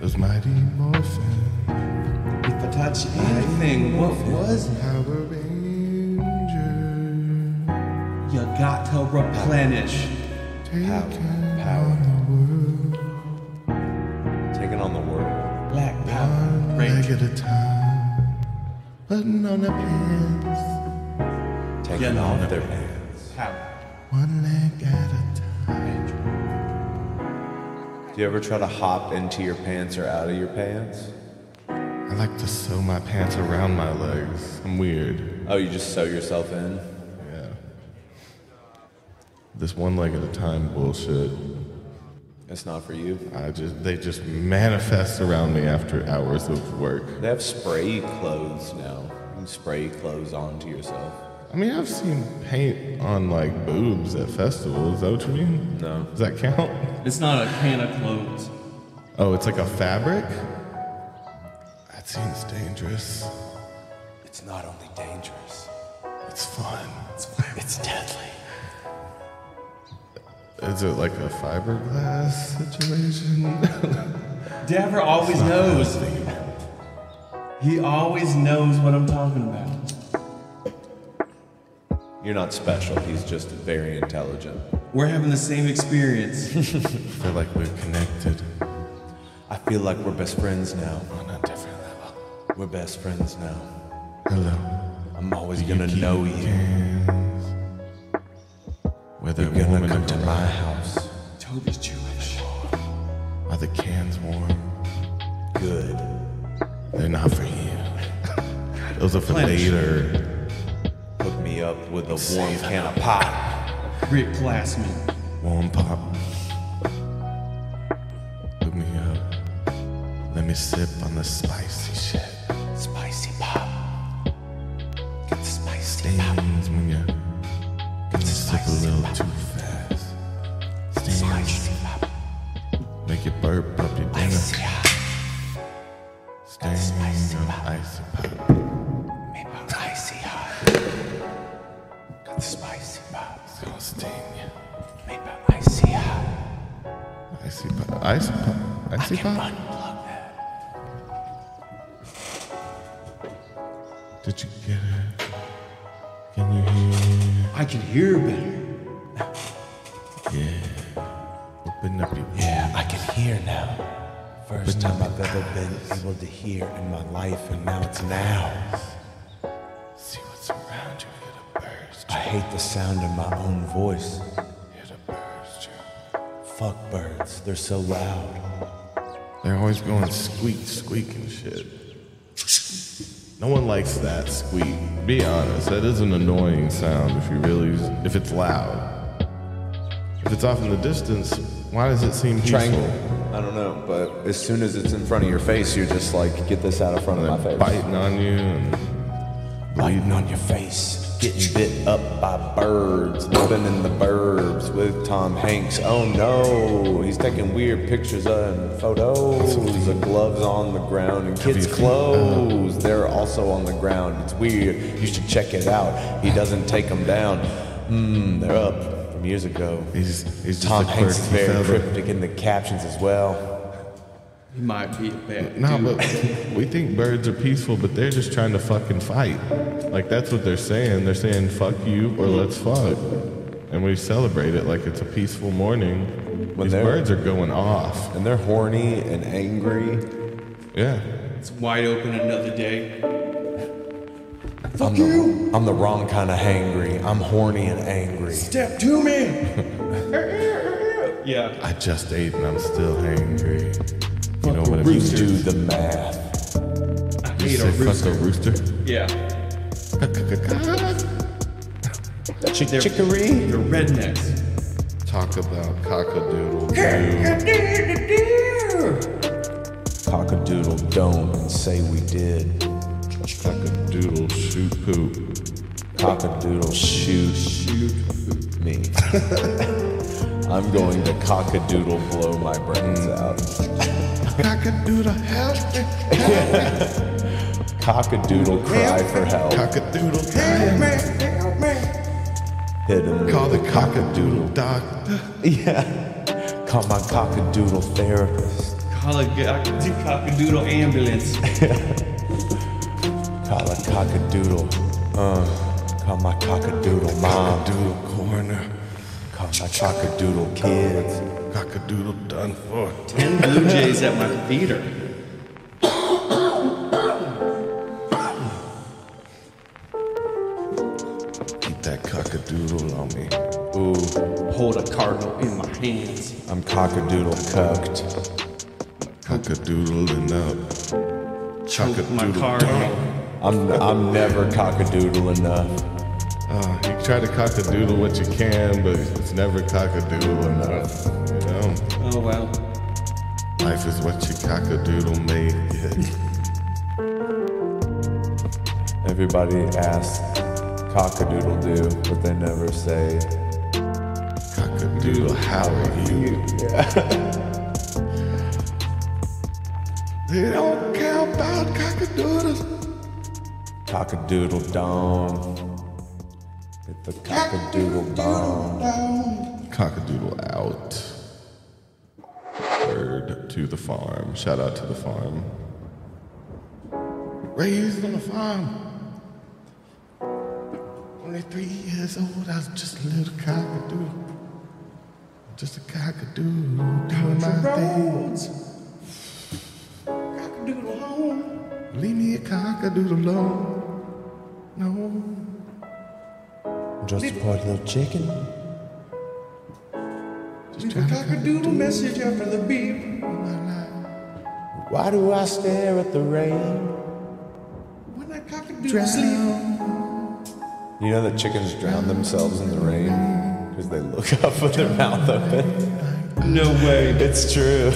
was Mighty Morphin With Patachi. Anything What was it? Power Ranger. You got to replenish. Taken power. on the world Taking on the world. Black Power. one leg Ranger. at a time. Putting on the pants, Taking Yeah, off no. their pants. Power. one leg at a time. Ranger. Do you ever try to hop into your pants or out of your pants? I like to sew my pants around my legs. I'm weird. Oh, you just sew yourself in? Yeah. This one leg at a time bullshit. It's not for you. I just they just manifest around me after hours of work. They have spray clothes now. You can spray clothes onto yourself. I mean, I've seen paint on like boobs at festivals. Is that what you mean? No. Does that count? It's not a can of clothes. Oh, it's like a fabric. That seems dangerous. It's not only dangerous, It's fun. it's deadly. Is it like a fiberglass situation? Dever always knows. He always knows what I'm talking about. You're not special. He's just very intelligent. We're having the same experience. I feel like we're connected I feel like we're best friends now. on a different level. We're best friends now. Hello. I'm always gonna know you. Whether You're gonna woman come or to man. my house. Toby's Jewish. Are the cans warm? Good. They're not for you. Those are for Plenish. later. Hook me up with a warm can of pop. Rick Glassman. Warm pop. Hook me up. Let me sip on the spicy shit. Spicy pop. Get spicy. Stains when you when you sip a little too fast. Stains pop. make you burp up your dinner. hot. Stains on icy pop. Maybe icy hot. Got spicy pop. It's gonna sting you. Maybe icy hot. Icy pop. Icy pop. Icy pop. unplug that. Did you get it? Can you hear? I can hear better. Yeah. Open up your Yeah, I can hear now. First time I've ever been able to hear in my life, and now it's now. See what's around you. Hit a burst. I hate the sound of my own voice. Hit a burst. Fuck birds, they're so loud. They're always going squeak, squeak and shit. No one likes that squeak. Be honest, that is an annoying sound if you really, if it's loud. If it's off in the distance, why does it seem peaceful? I don't know, but as soon as it's in front of your face, you're just like, get this out of front of my They're face. biting on you and Biting on your face, getting bit up by birds, living in the burbs with Tom Hanks. Oh no, he's taking weird pictures of photos. The gloves on the ground and kids' Cover your feet. clothes. They're also on the ground. It's weird. You should check it out. He doesn't take them down. Mmm, they're up from years ago. he's, he's just Tom a Hanks is quirky very fella. cryptic in the captions as well. He might be a bad No, dude. but we think birds are peaceful, but they're just trying to fucking fight. Like that's what they're saying. They're saying fuck you or let's fuck. And we celebrate it like it's a peaceful morning. When These they're- birds are going off. And they're horny and angry. Yeah. It's wide open another day. I'm the, I'm the wrong kind of hangry. I'm horny and angry. Step to me! yeah. I just ate and I'm still hangry. You know what it You means? do the math. I You hate a say fuck rooster. a rooster. Yeah. Chick- They're- chicory? They're rednacks. Talk about cockadoodle. doo. Cockadoodle don't and say we did. Cockadoodle shoot poop. Cockadoodle shoot shoot me. I'm going to cockadoodle blow my brains Mm. out. Cockadoodle help me. Cockadoodle cry for help. Cockadoodle help me. Hit him. Call the cockadoodle doctor. Yeah. Call my cockadoodle therapist. Call a cockadoodle ambulance. Call a cockadoodle. Uh, call my cockadoodle mom. Cockadoodle corner. Call my cockadoodle kids. Cockadoodle done for. Ten blue jays at my theater. Keep that cockadoodle on me. Ooh, Hold a cardinal in my hands. I'm cockadoodle cucked. Cockadoodling up. Choke my Cockadoodle cardinal. done. I'm I'm never cockadoodle enough. Uh, you try to cockadoodle what you can, but it's never cockadoodle enough. You know, Oh well. life is what you cockadoodle make it. Everybody asks cockadoodle do, but they never say. Cockadoodle, how are you? they don't care about cockadoodles. Cockadoodle dong. Hit the cockadoodle dong. Cockadoodle out. Word to the farm. Shout out to the farm. Raised on a farm. Only three years old, I was just a little cockadoodle. Just a cockadoodle doing my thing. Cockadoodle home. Leave me a cockadoodle alone. No. Just a poor little chicken. Just trying to Cockadoodle message after the beep. do my life. Why do I stare at the rain? When that cockadoodle sleep. You know that chickens drown themselves in the rain because they look up with their mouth open. No way. It's true.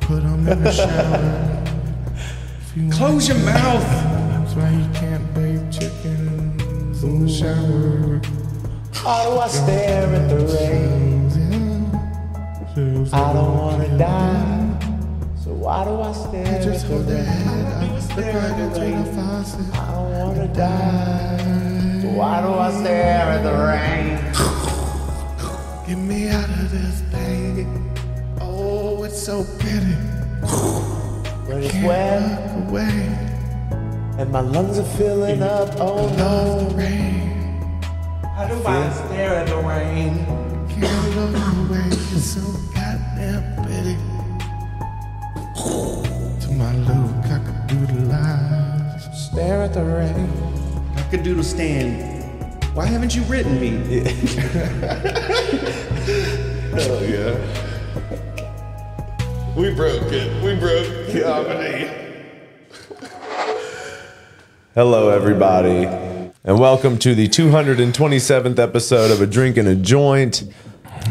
Put 'em in the shower. If you want, Close your mouth. that's why you can't bathe chickens in the shower. Why do I stare at the rain? I don't wanna die. So why do I stare at Just the hold their rain? head up. Look right into the faucet. I don't wanna die. So why do I stare at the rain? Get me out of this, baby. Oh, it's so pretty. When it's wet Can't look away. and my lungs are filling up. Oh no. Love the rain. How do I stare at the rain? Can't look away. It's so goddamn pretty. To my little cockadoodle eyes. Stare at the rain. Cockadoodle stand. Why haven't you written me? Hell yeah. We broke it. We broke comedy. Hello, everybody, and welcome to the 227th episode of A Drink and a Joint.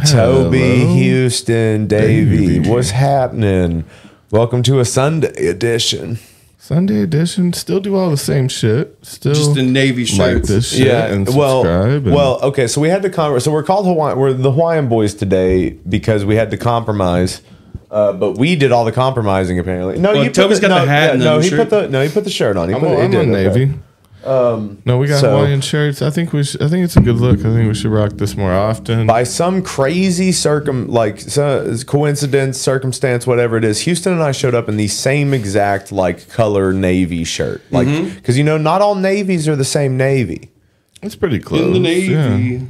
Toby Hello. Houston Davey, Davey. what's happening? Welcome to a Sunday edition. Sunday edition. Still do all the same shit. Still Just the navy like shirts. this shit and well, subscribe. and- well, okay. So we had to compromise. So we're called Hawaiian. We're the Hawaiian Boys today because we had to compromise. Uh, but we did all the compromising apparently. No, Well, you put Toby's got no, the hat yeah, and no, the he shirt. put the no, he put the shirt on. He I'm, put, on, he I'm did, on okay. Navy. no, we got so- Hawaiian shirts. I think we. Should, I think it's a good look. I think we should rock this more often. by some crazy circum like so, coincidence circumstance whatever it is houston and i showed up in the same exact like color navy shirt like Mm-hmm. because you know not all navies are the same navy It's pretty close. In the Oh, yeah. navy.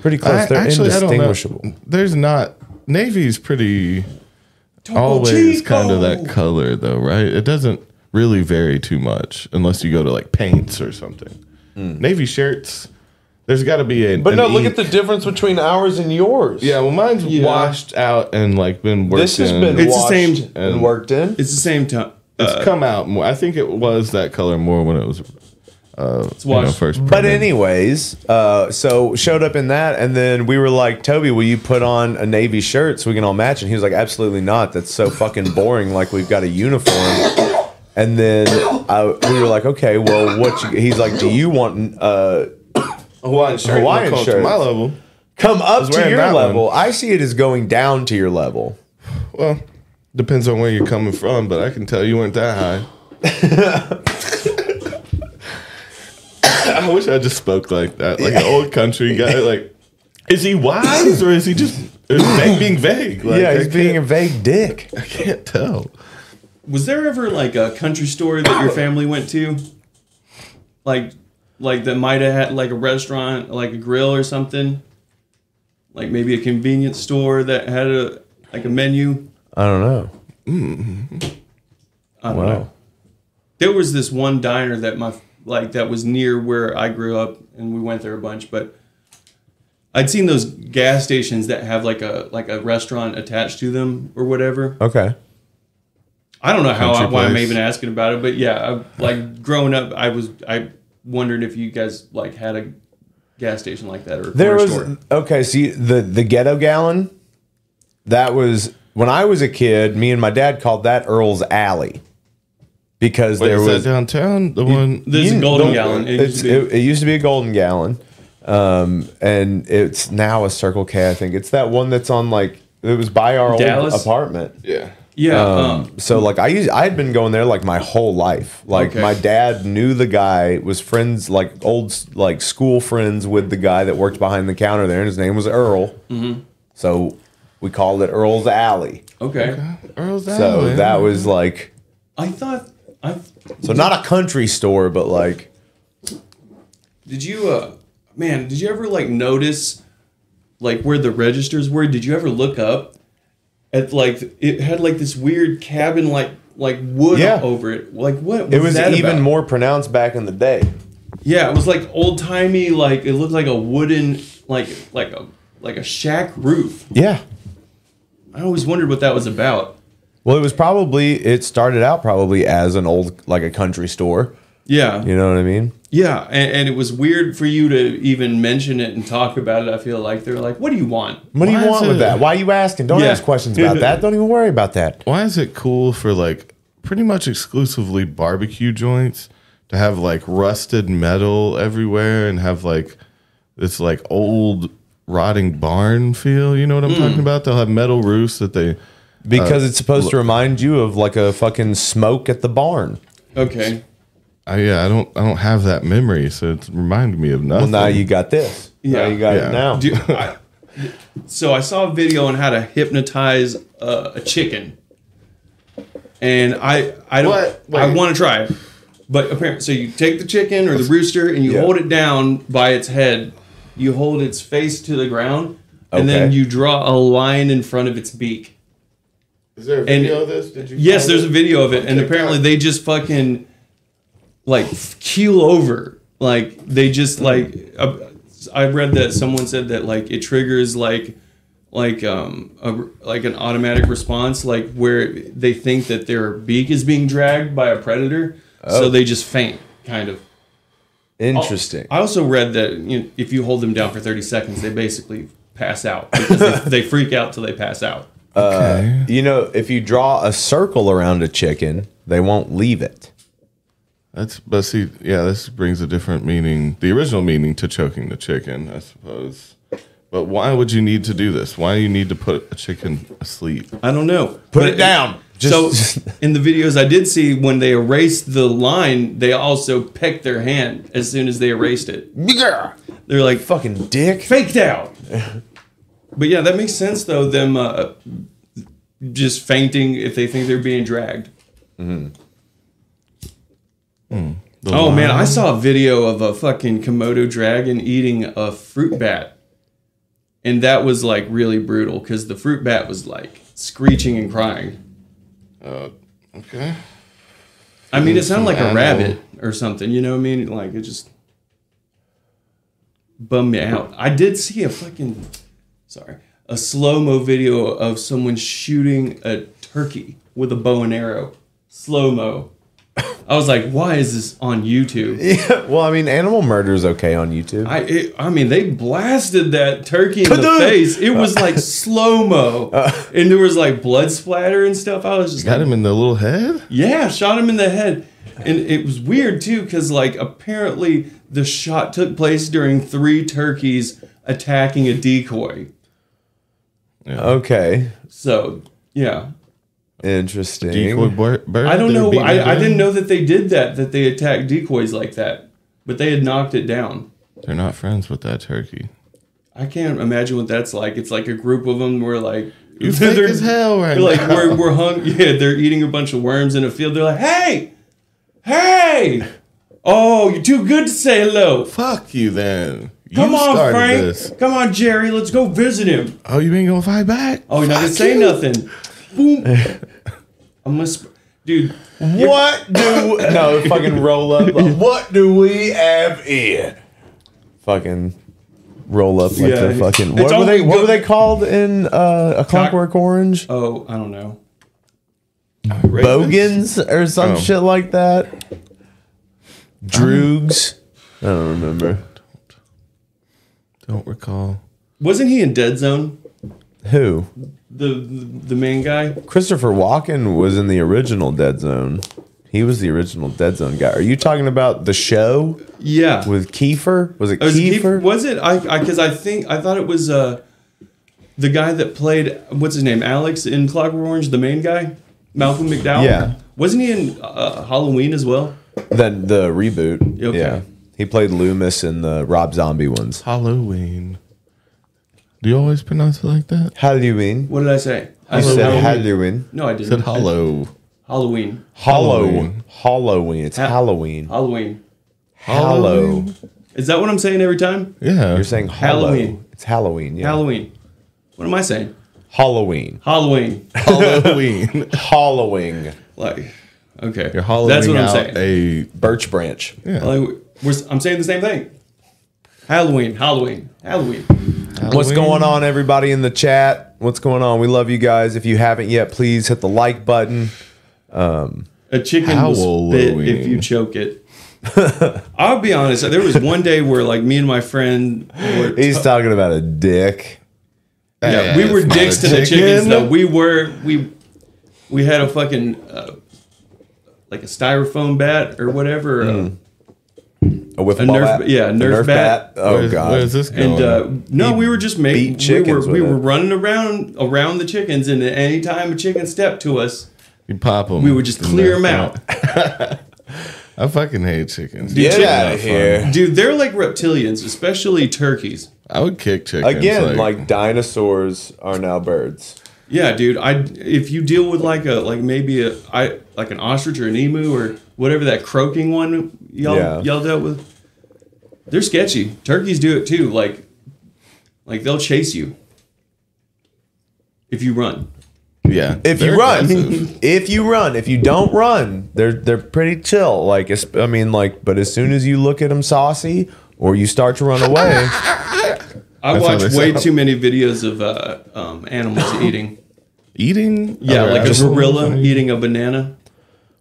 pretty I, close they're actually, I don't know. indistinguishable There's not Navy's pretty always kind of that color though, right? It doesn't really vary too much unless you go to like paints or something. Navy shirts, there's got to be a. Hmm. but an no look ink- at the difference between ours and yours Yeah, well, mine's Yeah. washed out and like been worked. this has in. been It's, the washed same- and worked in It's the same uh, time. it's come out more. I think it was that color more when it was It's you know, washed. first. But printed. anyways, uh, so showed up in that, and then we were like, Toby, will you put on a navy shirt so we can all match? And he was like, Absolutely not. That's so fucking boring. Like we've got a uniform. And then I, we were like, Okay, well, what? You, he's like, Do you want? Uh, Hawaiian shirt, Hawaiian Hawaiian shirt. shirts. My level. come up to wearing your that one. level. I see it as going down to your level. Well, depends on where you're coming from, but I can tell you weren't that high. I wish I just spoke like that, like an old country guy. Like Is he wise or is he just is vague, being vague? Like, yeah, I he's being a vague dick. can't- I can't tell. Was there ever like a country store that your family went to? Like like that might have had like a restaurant, like a grill or something? Like maybe a convenience store that had a like a menu? I don't know. I don't know. There was this one diner that my like that was near where I grew up and we went there a bunch, but I'd seen those gas stations that have like a like a restaurant attached to them or whatever. Okay. I don't know how I, Country why I'm place. even asking about it, but yeah, I, like growing up, I was I wondered if you guys like had a gas station like that or a There corner was store. okay. See the the ghetto gallon. That was when I was a kid. Me and my dad called that Earl's Alley because Wait, there is was that downtown? The one. There's a You- golden don't- gallon. It it's- used It, to be- it used to be a golden gallon, um, and it's now a Circle K. I think it's that one that's on like it was by our Dallas? old apartment. yeah. yeah, um, So like I used, I had been going there like my whole life. Like Okay. my dad knew the guy was friends like old s- like school friends with the guy that worked behind the counter there, and his name was Earl. Mm-hmm. So we called it Earl's Alley. okay. Earl's So Alley. that was like I thought I so not a country store, but like did you uh man did you ever like notice like where the registers were? Did you ever look up at like it had like this weird cabin like like wood Yeah. over it? Like what? it was that even about? more pronounced back in the day. Yeah, it was like old timey, like it looked like a wooden, like like a like a shack roof. Yeah. I always wondered what that was about. Well, it was probably it started out probably as an old like a country store. Yeah, You know what I mean? yeah, and, and it was weird for you to even mention it and talk about it. I feel like they're like, "What do you want?" What do Why you is want with it- that? Why are you asking? Don't Yeah. ask questions about that. Don't even worry about that. Why is it cool for like pretty much exclusively barbecue joints to have like rusted metal everywhere and have like this like old rotting barn feel? You know what I'm talking about? They'll have metal roofs that they. Because it's supposed to remind you of like a fucking smoke at the barn. Okay, I, yeah, I don't. I don't have that memory, so it's reminded me of Well, nothing. now you got this. Yeah. Now you got Yeah. it now. do, I, so I saw a video on how to hypnotize uh, a chicken, and I I don't What? Wait. I want to try it, but apparently, so you take the chicken or the rooster and you Yeah. hold it down by its head, you hold its face to the ground, and then Okay. you draw a line in front of its beak. Is there a video of this? Did you Yes, there's a video of it, and apparently they just fucking like keel over. Like they just like uh, I read that someone said that like it triggers like like um a, like an automatic response like where they think that their beak is being dragged by a predator, so they just faint kind of. Interesting. I also read that you know, if you hold them down for 30 seconds, they basically pass out because they, they freak out till they pass out. Okay. You know, if you draw a circle around a chicken, they won't leave it. That's but see, yeah, this brings a different meaning, the original meaning to choking the chicken, I suppose. But why would you need to do this? Why do you need to put a chicken asleep? I don't know. Put it down. so Just- in the videos I did see, when they erased the line, they also pecked their hand as soon as they erased it. They're like "Fuck, Fucking dick. faked out. but yeah, that makes sense though. Them uh, just fainting if they think they're being dragged. Mm-hmm. The Oh man, line- I saw a video of a fucking Komodo dragon eating a fruit bat. And that was like really brutal because the fruit bat was like screeching and crying. Uh, okay. I mean, it sounded like a animal. rabbit or something. You know what I mean? Like it just bummed me out. I did see a fucking sorry a slow mo video of someone shooting a turkey with a bow and arrow. Slow mo. I was like, why is this on YouTube? well, I mean, animal murder is okay on YouTube. I it, I mean, they blasted that turkey in the Ka-doo! face. It was like slow mo, and there was like blood splatter and stuff. I was just like, Got him in the little head? Yeah, shot him in the head. And it was weird too, because like apparently the shot took place during three turkeys attacking a decoy. okay. So yeah, Interesting. Decoy bir- bird? I They don't were know. beating it I, I down? didn't know that they did that. That they attacked decoys like that, but they had knocked it down. They're not friends with that turkey. I can't imagine what that's like. It's like a group of them where like You thick as hell right they're like now. we're we're hung. Yeah, they're eating a bunch of worms in a field. They're like, hey, hey, oh, you're too good to say hello. Fuck you then. Come you on, started Frank. this. Come on, Jerry. Let's go visit him. Oh, you ain't gonna fight back? Oh, you're not gonna Fuck say you. nothing. Boom. I'm gonna, sp- dude. What do no fucking roll up? like, what do we have in? Fucking roll up like Yeah. the fucking. It's What were they? only What good- were they called in uh, a Clockwork Orange? Oh, I don't know. Bogans or some Oh. shit like that. Droogs. I don't remember Don't recall. Wasn't he in Dead Zone? who. The the, the main guy. Christopher Walken was in the original Dead Zone. He was the original Dead Zone guy. Are you talking about the show Yeah. with Kiefer? Was it Was Oh, it Kiefer? Kiefer? Was it? I because I, think I thought it was uh, the guy that played what's his name, Alex in Clockwork Orange, the main guy, Malcolm McDowell. Yeah. wasn't he in uh, Halloween as well? Then the reboot. Okay. Yeah. He played Loomis in the Rob Zombie ones. Halloween. Do you always pronounce it like that? Halloween. What did I say? I You said Halloween. Halloween. No, I I said didn't. hollow. Halloween. Hollow. Halloween. Halloween. It's Ha- Halloween. Halloween. Hollow. Halloween? Is that what I'm saying every time? Yeah. You're saying hollow. Halloween. It's Halloween. Yeah. Halloween. What am I saying? Halloween. Halloween. Halloween. Hallowing. Like, okay. You're hollowing That's what I'm out saying. Birch branch. a. Yeah. Like, we're, I'm saying the same thing. Halloween. Halloween. Halloween. What's Halloween. going on, everybody in the chat? What's going on? We love you guys. If you haven't yet, please hit the like button. A chicken will spit Halloween. if you choke it. I'll be honest. There was one day where, like, me and my friend were. He's talking about a dick. yeah, we were it's not dicks a to the chickens. chicken. Though we were, we we had a fucking uh, like a styrofoam bat or whatever, uh, A whiff A ball Nerf- bat? yeah, A Nerf bat. Oh Where's- god. Where's this going? and uh, no, we were just making. beat We were chickens we with were it. running around around the chickens, and at any time a chicken stepped to us, you pop them. we would just clear them out. I fucking hate chickens. Get Chickens out are of fun. here. Dude, they're like reptilians, especially turkeys. I would kick chickens. Again, like, dinosaurs are now birds. Yeah, dude. I if you deal with like a like maybe a I like an ostrich or an emu or whatever that croaking one y'all Yeah. y'all dealt with, they're sketchy. Turkeys do it too. Like, like they'll chase you if you run. yeah. If they're you run, aggressive. if you run, if you don't run, they're they're pretty chill. Like it's- I mean, like, but as soon as you look at them saucy or you start to run away, I That's how watch they way sound. too many videos of uh, um, animals eating. eating, Yeah, Okay, like I a just- gorilla eating a banana.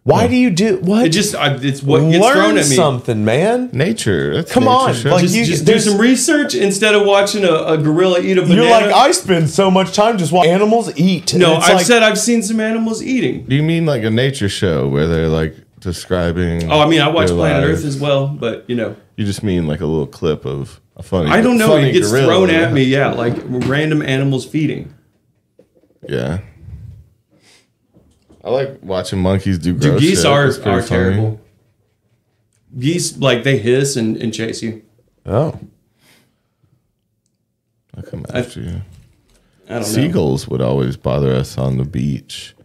why do you do what? It just I, it's what gets thrown Learn at me. something, man. Nature. That's Come nature on, shit. like, Just, You- just do there's- some research instead of watching a, a gorilla eat a banana. You're like, I spend so much time just watching animals eat. no, It's I've like- said I've seen some animals eating. Do you mean like a nature show where they're like describing? Oh, I mean, I watch their Planet lives? Earth as well, but you know, You just mean like a little clip of a funny. I don't know. funny It gets gorilla. thrown at me, yeah, like random animals feeding. Yeah. I like watching monkeys do Dude, gross geese shit. are It's pretty are funny. terrible. Geese like they hiss and, and chase you. Oh, I come after you. I don't know. Seagulls would always bother us on the beach.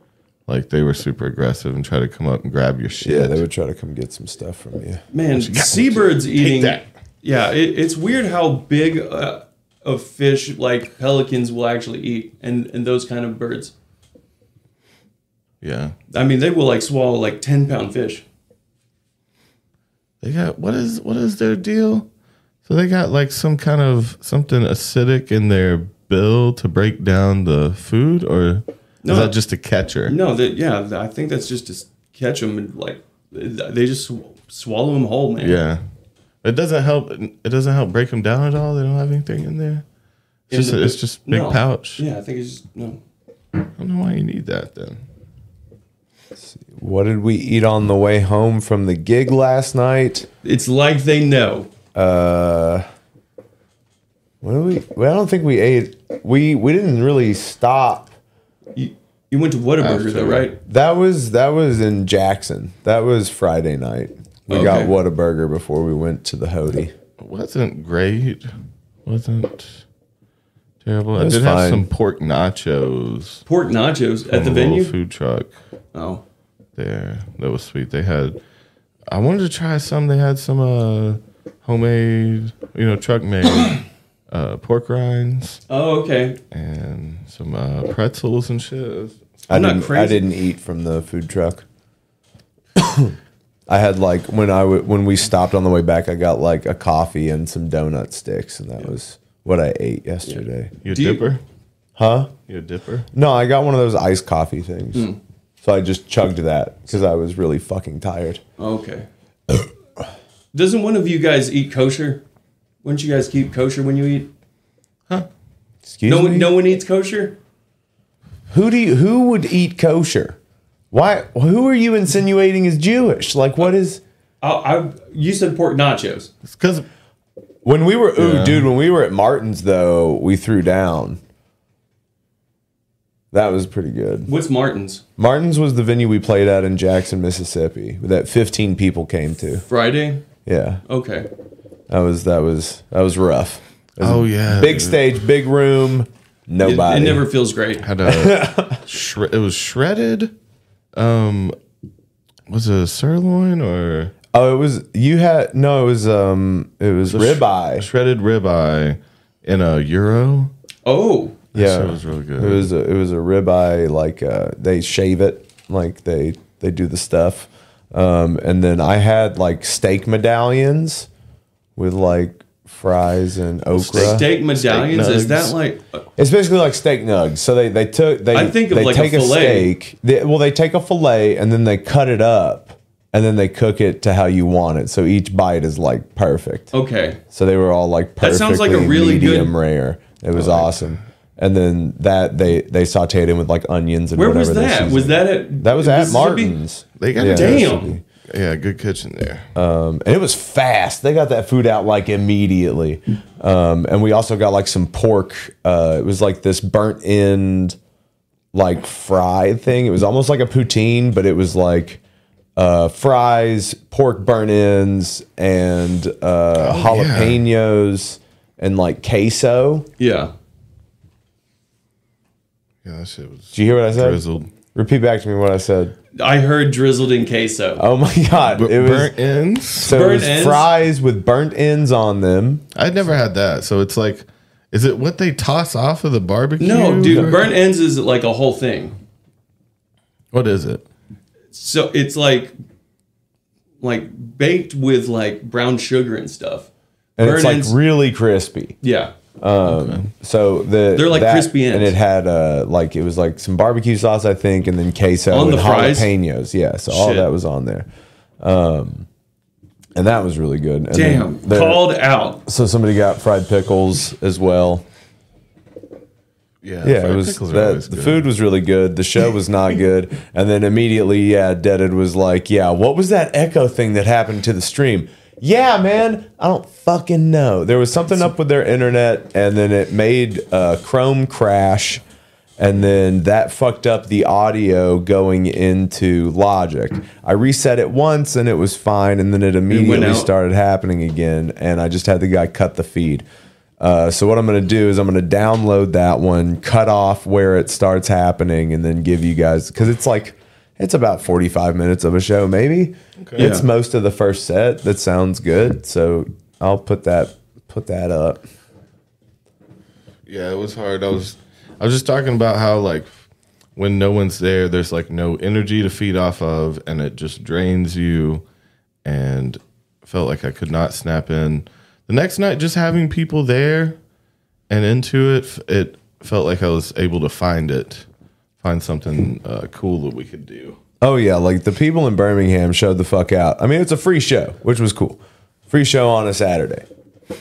Like they were super aggressive and try to come up and grab your shit. yeah, they would try to come get some stuff from you. Man, seabirds eating. that. Yeah, it, it's weird how big uh, of fish like pelicans will actually eat, and and those kind of birds. Yeah. I mean, they will like swallow like ten pound fish. They got what is what is their deal? So they got like some kind of something acidic in their bill to break down the food, or No. is that just a catcher? No, that yeah, I think that's just to s- catch them and like they just sw- swallow them whole, man. Yeah, it doesn't help. It doesn't help break them down at all. They don't have anything in there. It's In just the- it's just big No. pouch. Yeah, I think it's just no. I don't know why you need that then. What did we eat on the way home from the gig last night? It's like they know. Uh, what did we? Well, I don't think we ate. We we didn't really stop. You, you went to Whataburger After. though, right? That was that was in Jackson. That was Friday night. We got Okay. Whataburger before we went to the Hody. It wasn't great. Wasn't terrible. I That's did have fine. some pork nachos Pork nachos from at the a little venue. food truck Oh, there. That was sweet. They had. I wanted to try some. They had some uh, homemade, you know, truck made uh, pork rinds oh, okay. and some uh, pretzels and shit. I I'm not didn't, I crazy. didn't eat from the food truck. I had like when I w- when we stopped on the way back, I got like a coffee and some donut sticks, and that was what I ate yesterday. You a Do you- dipper? Huh? You a dipper? No, I got one of those iced coffee things, Hmm. so I just chugged that because I was really fucking tired. Okay. Doesn't one of you guys eat kosher? Wouldn't you guys keep kosher when you eat? Excuse no me. one, no one eats kosher. Who do you, who would eat kosher? Why? Who are you insinuating is Jewish? Like, what is? I, I, you said pork nachos. It's because When we were, ooh, Yeah. dude, when we were at Martin's though, we threw down. That was pretty good. What's Martin's? Martin's was the venue we played at in Jackson, Mississippi, that 15 people came to. Friday. Yeah, Okay. that was that was that was rough. It was oh yeah, big dude. stage, big room, It, nobody. it never feels great. had a shre- it was shredded. Um, was it a sirloin or oh, it was you had no, it was um, it was a sh- ribeye. shredded ribeye in a euro? Oh, yeah, shit was really good. It was a, it was a ribeye like uh, they shave it like they they do the stuff, um, and then I had like steak medallions with like fries and okra. steak medallions. Is that nugs. like? It's basically like steak nugs. So they they took they I think of they like a fillet. steak. They, well, they take a fillet and then they cut it up and then they cook it to how you want it. So each bite is like perfect. Okay. So they were all like perfectly That sounds like a really good- medium rare. It was awesome. And then that they they sauteed in with like onions and Where whatever. was they that? seasoned. Was that at? that was at Mississippi? Martin's? They got Yeah, a Damn. Yeah, good kitchen there. Um, and it was fast. They got that food out like immediately. Um, and we also got like some pork. Uh, it was like this burnt end, like fry thing. It was almost like a poutine, but it was like uh, fries, pork burnt ends, and uh, jalapenos, and like queso. Yeah. yeah, that shit was Did you hear what I said? drizzled. Repeat back to me what I said. I heard drizzled in queso. Oh my god! But It was burnt ends. so it Burnt was ends? fries with burnt ends on them. I'd never had that. So it's like, is it what they toss off of the barbecue? no, dude. or- Burnt ends is like a whole thing. What is it? so it's like like baked with like brown sugar and stuff. And Burnt it's like ends- really crispy. yeah. So the They're like crispy ends. and it had uh like it was like some barbecue sauce I think, and then queso On and the fries? jalapenos. Yeah, so all Shit. that was on there, um, and that was really good. And then Damn. there- Called out. So somebody got fried pickles as well. Yeah, Yeah, fried it was pickles are that, always the good. food was really good. The show was not good, and then immediately, yeah, Deadhead was like, "Yeah, what was that echo thing that happened to the stream?" Yeah, man, I don't fucking know. There was something up with their internet, and then it made uh, Chrome crash, and then that fucked up the audio going into Logic. I reset it once, and it was fine, and then it immediately out. started happening again, and I just had the guy cut the feed. Uh, so what I'm going to do is I'm going to download that one, cut off where it starts happening, and then give you guys because it's like it's about 45 minutes of a show, maybe. It's Yeah. most of the first set. That sounds good. So I'll put that put that up. Yeah, it was hard. I was I was just talking about how like when no one's there, there's like no energy to feed off of and it just drains you and felt like I could not snap in. The next night just having people there and into it, f- it felt like I was able to find it, find something uh, cool that we could do. Oh yeah, like the people in Birmingham showed the fuck out. I mean, it's a free show, which was cool. Free show on a Saturday.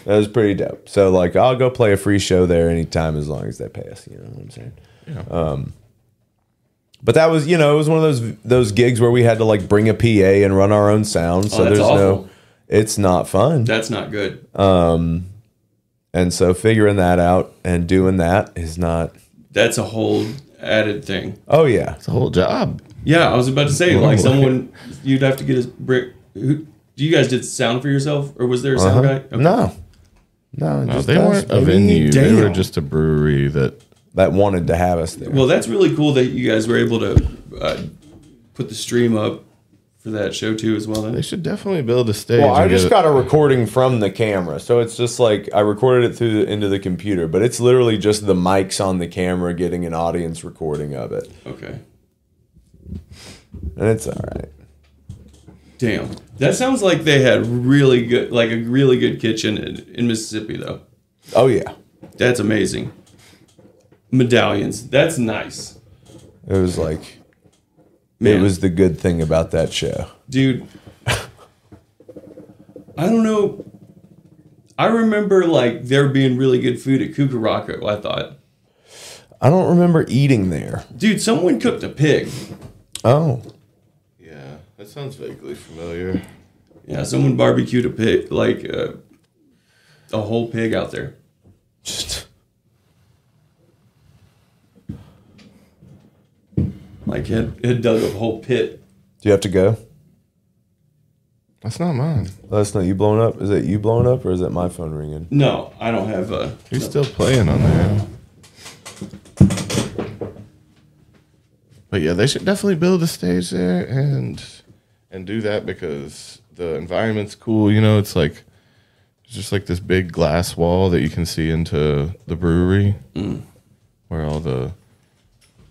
That was pretty dope. So like, I'll go play a free show there anytime as long as they pay us. You know what I'm saying? Um, Yeah. But that was, you know, it was one of those those gigs where we had to like bring a PA and run our own Oh, sound. So that's there's no, awful. it's not fun. That's not good. And so figuring that out and doing that is not. That's a whole added thing. Oh yeah, it's a whole job. Yeah, I was about to say Well, like like- someone you'd Uh-huh. have to get a brick. Who, do you guys did sound for yourself or was there a sound guy? Okay. no, No, No, just they us, weren't a baby. venue. They were Damn. just a brewery that that wanted to have us there. Well, that's really cool that you guys were able to uh, put the stream up for that show too as well. they Then. should definitely build a stage. Well, I and just get got a recording from the camera, so it's just like I recorded it through the, into the computer, but it's literally just the mics on the camera getting an audience recording of it, Okay. and it's all right. Damn. That sounds like they had really good, like a really good kitchen in, in Mississippi though. Oh yeah, That's amazing. Medallions. That's nice, it was like man. it was the good thing about that show. dude. I don't know. I remember like there being really good food at Cucaraco. I thought, I don't remember eating there. dude, someone cooked a pig. Oh, a- yeah, that sounds vaguely familiar. Yeah, someone barbecued a pig, like uh, a whole pig out there. just Like had, had dug a whole pit. do you have to go? That's not mine. That's not you blowing up. Is it you blowing up or is it my phone ringing? No, I don't have uh, a. You're still playing on there. But yeah, they should definitely build a stage there and and do that because the environment's cool. You know, it's like it's just like this big glass wall that you can see into the brewery where all the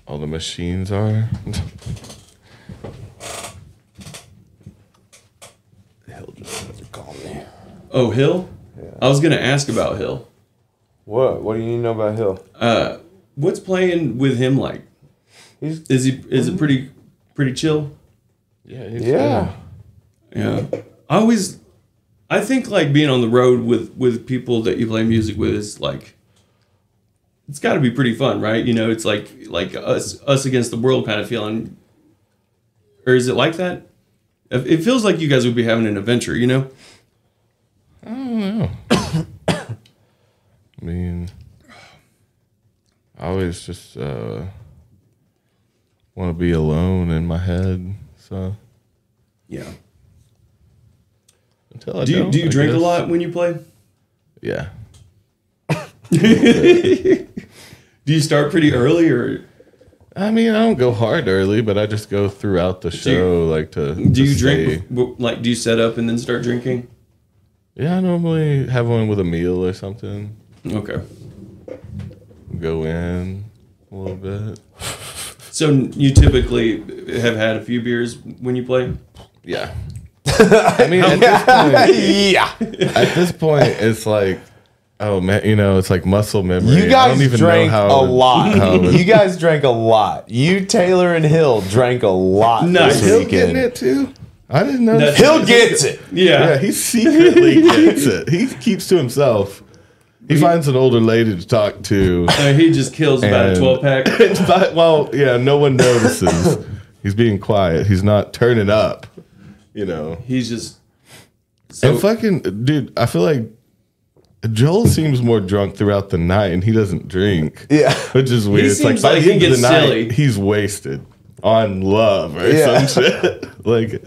all the machines are. Hell, just wanted to call me. Oh, Hill. I was gonna ask about Hill. What? What do you know about Hill? What's playing with him like? He's Is he is it pretty pretty chill? Yeah, he's yeah. Yeah. I always I think like being on the road with with people that you play music with is like it's got to be pretty fun, right? You know, it's like like us us against the world kind of feeling. Or is it like that? It it feels like you guys would be having an adventure, you know? I mean, I always just uh, want to be alone in my head. So Yeah. until I Do you don't, do you I drink a guess. lot when you play? Yeah, Do you start pretty early or I mean, I don't go hard early, but I just go throughout the show, you- like to. do to you stay. drink w- like do you set up and then start drinking? Yeah, I normally have one with a meal or something. Okay. Go in a little bit. So you typically have had a few beers when you play? Yeah. I mean, at this point, yeah. at this point, it's like, oh man, you know, it's like muscle memory. You I don't guys even drank know how a it- lot. how it- you guys drank a lot. You, Taylor, and Hill drank a lot Nice. nice. Hill this getting weekend. it too? I didn't know. That's- that. Hill gets it. Yeah, he secretly gets it. He keeps to himself. He finds an older lady to talk to. Uh, he just kills about a And- 12 pack. but, well, yeah, no one notices. He's being quiet. He's not turning up. You know. He's just. So, And fucking dude, I feel like Joel seems more drunk throughout the night, and he doesn't drink. Yeah. which is weird. it's like seems by like the he end of the gets night, silly. he's wasted on love or Yeah. some shit. like,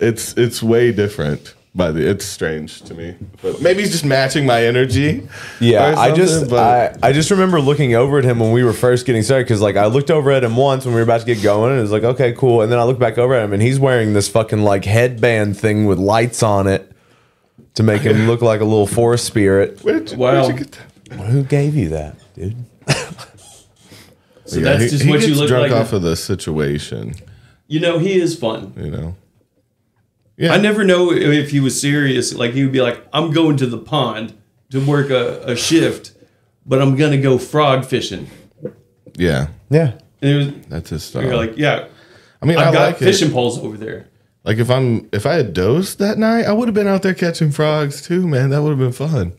it's it's way different. By the it's strange to me, but maybe he's just matching my energy. Yeah, or I just something, but- I, I just remember looking over at him when we were first getting started because like I looked over at him once when we were about to get going and it was like okay cool and then I look back over at him and he's wearing this fucking like headband thing with lights on it to make him look like a little forest spirit. where did you, where'd Wow. you get that? Who gave you that, dude? so that's he- just he what you gets look drunk like. off of the situation, you know, he is fun. you know. Yeah, I never know if he was serious. Like, he would be like, I'm going to the pond to work a, a shift, but I'm going to go frog fishing. yeah, Yeah, And it was, that's his style. you're like, yeah, I mean, Uh-huh. i I've got like it. fishing poles over there. Like if I'm if I had dosed that night, I would have been out there catching frogs too, man. That would have been fun.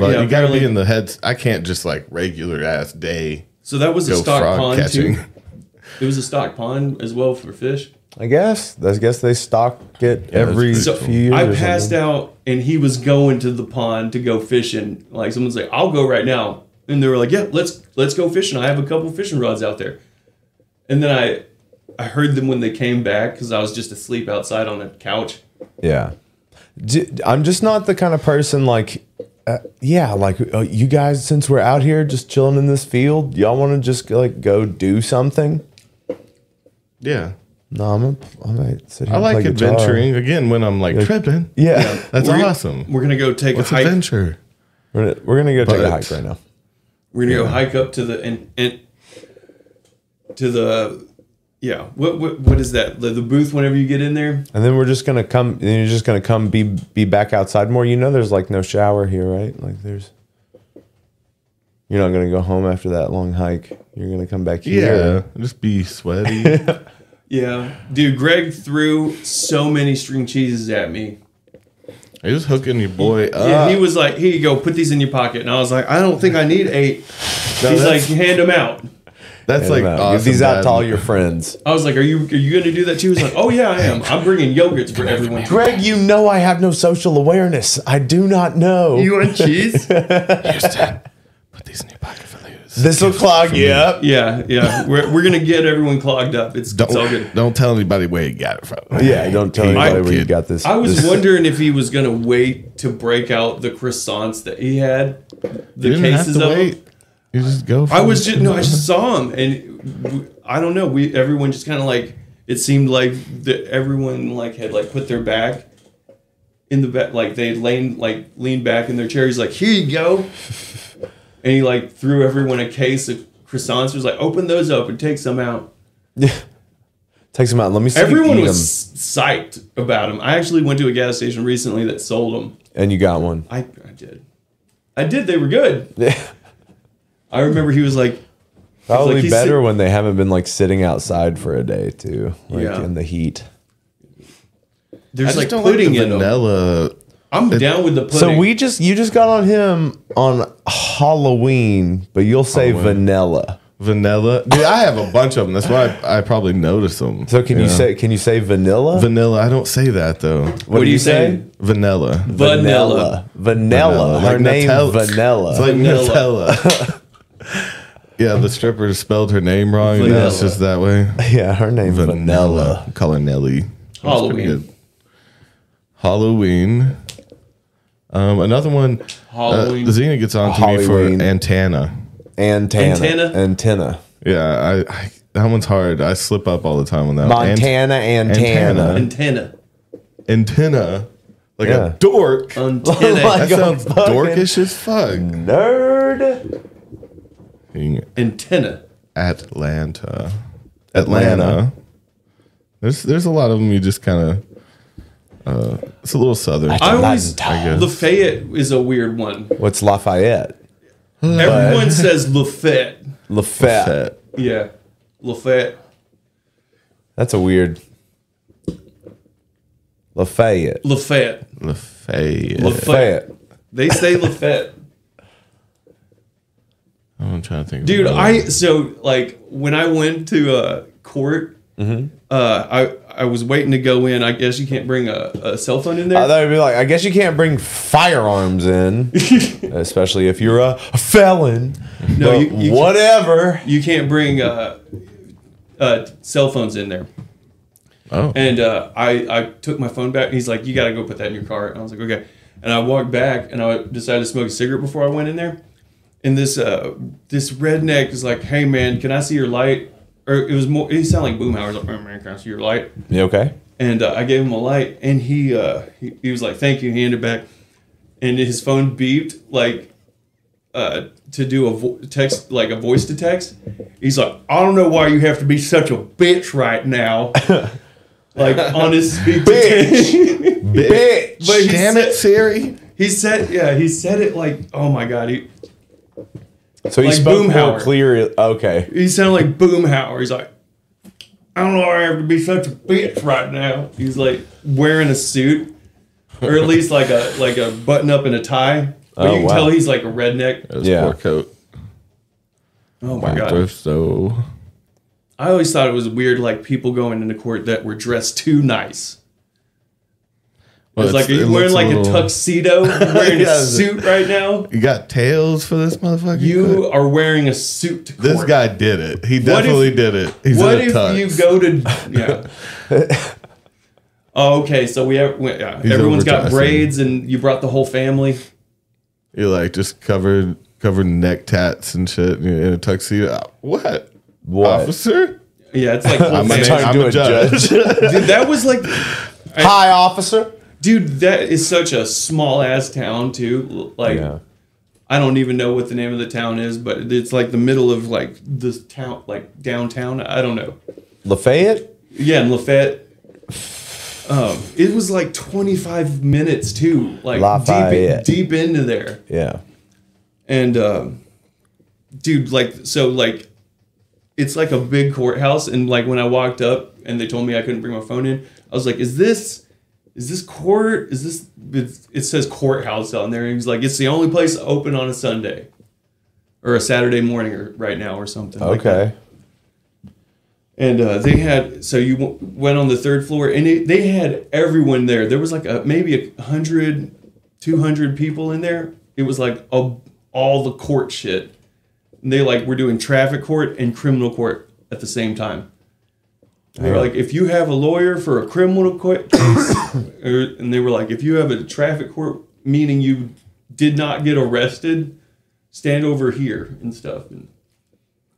But yeah, you gotta apparently- be in the heads. I can't just like regular ass day so that was a go stock frog pond, catching. too. It was a stock pond as well for fish. I guess I guess they stock it every pretty So few years. I or passed something. out, and he was going to the pond to go fishing. Like someone's like, "I'll go right now," and they were like, "Yeah, let's let's go fishing. I have a couple fishing rods out there." And then I, I heard them when they came back because I was just asleep outside on a couch. Yeah. D- I'm just not the kind of person like yeah, like uh, you guys, since we're out here just chilling in this field, y'all want to just like go do something? Yeah. No, I'm a, I might sit here. I and like play guitar. adventuring again when I'm like tripping. Yeah, That's We're gonna- awesome. We're gonna go take What's a hike. adventure? we're, gonna, we're gonna go take But- a hike right now. We're gonna go hike up to the and, and to the yeah. What what what is that? The, the booth. Whenever you get in there, And then we're just gonna come. And you're just gonna come be be back outside more. You know, there's like no shower here, right? Like there's. You're not gonna go home after that long hike. You're gonna come back Yeah. here. Just be sweaty. yeah, dude. Greg threw so many string cheeses at me. You're just hooking your boy up. Yeah, he was like, "Here you go, put these in your pocket." And I was like, "I don't think I need eight. He's like, that's- "Hand them out." That's like Give awesome. these out to all bad- your friends. I was like, "Are you are you gonna do that too?" He's like, "Oh yeah, I am. I'm bringing yogurts for everyone." Greg, you know I have no social awareness. I do not know. want cheese? Put these in your pocket for later. this will clog you up. yeah, yeah. We're, we're gonna get everyone clogged up. It's, it's all good. Don't, don't tell anybody where you got it from. Yeah, don't tell anybody where you kid. got this. I was this- wondering if he was gonna wait to break out the croissants that he had, the You didn't have cases to of. them. wait. You just go. For I was it. just no, I just saw him, and w- I don't know. We everyone just kind of like it seemed like that everyone like had like put their back in the back, like they leaned like leaned back in their chair. He's like, "Here you go," and he like threw everyone a case of croissants. He was like, "Open those up and take some out." Takes them out. Let me see Everyone you eat was psyched about him. I actually went to a gas station recently that sold them. them. And you got one. I, I did, I did. They were good. Probably I remember he was like, like he's better sit- when they haven't been like sitting outside for a day too, like Yeah. in the heat. I "There's just like don't like pudding the in them." vanilla. I'm down with the pudding. So we just you just got on him on Halloween, but you'll say vanilla. Vanilla. Dude, I have a bunch of them. That's why I, I probably notice them. So can you say can you say vanilla? vanilla? I don't say that though. what, do you say? Vanilla. Vanilla. Vanilla. Vanilla. Her name Nutella. Vanilla. It's like Vanilla. Nutella. yeah, the stripper spelled her name wrong. and Now it's Vanilla. just that way. yeah, her name Vanilla. Vanilla. Call her Nelly. That's Halloween. pretty good. Halloween. Um, another one. Halloween. Uh, Xena gets on to me Halloween. for Antana. Antenna. Antenna? Antenna. Yeah, I, I that one's hard. I slip up all the time on that. one. Ant- Montana Antenna. Antenna. antenna. antenna, like Yeah. a dork. Uh, Antenna. that Like a sounds fucking- dorkish as fuck. Nerd. antenna. Atlanta. Atlanta. Atlanta. There's there's a lot of them. You just kind of. Uh, it's a little southern. I always I guess. Lafayette is a weird one. What's Lafayette? Everyone says Lafayette. Lafayette. That. Yeah, Lafayette. That's a weird. Lafayette. Lafayette. Lafayette. Lafayette. Lafayette. They say Lafayette. I'm trying to think. of Dude, another I one. so like when I went to uh, court, uh, I I was waiting to go in. I guess you can't bring a, a cell phone in I there. thought it'd be like, I guess you can't bring firearms in, especially if you're a, a felon. No, But you, you whatever. you can't bring uh, uh, cell phones in there. Oh. And uh, I, I took my phone back, and he's like, "You got to go put that in your car." And I was like, "Okay." And I walked back, and I decided to smoke a cigarette before I went in there. And this uh, this redneck is like, "Hey man, can I see your light?" Or it was more. He sounded like Boomhauer. He's like, "Hey man, can I see your light?" You okay? And uh, I gave him a light, and he, uh, he he was like, "Thank you." He handed back, and his phone beeped like uh, to do a vo- text, like a voice to text. He's like, "I don't know why you have to be such a bitch right now." like on his speak to text. Bitch. but he Damn said, it, Siri. He said, "Yeah, he said it like, oh my god, he So he Like spoke more Boomhauer. clear. Okay. he sounded like Boomhauer." He's like, "I don't know why I have to be such a bitch right now." He's like wearing a suit, or at least like a like a button up and a tie. But Oh, you can wow. tell he's like a redneck. That was Yeah. Poor coat. Oh my god. Thrift store. I always thought it was weird, like people going into court that were dressed too nice. Well, it's like are it you wearing looks like a, little- tuxedo, You're wearing a Yes. suit right now. You got tails for this motherfucker. You are wearing a suit to court. This guy did it. He What if- definitely did it. He's What in a if tux. you go to yeah? oh, okay, so we have we, yeah, everyone's got overdressing. braids, and you brought the whole family. You're like just covered covered in neck tats and shit. And you're in a tuxedo. Uh, What? Ah, What? Officer? Yeah, it's like full I'm a face. man. Turned to a judge. dude, that was like, Hi, officer. dude, that is such a small ass town too. Like, I don't even know what the name of the town is, but it's like the middle of like this town, like downtown. I don't know. Lafayette? Yeah, in Lafayette. Um, it was like 25 minutes too, like Lafayette. deep deep into there. Yeah. And um, dude, like so, like it's like a big courthouse. And like when I walked up and they told me I couldn't bring my phone in, I was like, "Is this? Is this court? Is this?" It's, it says courthouse on there. And he's like, "It's the only place open on a Sunday." Or a Saturday morning, or right now, or something. like that. Okay. And uh, they had so you w- went on the third floor, and it, they had everyone there. There was like a, maybe a hundred, two hundred people in there. It was like a, all the court shit. And they like were doing traffic court and criminal court at the same time. They were Yeah. like, if you have a lawyer for a criminal court case, or, and they were like, if you have a traffic court meaning you did not get arrested, stand over here and stuff. And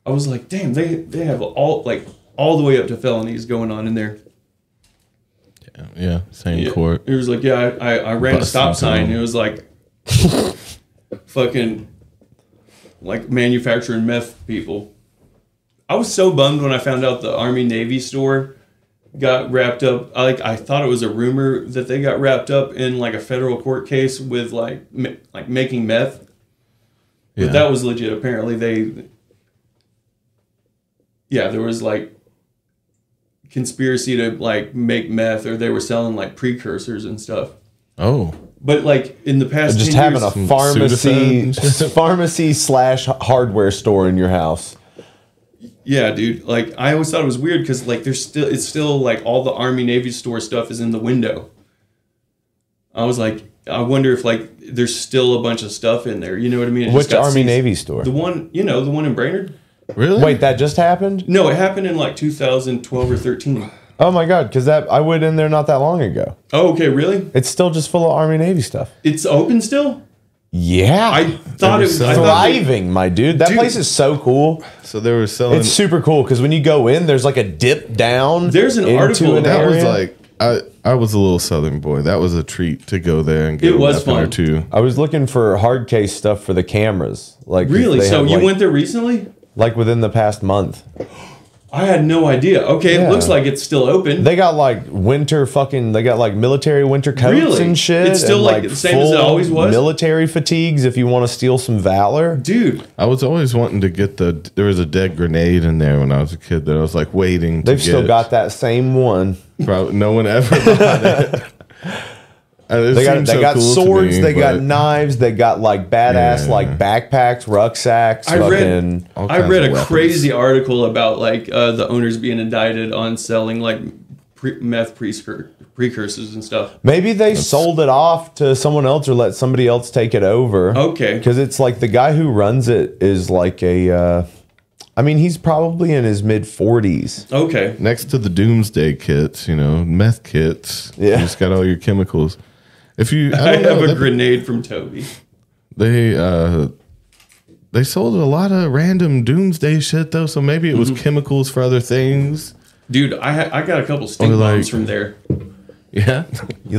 I was like, damn, they they have all like all the way up to felonies going on in there. Yeah, same Yeah. court. It was like, yeah, I, I, I ran a Busting stop sign. through. It was like fucking like manufacturing meth people. I was so bummed when I found out the Army Navy store got wrapped up. I, like I thought it was a rumor that they got wrapped up in like a federal court case with like ma- like making meth. Yeah. But that was legit. Apparently, they. Yeah, there was like conspiracy to like make meth, or they were selling like precursors and stuff. oh. But like in the past, Just 10 having a years, Some pharmacy, Sudafed. pharmacy slash hardware store in your house. yeah, dude. Like I always thought it was weird because like there's still it's still like all the Army Navy store stuff is in the window. I was like, I wonder if like there's still a bunch of stuff in there. You know what I mean? It just Which got Army seized. Navy store? The one you know, the one in Brainerd. Really? Wait, that just happened? No, it happened in like 2012 or 13. Oh my god, because that I went in there not that long ago. Oh, okay, really? It's still just full of Army Navy stuff. It's open still? Yeah, I thought it There was. was I some- thought they- thriving, my dude. That Dude. place is so cool. So they were selling. It's super cool because when you go in, there's like a dip down. There's an article that was area. like I I was a little Southern boy. That was a treat to go there and get It a was weapon or fun. two. I was looking for hard case stuff for the cameras. Like Really? they So had, you like, went there recently? like within the past month. I had no idea. Okay, Yeah. it looks like it's still open. They got like winter fucking. They got like military winter coats Really? and shit. It's still, and, like, the same as it full always was? Military fatigues. If you want to steal some valor, Dude, I was always wanting to get the. There was a dead grenade in there when I was a kid that I was like waiting. To they've get still it. got that same one. Prob- no one ever bought it. And it They got seemed they so got cool to swords. me, they got but knives. They got like badass Yeah. like backpacks, rucksacks. I fucking, read all I kinds read of a weapons. crazy article about like uh, the owners being indicted on selling like pre- meth prescur- precursors and stuff. Maybe they sold it off to someone else or let somebody else take it over. Okay. Because it's like the guy who runs it is like a. Uh, I mean, he's probably in his mid 40s. Okay. next to the doomsday kits, you know, meth kits. Yeah. you just got all your chemicals. If you, I, I, don't have know, a they- grenade from Toby. They uh they sold a lot of random doomsday shit though, so maybe it was Mm-hmm. chemicals for other things. Dude, I ha- I got a couple stink Or, like- bombs from there. Yeah. You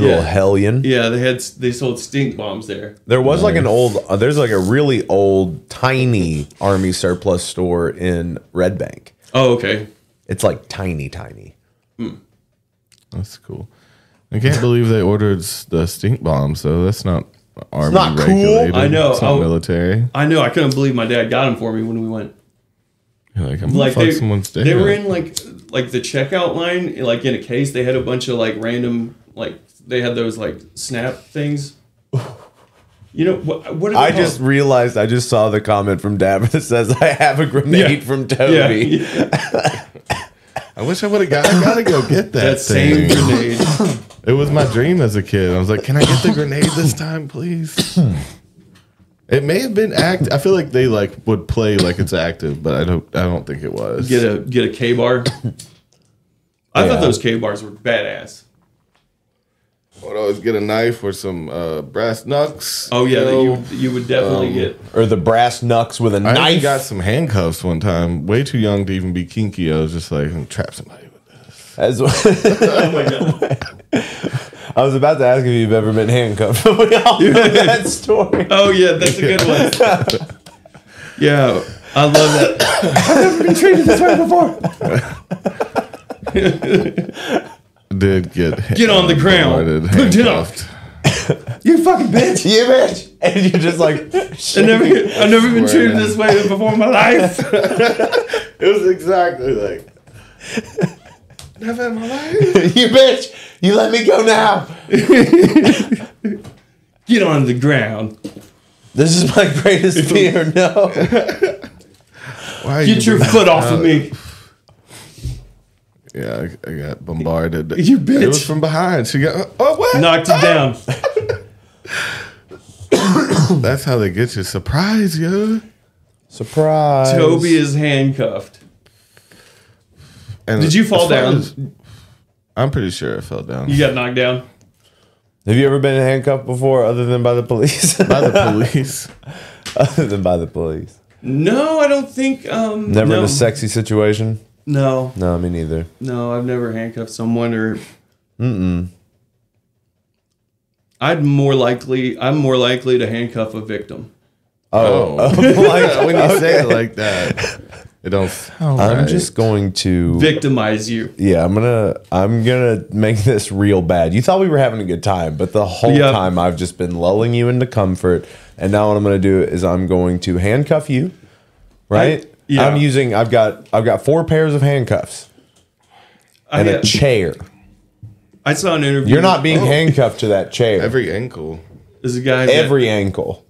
Yeah. little hellion. Yeah, they had s- they sold stink bombs there. There was like an old. Uh, there's like a really old, tiny army surplus store in Red Bank. Oh, okay. It's like tiny, tiny. That's cool. I can't believe they ordered s- the stink bombs though. That's not army not cool. regulated. I know, Oh. It's not I'll- military. I know. I couldn't believe my dad got them for me when we went. You're like I'm gonna Like fuck they, someone's day. they were up. in like like the checkout line, like in a case. They had a bunch of like random like they had those like snap things. You know what? What are they I called? just realized I just saw the comment from Dab that says I have a grenade Yeah. from yeah, Toby. yeah. I wish I would have got I gotta go get that, that thing. same grenade. It was my dream as a kid. I was like, "Can I get the grenade this time, please?" It may have been act. I feel like they like would play like it's active, but I don't. I don't think it was. Get a get a K bar. I Yeah. thought those K bars were badass. I'd always get a knife or some uh, brass knucks. Oh yeah, you that know? you you would Um. definitely get. Or the brass knucks with a I knife. even got some handcuffs one time. Way too young to even be kinky. I was just like, I'm trap somebody with this. As- I Oh my god. was about to ask if you've ever been handcuffed. we all know that story. Oh yeah, that's a good one. yeah, I love that. been treated this way before. Did get Get on the ground. boarded, Put it up. handcuffed. You fucking bitch. you bitch. And you're just like, I never, I've never been Swear, treated man. this way before in my life. It was exactly like never in my life. you bitch. You let me go now. Get on the ground. This is my greatest fear. No. Why are Get you- your foot off of me. Yeah, I, I got bombarded. You bitch. It was from behind. She got. Oh what? Knocked it down. That's how they get you. Surprise, yo. Surprise. Toby is handcuffed. And Did you fall as far down? as- I'm pretty sure I fell down You got knocked down. Have you ever been handcuffed before other than by the police? by the police. other than by the police. No, I don't think. Um, Never no. in a sexy situation? No, No, me neither. no, I've never handcuffed someone or. Mm. I'd more likely. I'm more likely to handcuff a victim. Oh, like, when you say it like that, it don't Oh. sound I'm right. just going to. Victimize you. Yeah, I'm gonna I'm gonna make this real bad. You thought we were having a good time, but the whole Yeah. time I've just been lulling you into comfort. And now what I'm gonna do is I'm going to handcuff you. Right? I- yeah. I'm using I've got I've got four pairs of handcuffs and I, a chair. I saw an interview. Oh, You're not being handcuffed to that chair. Every, every ankle. There's a guy that, ankle.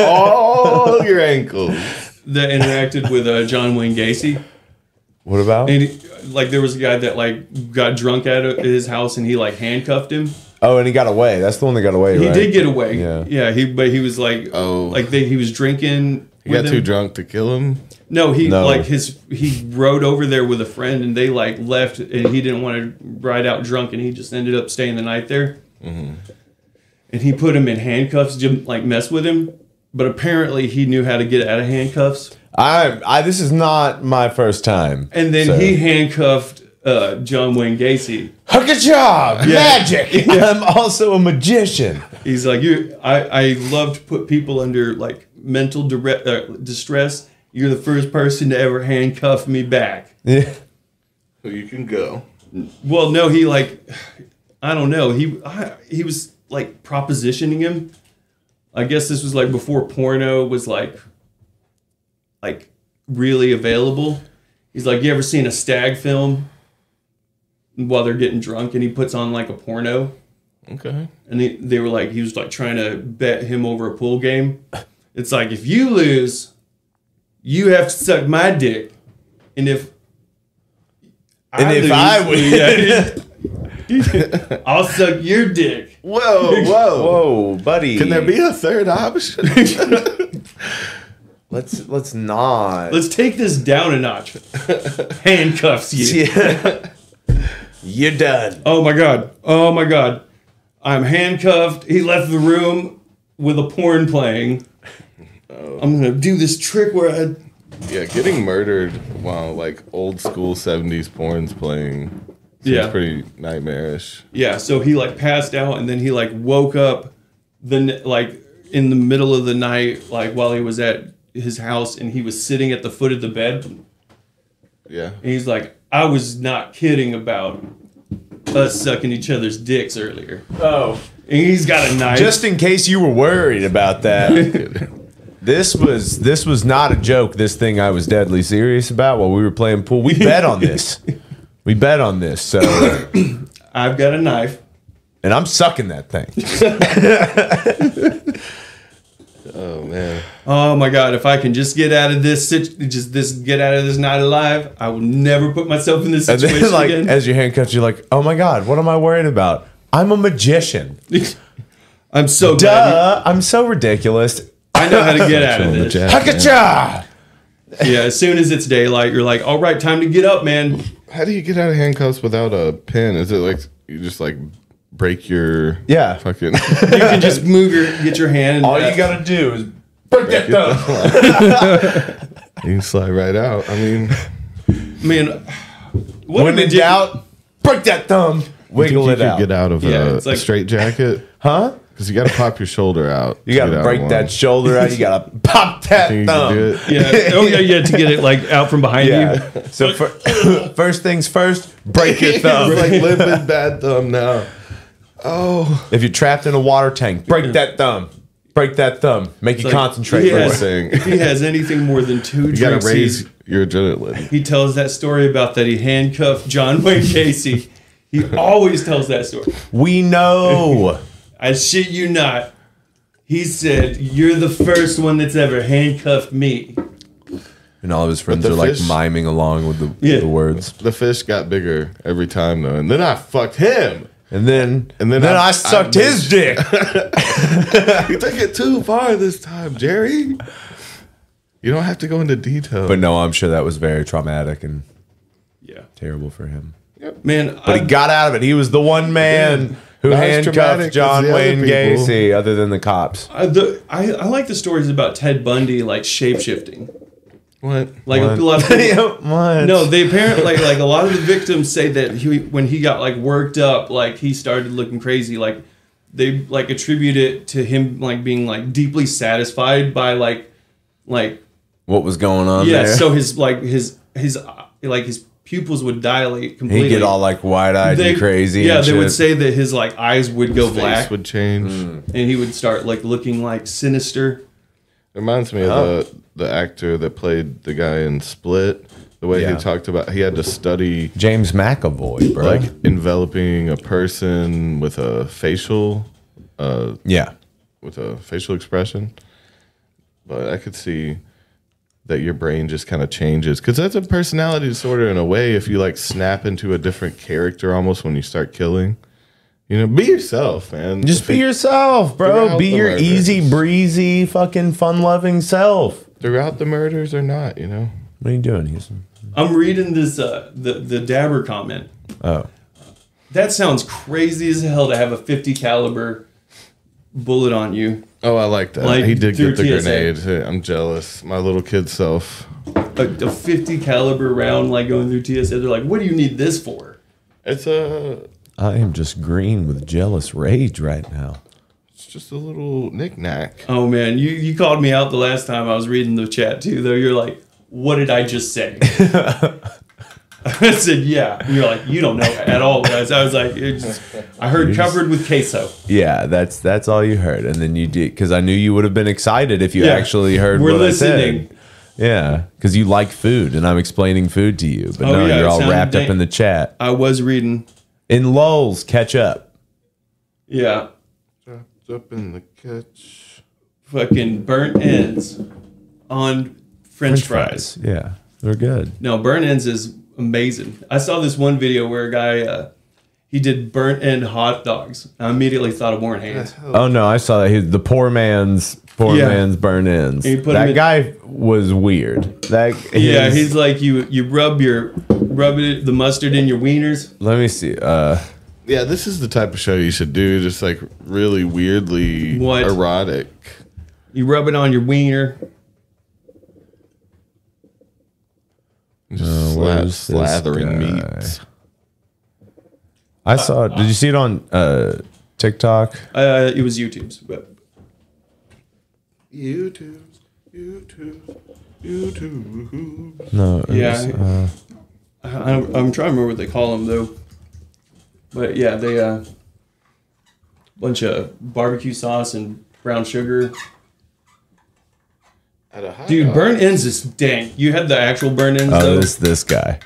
All your ankles. that interacted with uh, John Wayne Gacy. What about? And he, like there was a guy that like got drunk at his house and he like handcuffed him. oh, and he got away. That's the one that got away. He right? did get away. Yeah. Yeah. He but he was like Oh. like they, he was drinking. You got with too him. drunk to kill him. No, he No. like his he rode over there with a friend and they like left and he didn't want to ride out drunk and he just ended up staying the night there. And he put him in handcuffs to like mess with him, but apparently he knew how to get out of handcuffs. I I this is not my first time. And then so- he handcuffed uh, John Wayne Gacy. hook a job. Magic. I'm also a magician. He's like, you. I, I love to put people under like mental dire- uh, distress. You're the first person to ever handcuff me back. Yeah. So you can go. Well, no, he like, I don't know. He I, he was like propositioning him. I guess this was like before porno was like, like really available. He's like, you ever seen a stag film? While they're getting drunk, and he puts on like a porno. Okay. and they, they were like he was like trying to bet him over a pool game it's like if you lose you have to suck my dick and if And if I yeah, i'll suck your dick Whoa, whoa. Whoa, buddy. Can there be a third option? Let's let's not. let's take this down a notch handcuffs you yeah. You're done. oh my god oh my god i'm handcuffed he left the room with a porn playing Oh. i'm gonna do this trick where i yeah, getting murdered while like old school '70s porn's playing. Seems Yeah. pretty nightmarish. Yeah, so he like passed out and then he like woke up then like in the middle of the night like while he was at his house and he was sitting at the foot of the bed and Yeah. he's like I was not kidding about us sucking each other's dicks earlier. Oh. And he's got a knife. Just in case you were worried about that. This was this was not a joke. This thing I was deadly serious about while we were playing pool. We bet on this. We bet on this. So, uh, I've got a knife. and I'm sucking that thing. Oh man. Oh my god, if I can just get out of this sit- just this get out of this night alive, I will never put myself in this And situation then, like, again. as you handcuffed, you're like, "Oh my god, what am I worried about? I'm a magician. I'm so glad Duh, I'm so ridiculous. you- I know how to get out of this. Hakacha! Yeah, as soon as it's daylight, you're like, all right, time to get up, man. How do you get out of handcuffs without a pin? Is it like you just like break your Yeah. fucking You can just move your get your hand. And All you gotta do is break that thumb. you can slide right out. I mean, man. What When a in ridic- doubt, break that thumb. Wiggle you it could out. get out of Yeah, a, it's like- straight jacket Huh? because you got to pop your shoulder out. You gotta break that shoulder out. You gotta pop that Think you can thumb. do it? Yeah. Oh yeah, yeah. To get it like out from behind you. Yeah. So fir- first things first, break your thumb. It's like limping bad thumb now. If you're trapped in a water tank, break that thumb. Break that thumb. Make you Like, concentrate he for has- a second. saying. If he has anything more than two You got drinks, to raise your adrenaline. he, he tells that story about that he handcuffed John Wayne Casey. He always tells that story. We know. I shit you not. He said, "You're the first one that's ever handcuffed me." and all of his friends the are like fish- miming along with the, Yeah. the words. The fish got bigger every time though, and then I fucked him. And then And then then I- I, sucked I his dick. You took it too far this time, Jerry. You don't have to go into detail. but no, I'm sure that was very traumatic and Yeah, terrible for him. man. But he got out of it. He was the one man who Not as traumatic handcuffed as John the other Wayne people. Gacy, other than the cops. I, the, I, I like the stories about Ted Bundy like shapeshifting. what? Like a lot of people, What? no, they apparently like, like a lot of the victims say that he, when he got like worked up, like he started looking crazy. Like they like attribute it to him like being like deeply satisfied by like like what was going on yeah. there? So his like his his uh, like his pupils would dilate completely. He'd get all like wide eyed They- and crazy. Yeah, and they would shit. say that his like eyes would go Face black, Mm. would change. and he would start like looking like sinister. Reminds me of the the actor that played the guy in Split. The way Yeah. he talked about he had to study James McAvoy, bro. like enveloping a person with a facial uh, yeah. with a facial expression. But I could see that your brain just kind of changes because that's a personality disorder in a way. If you like snap into a different character almost when you start killing, you know, be yourself, man. Just If be you- yourself, bro. Throughout Be the your murders. easy breezy, fucking fun loving self. throughout the murders or not, you know. What are you doing, Houston? I'm reading this uh the the dabber comment. Oh. That sounds crazy as hell to have a 50 caliber bullet on you. Oh, I like that. Like, he did through get the TSA. grenade. Hey, I'm jealous. My little kid self. A, a 50 caliber round like going through TSA. They're like, what do you need this for? It's uh, a I am just green with jealous rage right now. it's just a little knickknack. Oh man, you you called me out the last time I was reading the chat too. Though you're like, what did I just say? I said, yeah. And you're like, you don't know at all. Guys. I was like, it just, I heard covered with queso. Yeah, that's that's all you heard, and then you did because I knew you would have been excited if you Yeah. actually heard We're what I listening. said. Yeah, because you like food, and I'm explaining food to you, but Oh, no, yeah, you're it all sounded wrapped up dang- in the chat. I was reading. In lulls, catch up. Yeah. Wrapped up in the catch. Fucking burnt ends on French, fries. Yeah, they're good. No, burnt ends is amazing. I saw this one video where a guy uh, he did burnt end hot dogs. I immediately thought of Warren Haynes. Oh no, I saw that. He, the poor man's poor Yeah. man's burn ins. He put him That in- guy was weird. That Yeah, his- he's like you. You rub your rub it, the mustard in your wieners. Let me see. Uh, Yeah, this is the type of show you should do. Just like really weirdly What? erotic. You rub it on your wiener. Just where's slap, Uh, this slathering guy? meats. I saw. Did you see it on uh, TikTok? Uh, it was YouTube's, but YouTube, YouTube, YouTube. No. it Yeah. was, uh, I, I'm, I'm trying to remember what they call them though. But yeah, they uh, bunch of barbecue sauce and brown sugar. Dude, burnt ends is dank. You had the actual burnt ends oh, though. this this guy.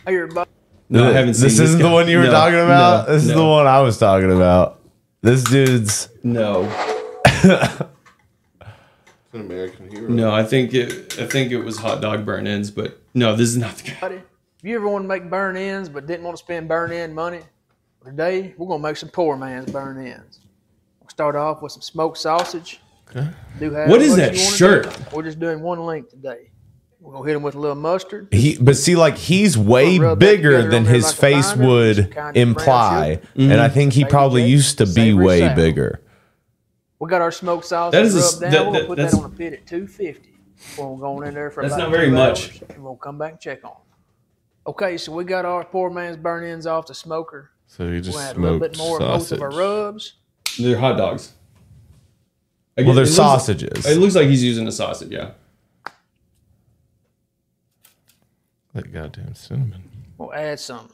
No, I haven't seen this isn't guy. the one you were No, talking about. no, this is no, the one I was talking about. This dude's. No, an American hero. no, I think it. I think it was hot dog burn ends, but no, this is not the guy. Buddy, if you ever want to make burn ins but didn't want to spend burn in money, today we're going to make some poor man's burn ins. We'll start off with some smoked sausage. Do What is however that much you wanna shirt? do. We're just doing one link today. We're gonna hit him with a little mustard. He, but see, like he's way Rub that bigger together than on there his like a face binder, would just kinda imply, brown and I think he Baby probably Jake, used to be savory way sound. bigger. We got our smoked sauce That that is a s- rubbed down. that- that- we're gonna put that that's- on a pit at 250. We're going in there for That's about not very two much. hours, and we'll come back and check on. 'em. Okay, so we got our poor man's burn ends off the smoker. So you We'll just add a little smoked bit more sausage. of both of our rubs. They're hot dogs. I Well, guess- they're it looks- sausages. It looks like he's using a sausage. Yeah. That goddamn cinnamon. We'll add some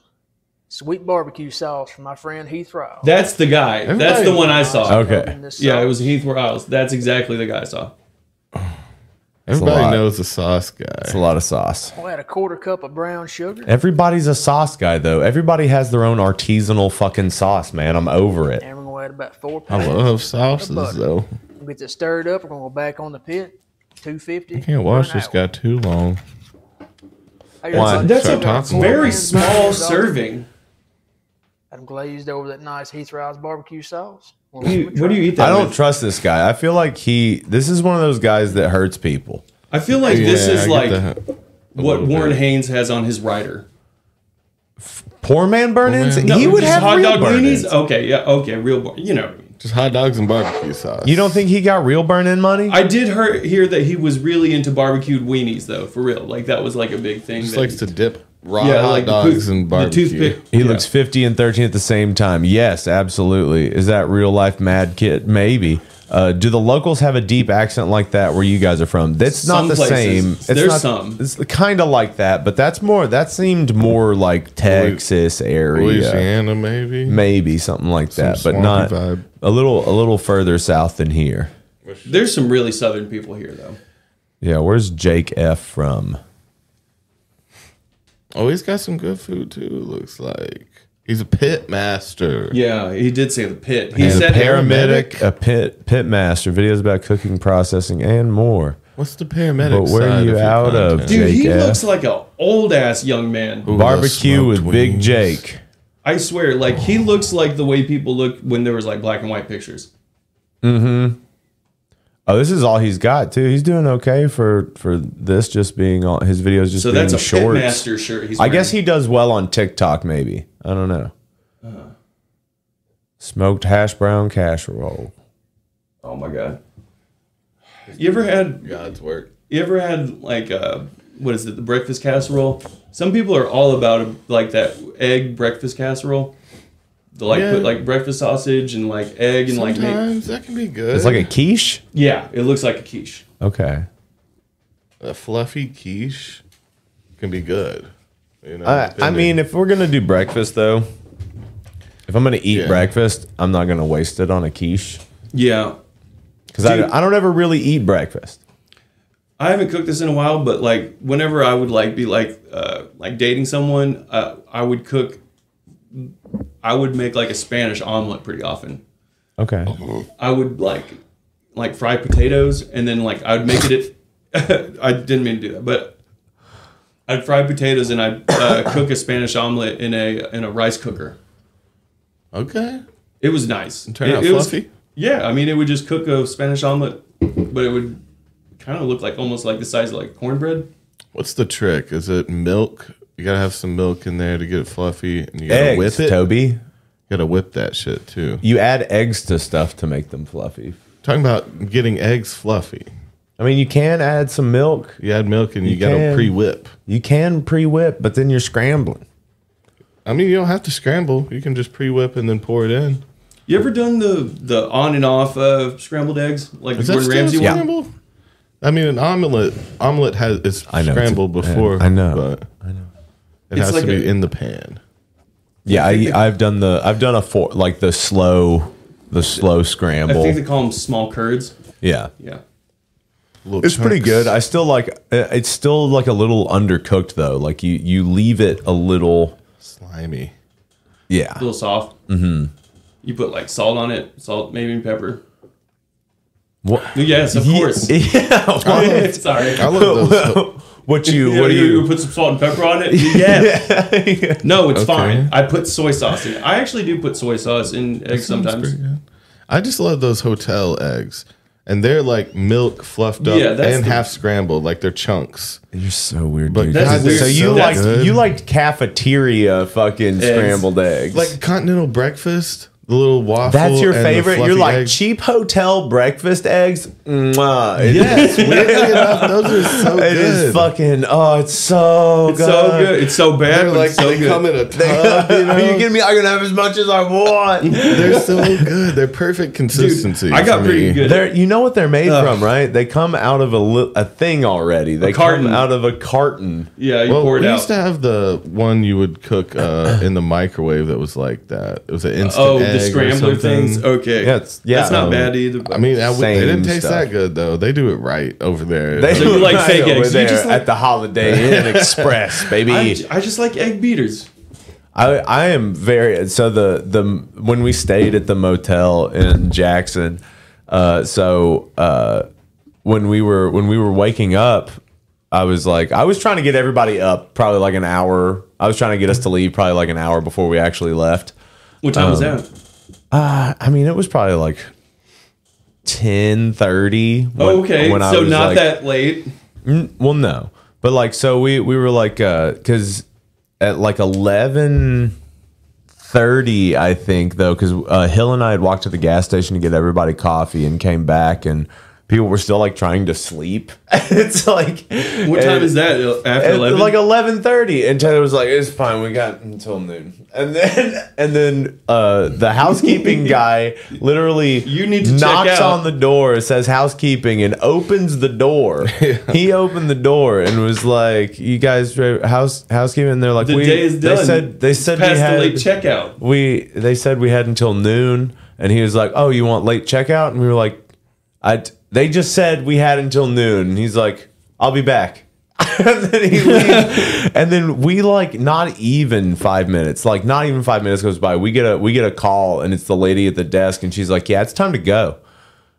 sweet barbecue sauce from my friend Heath Ryle. That's the guy. That's the Everybody- one I saw. Okay. Rubbing this Yeah, it sauce. was Heath Riles. That's exactly the guy I saw. Everybody lot. knows the sauce guy. It's a lot of sauce. We'll add a quarter cup of brown sugar. Everybody's a sauce guy, though. Everybody has their own artisanal fucking sauce, man. I'm over it. And we're gonna add about four I pounds. love sauces butter. though. We'll get this stirred up. We're gonna go back on the pit. 250. I can't watch this guy too long. Why? That's Start a talking. very Yeah. small serving. I'm glazed over that nice Heath Riles barbecue sauce. Well, What do you, what do you eat that? I don't with? trust this guy. I feel like he. This is one of those guys that hurts people. I feel like Yeah, this I is get like that. A what little Warren bit. Haynes has on his rider. Poor man burn-ins. man. No, he would Just have hot real dog burn-ins. weenies. Okay, yeah, okay, real. bar- You know, what I mean. Just hot dogs and barbecue sauce. You don't think he got real burn-in money? I did hear, hear that he was really into barbecued weenies though, for real. Like that was like a big thing. just that- likes to dip raw yeah, hot like the dogs poof- and the barbecue. toothpick. He yeah. looks 50 and 13 at the same time. Yes, absolutely. Is that real life mad kid? Maybe. Uh, do the locals have a deep accent like that where you guys are from? That's not Some the places. same. It's There's not- some. It's kind of like that, but that's more. That seemed more like Texas area, Louisiana, maybe. maybe something like that, Some but not swampy vibe. a little a little further south than here. There's some really southern people here though. Yeah, where's Jake F from? Oh, he's got some good food too. it Looks like he's a pit master. Yeah, he did say the pit. He He's said a paramedic, a pit pit master, videos about cooking, processing, and more. What's the paramedic? But where are side you of your out of? content? Dude, he Jake F. looks like an old ass young man. Ooh, Barbecue those with smoked Big wings. Jake. I swear, like he looks like the way people look when there was like black and white pictures. Oh, this is all he's got too. He's doing okay for for this just being on his videos just So being that's a shorts. pit master shirt. He's I guess wearing. he does well on TikTok maybe. I don't know. Smoked hash brown casserole. Oh my god. You ever had God's work. You ever had like uh what is it, the breakfast casserole? Some people are all about like that egg breakfast casserole. The like Yeah. put like breakfast sausage and like egg and like make- Sometimes that can be good. It's like a quiche? yeah, it looks like a quiche. Okay. a fluffy quiche can be good. You know, I, I depending. mean, if we're gonna do breakfast though, if I'm gonna eat Yeah. breakfast, I'm not gonna waste it on a quiche Yeah. because I, Dude. I don't ever really eat breakfast. I haven't cooked this in a while, but like whenever I would like be like uh like dating someone, uh, I would cook I would make like a Spanish omelet pretty often. Okay. I would like like fry potatoes and then like I would make it. I didn't mean to do that, but I'd fry potatoes and I'd uh, cook a Spanish omelet in a in a rice cooker. okay, It was nice. turn it, out it was- fluffy. yeah, I mean it would just cook a Spanish omelet, but it would kind of look like almost like the size of like cornbread. What's the trick? Is it milk? You gotta have some milk in there to get it fluffy, and you gotta Eggs, whip it. Toby. You gotta whip that shit too. You add eggs to stuff to make them fluffy. Talking about getting eggs fluffy. I mean, you can add some milk. You add milk and you, gotta can. pre-whip. You can pre-whip, but then you're scrambling. I mean, you don't have to scramble. You can just pre-whip and then pour it in. You ever done the the on and off uh, scrambled eggs like the Is that Gordon still a Ramsay one? scramble? I mean, an omelet omelet has it's I know, it's a- scrambled yeah, before. I know, but I know. It It's has like to be a- in the pan. Yeah, I, I've done the I've done a four like the slow the slow I scramble. think they call them small curds. yeah, Yeah. Little it's pretty chunks. good. I still like it- it's still like a little undercooked though. Like you you leave it a little. slimy. a Yeah, little soft. Mm-hmm. You put like salt on it, salt, maybe and pepper. What- Yes, of course. yeah. What, Sorry. I love those. what you Yeah, what do you? put some salt and pepper on it? Yeah. No, it's fine. I put soy sauce in. it. I actually do put soy sauce in eggs Sounds sometimes. pretty good. I just love those hotel eggs and they're like milk fluffed up Yeah, that's and the- half scrambled, like they're chunks. You're so weird, But dude. that's God, weird. So you So like good. you liked cafeteria fucking scrambled eggs. Like continental breakfast, the little waffle. that's your and the favorite. You're fluffy like egg. cheap hotel breakfast eggs. Mwah. Yes, weirdly enough, those are so It good. is fucking. Oh, it's so It's good. so good. It's so bad, They're but like it's so they good. come in a tub. you know? Are you kidding me? I can have as much as I want. They're so good. They're perfect consistency. I got for pretty me. good. They're, you know what they're made Ugh. from, right? They come out of a, li- a thing already. They carton. come out of a carton. yeah, you Well, pour it we out. used to have the one you would cook uh, in the microwave that was like that. It was an instant. oh, egg the or scrambler something. things. Oh, Okay, Yeah, it's- yeah, that's not um, bad either. I mean, that would, they Same didn't taste stuff. that good though. They do it right over there. They So you were like right fake over eggs. You there just like- at the Holiday Inn Express, baby. I, j- I just like egg beaters. I I am very so the the when we stayed at the motel in Jackson, uh, so uh, when we were when we were waking up, I was like I was trying to get everybody up probably like an hour. I was trying to get us to leave probably like an hour before we actually left. What time was that? Uh, I mean, it was probably like ten thirty. Oh, okay, so not that late. Well, no, but like so we we were like because at like eleven thirty, I think though, because uh, Hill and I had walked to the gas station to get everybody coffee and came back and. People were still like trying to sleep. it's like What time is that? Uh, After At eleven? like eleven thirty, and Taylor was like, "It's fine. We got until noon." And then, and then, uh, the housekeeping guy literally You need to check knocks out. on the door, says housekeeping, and opens the door. he opened the door and was like, "You guys, re- house housekeeping?" And they're like, the we, day is done. They said they said we past the had late checkout. we they said we had until noon and he was like oh you want late checkout and we were like i they just said we had until noon and he's like i'll be back and then he leaves. and then we like not even five minutes like not even five minutes goes by we get a we get a call and it's the lady at the desk and she's like yeah it's time to go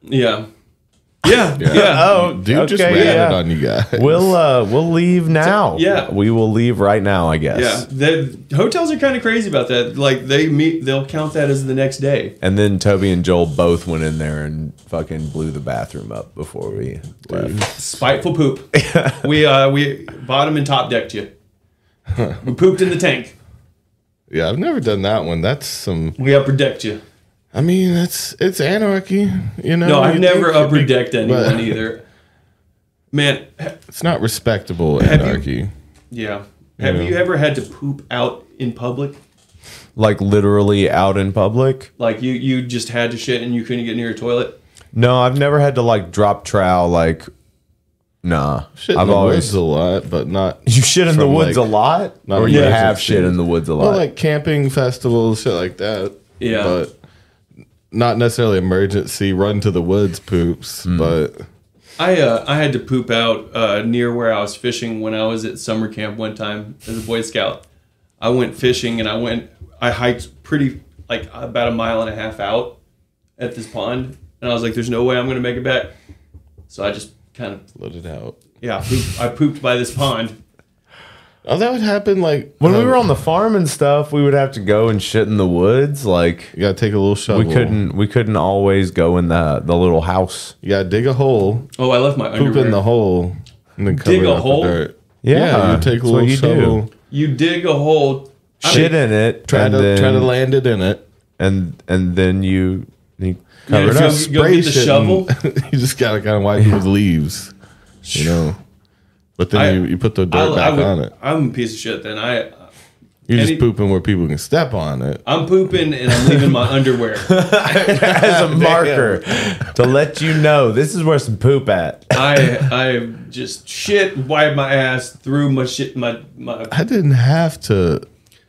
Yeah, yeah, yeah. oh Dude, just okay, ratted yeah. on you guys. we'll uh we'll leave now yeah. we will leave right now i guess Yeah, the hotels are kind of crazy about that. Like they meet, they'll count that as the next day. And then Toby and Joel both went in there and fucking blew the bathroom up before we left. Spiteful poop. we uh we bottom and top decked you. we pooped in the tank. yeah, I've never done that one. That's some. We upper decked you. I mean, that's it's anarchy. You know. No, I've Oh, You never think it'd upper be- decked anyone but- either. Man, ha- It's not respectable you- anarchy. yeah. Have Yeah. you ever had to poop out in public? Like literally out in public. Like you you just had to shit and you couldn't get near a toilet? No, I've never had to like drop trowel. Like, nah. Shit in I've the always woods a lot, but not. you shit in the from, woods like- a lot, not or you emergency. have shit in the woods a lot. Well, like camping festivals, shit like that. Yeah. But not necessarily emergency run to the woods poops, Hmm. but I uh, I had to poop out uh, near where I was fishing when I was at summer camp one time as a Boy Scout. I went fishing and I went I hiked pretty like about a mile and a half out at this pond and I was like, "There's no way I'm gonna make it back." So I just kind of let it out. yeah pooped, I pooped by this pond. Oh, that would happen like when we um, were on the farm and stuff, we would have to go and shit in the woods. Like, You gotta take a little shovel. we couldn't we couldn't always go in the the little house. You gotta dig a hole, Oh, I left my poop underwear. in the hole, and then cover Dig it a up hole? with dirt. Yeah, you take that's a what little you do. shovel, you dig a hole. I Shit mean, in it. try and to then, try to land it in it. and and then you you you cover it know, up. go, go get the shit shovel. and- you just gotta kind of wipe it with leaves, you know. But then I- you, you put the I, dirt I back would- on it. I'm a piece of shit. Then I You're any- just pooping where people can step on it. I'm pooping and I'm leaving my underwear. as a marker to let you know this is where some poop at. I I just shit wiped my ass threw my shit my my. I didn't have to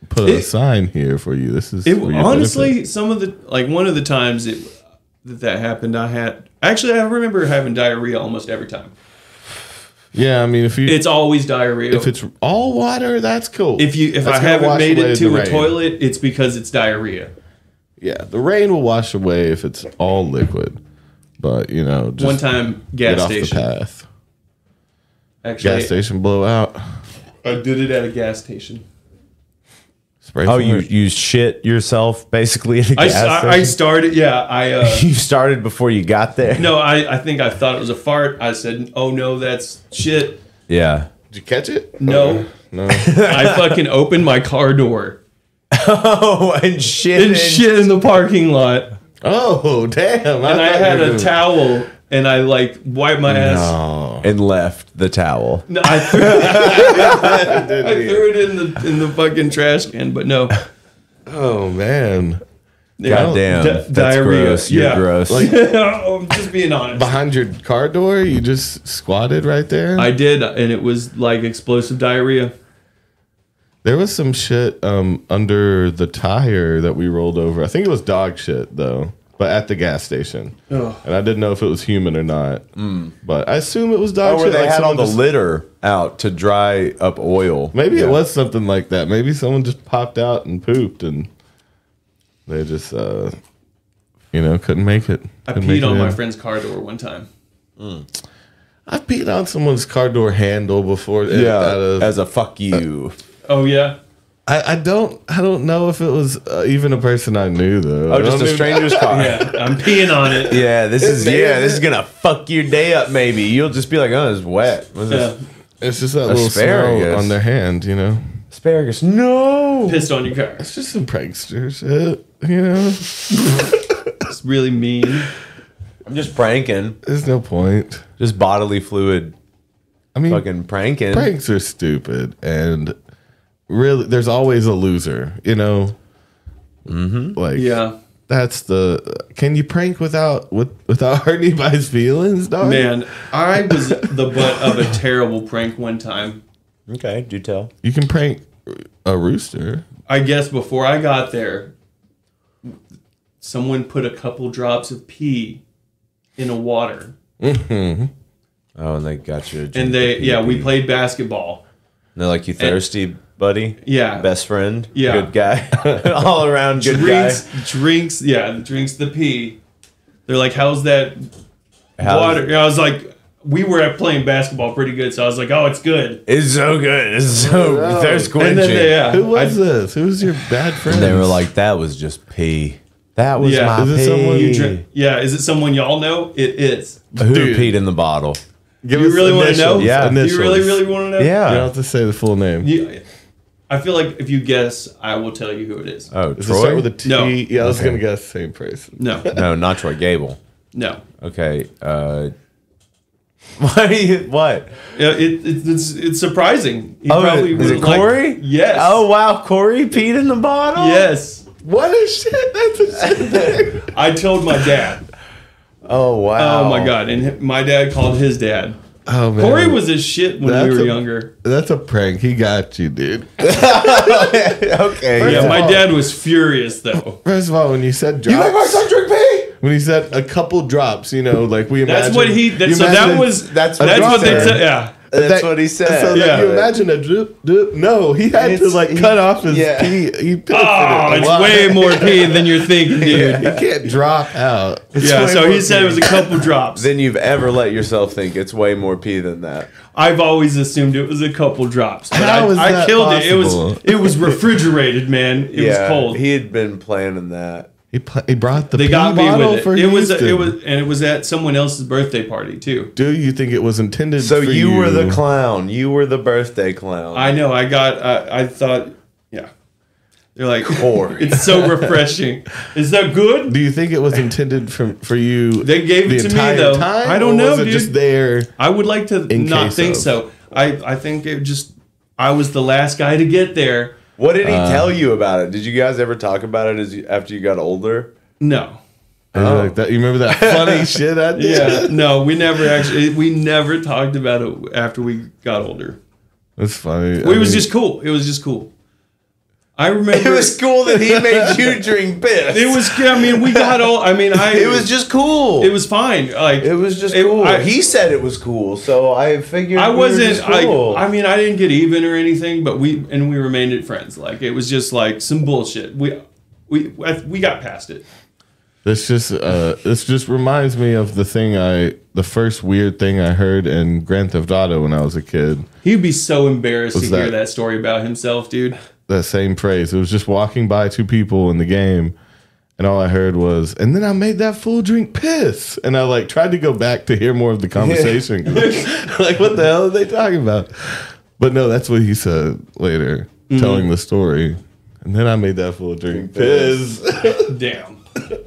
put a It- sign here for you. This is It, for your benefit. honestly, some of the like one of the times it, that that happened, I had actually I remember having diarrhea almost every time. yeah. I mean, if you It's always diarrhea. if it's all water, that's cool. if you if That's I gonna haven't wash made away it the to a rain. toilet, it's because it's diarrhea. yeah, the rain will wash away if it's all liquid. But you know, just One time get gas off station. the path. Actually, Gas station blowout. I did it at a gas station. Spray Oh, some you of it. you shit yourself basically at a I, gas I, I station? started. Yeah, I. Uh, you started before you got there. no, I, I think I thought it was a fart. I said, "Oh no, that's shit." Yeah. Did you catch it? No, No. I fucking opened my car door Oh, and shit. and shit in the parking lot, oh damn! and I thought had you were- a towel, and I like wiped my ass. Oh, And left the towel. No, I threw, I didn't I hear. threw it in the in the fucking trash can, but no. oh man! Yeah. Oh, God damn. di- That's diarrhea, gross. You're yeah. gross. I'm just being honest. Behind your car door, you just squatted right there. I did, and it was like explosive diarrhea. There was some shit um, under the tire that we rolled over. I think it was dog shit though, but at the gas station, Ugh. and I didn't know if it was human or not. But I assume it was dog Hmm. oh, where shit. they like had all someone the just- litter out to dry up oil. Maybe Yeah. it was something like that. Maybe someone just popped out and pooped, and they just, uh, you know, couldn't make it. I Couldn't make it peed on my in. friend's car door one time. I've peed on someone's car door handle before. Yeah, out of- as a fuck you. Oh yeah, I, I don't. I don't know if it was uh, even a person I knew though. I oh, just don't a even- stranger's car. yeah. I'm peeing on it. Yeah, this is man- yeah, this is gonna fuck your day up. Maybe you'll just be like, oh, it's wet. What's Yeah. this? It's just that little smell Asparagus. on their hand, you know. Asparagus. No. Pissed on your car. It's just some prankster shit, you know. It's really mean. I'm just pranking. There's no point. Just bodily fluid. I mean, Fucking pranking. pranks are stupid, and really, there's always a loser, you know. Mm-hmm. Like, Yeah, that's the. Can you prank without with without hurting anybody's feelings, Oh, dog? man. I was the butt of a terrible prank one time. Okay, do tell. you can prank a rooster. I guess before I got there, someone put a couple drops of pee in a water, Oh, and they got you. a drink and they of yeah pee-pee. we played basketball. And they're like, you thirsty, buddy? Yeah, Best friend. Yeah. Good guy. All around good drinks drinks yeah drinks the pee. They're like, how's that guy. How's- water? And I was like, we were at playing basketball pretty good, so I was like, oh, it's good. It's so good. It's so thirst And quenching. then they, uh, yeah, Who was I- this? Who was your bad friend? They were like, that was just pee. That was Yeah. my Is pee. it someone you drink- yeah, is it someone y'all know? It is. Who Dude. peed in the bottle? Give You us really want to initials, know? Yeah. Do you really, initials. really want to know? You Yeah. don't have to say the full name. You- I feel like if you guess, I will tell you who it is. Oh, Does it Troy. start with a T? No. Yeah, I was gonna guess same person. No, no, not Troy Gable. no. Okay. Uh, why are you, what? Yeah, It, it, it's, it's surprising. He Oh, is it wouldn't like- Corey? yes. Oh wow, Corey peed in the bottle. Yes. What a shit! That's a shit. I told my dad. Oh wow. Oh my god! And hi- my dad called his dad. Oh man, Corey was a shit when That's we were a- younger. That's a prank. He got you, dude. okay. Yeah, of my all- dad was furious though. First of all, when you said drops, drink pee? when you said a couple drops, you know, like we imagine. That's what he. That, you so that imagine- was. that's That's what, what he they. said. said. yeah. That's what he said. So like, Yeah. you imagine a drip, drip. No, he had to It's- like he- cut off his yeah. pee. He pissed in Oh, it a it's lot. way more pee than you're thinking, dude. He can't drop out. yeah. way So more he said it was a couple drops. Than you've ever let yourself think it's way more pee than that. I've always assumed it was a couple drops. But How I, is I that killed possible? it. It was it was refrigerated, man. It was cold. He had been planning that. He, pl- he brought the they pee got me bottle with for it. It was Houston. it was and it was at someone else's birthday party too. Do you think it was intended? So for you, were the clown. You were the birthday clown. I know. I got. I, I thought. Yeah. They're like. Corey. It's so refreshing. Is that good? Do you think it was intended for for you? They gave it to me, though. I don't or know, Was it dude. just there? I would like to In not case think of. so. I I think it just. I was the last guy to get there. what did he tell you about it? Did you guys ever talk about it as you, after you got older? No. And Oh. you're like that. You remember that funny shit I did? Yeah. No. We never actually. We never talked about it after we got older. That's funny. It was just cool. It was just cool. I remember. It was cool that he made you drink piss. It was. I mean, we got all. I mean, I. It was just cool. It was fine. Like It was just it- cool. I, he said it was cool, so I figured I we were wasn't. just cool. I. I mean, I didn't get even or anything, but we and we remained at friends. Like it was just like some bullshit. We. We, we got past it. This just uh, this just reminds me of the thing I, the first weird thing I heard in Grand Theft Auto when I was a kid. He'd be so embarrassed What's to hear that? that story about himself, dude. that same phrase. It was just walking by two people in the game, and all I heard was, "And then I made that fool drink piss." And I like tried to go back to hear more of the conversation. like, what the hell are they talking about? But no, that's what he said later, Mm-hmm. telling the story. And then I made that fool drink piss. Damn. Oh,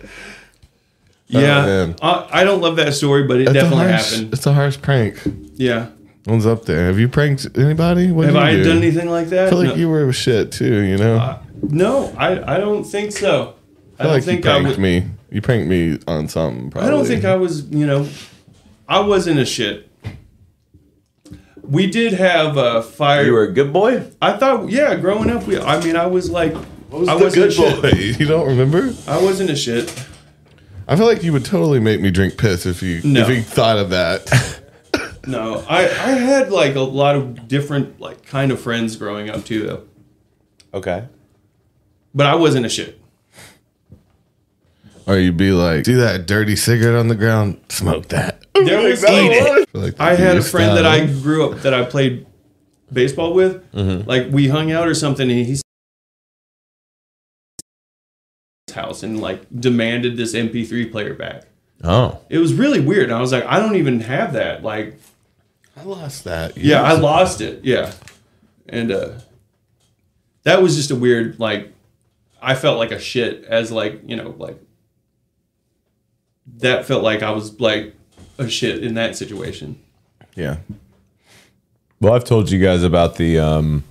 yeah, man. I, I don't love that story, but it That's a definitely harsh- happened. It's a harsh prank. Yeah. One's up there. Have you pranked anybody? What Have you I do? done anything like that? I feel like no, you were shit too. You know, I no, I, I don't think so. feel I, don't like you think I pranked would. me. You pranked me on something. Probably. I don't think I was, you know, I wasn't a shit. We did have a fire. You were a good boy? I thought, yeah, growing up, we. I mean, I was like, I I was wasn't the a good shit. boy. You don't remember? I wasn't a shit. I feel like you would totally make me drink piss if you No. if you thought of that. No, I, I had like a lot of different like kind of friends growing up too, though. Okay. But I wasn't a shit. or you'd be like, do that dirty cigarette on the ground, smoke that. There was like, feel like that'd I be had a your friend that I style. grew up that I played baseball with. Like we hung out or something, and he's house and like demanded this MP3 player back. Oh. It was really weird. And I was like, I don't even have that. Like, I lost that. yeah, I lost it. Yeah, and uh, that was just a weird like. I felt like a shit as like you know like. That felt like I was like a shit in that situation. yeah. Well, I've told you guys about the um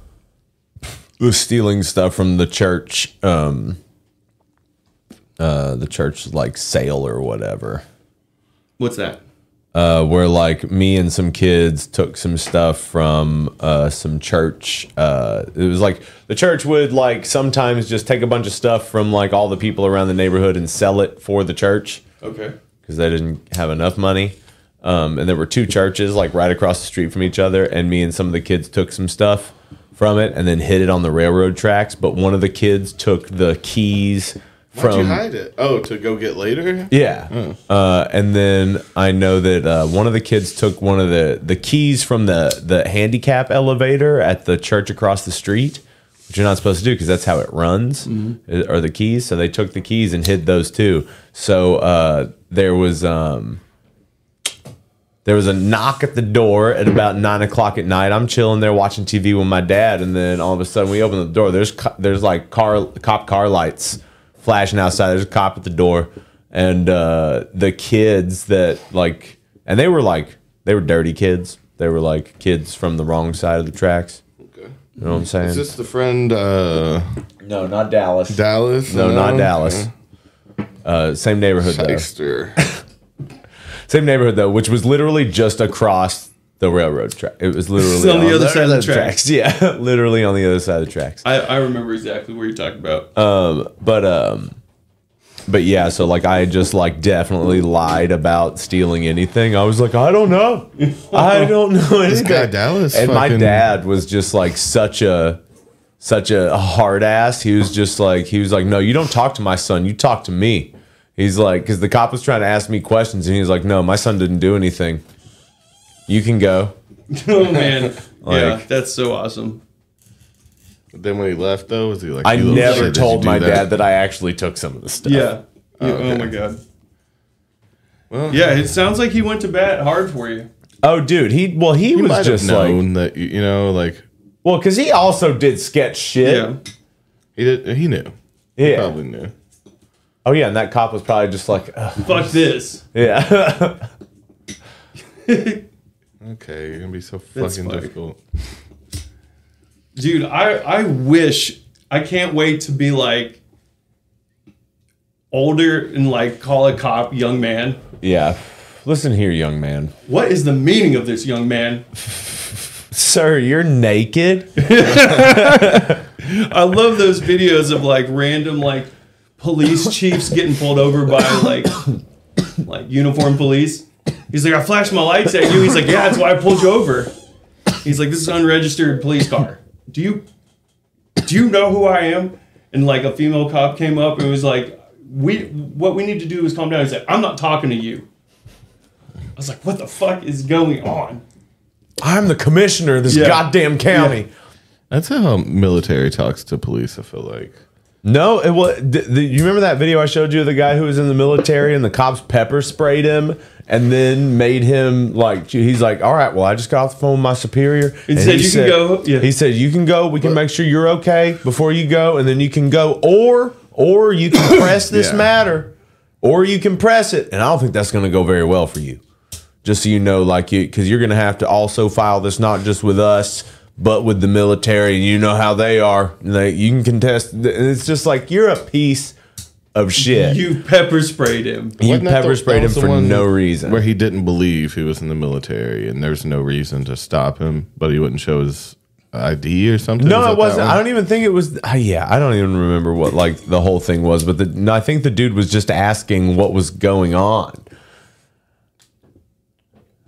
the stealing stuff from the church um uh the church like sale or whatever. What's that? uh, where like me and some kids took some stuff from uh, some church. Uh, it was like the church would like sometimes just take a bunch of stuff from like all the people around the neighborhood and sell it for the church Okay. because they didn't have enough money. Um, and there were two churches like right across the street from each other, and me and some of the kids took some stuff from it and then hid it on the railroad tracks. But one of the kids took the keys Why'd you from hide Hmm. it? Oh, to go get later? yeah. Uh, and then I know that uh, one of the kids took one of the, the keys from the, the handicap elevator at the church across the street, which you're not supposed to do because that's how it runs, Mm-hmm. uh, are the keys. So they took the keys and hid those too. So uh, there was. Um, there was a knock at the door at about nine o'clock at night. I'm chilling there watching TV with my dad, and then all of a sudden we open the door. There's co- there's like car cop car lights flashing outside. There's a cop at the door, and uh, the kids that like, and they were like they were dirty kids. They were like kids from the wrong side of the tracks. Okay. You know what I'm saying? Is this the friend uh no, not Dallas. Dallas? no, not Dallas. Uh, same neighborhood though. Dexter. Same neighborhood though, which was literally just across the railroad track. It was literally It's on the other side of the tracks. Yeah, literally on the other side of the tracks. I, I remember exactly what you're talking about. But um, but yeah. So like, I just like definitely lied about stealing anything. I was like, I don't know, I don't know anything. guy Dallas and my fucking- dad was just like such a such a hard ass. He was just like he was like, no, you don't talk to my son. You talk to me. He's like, because the cop was trying to ask me questions, and he was like, no, my son didn't do anything. You can go. oh man, yeah, Like- that's so awesome. then when he left though, was he like I "You little shit, never did you told do my dad that I actually took some of the stuff. Yeah. Yeah, Oh okay. my god. Well- yeah, it sounds like he went to bat hard for you. Oh, dude, he well, he You might was just have known like that you- you know, like well, because he also did sketch Yeah. shit. he did he knew. Yeah. Probably knew. Oh yeah, and that cop was probably just like, "Ugh." Fuck this. yeah. Okay, you're gonna be so That's fucking funny. difficult. Dude, I I wish I can't wait to be like older and like call a cop young man. yeah. Listen here, young man. What is the meaning of this young man? Sir, you're naked. I love those videos of like random like police chiefs getting pulled over by like like uniformed police. He's like, I flashed my lights at you. He's like, Yeah, that's why I pulled you over. He's like, This is an unregistered police car. Do you do you know who I am? And like a female cop came up and was like, We what we need to do is calm down. He's like, I'm not talking to you. I was like, What the fuck is going on? I'm the commissioner of this Yeah. goddamn county. That's how military talks to police. I feel like. No, it was. The, the, you remember that video I showed you of the guy who was in the military and the cops pepper sprayed him and then made him like he's like, all right, well, I just got off the phone with my superior. and said, "You can go." Yeah. He said you can go. We can make sure you're okay before you go, and then you can go, or or you can press this Yeah. matter, or you can press it. And I don't think that's going to go very well for you. Just so you know, like you, because you're going to have to also file this not just with us. But with the military, and you know how they are, they, you can contest. And it's just like you're a piece of shit. You, You pepper sprayed him. Wasn't that pepper the- sprayed that him was the for one no reason. Where he didn't believe he was in the military, and there's no reason to stop him, but he wouldn't show his ID or something. Is No, that it that wasn't. one? I don't even think it was. Uh, yeah, I don't even remember what like the whole thing was. But the, no, I think the dude was just asking what was going on,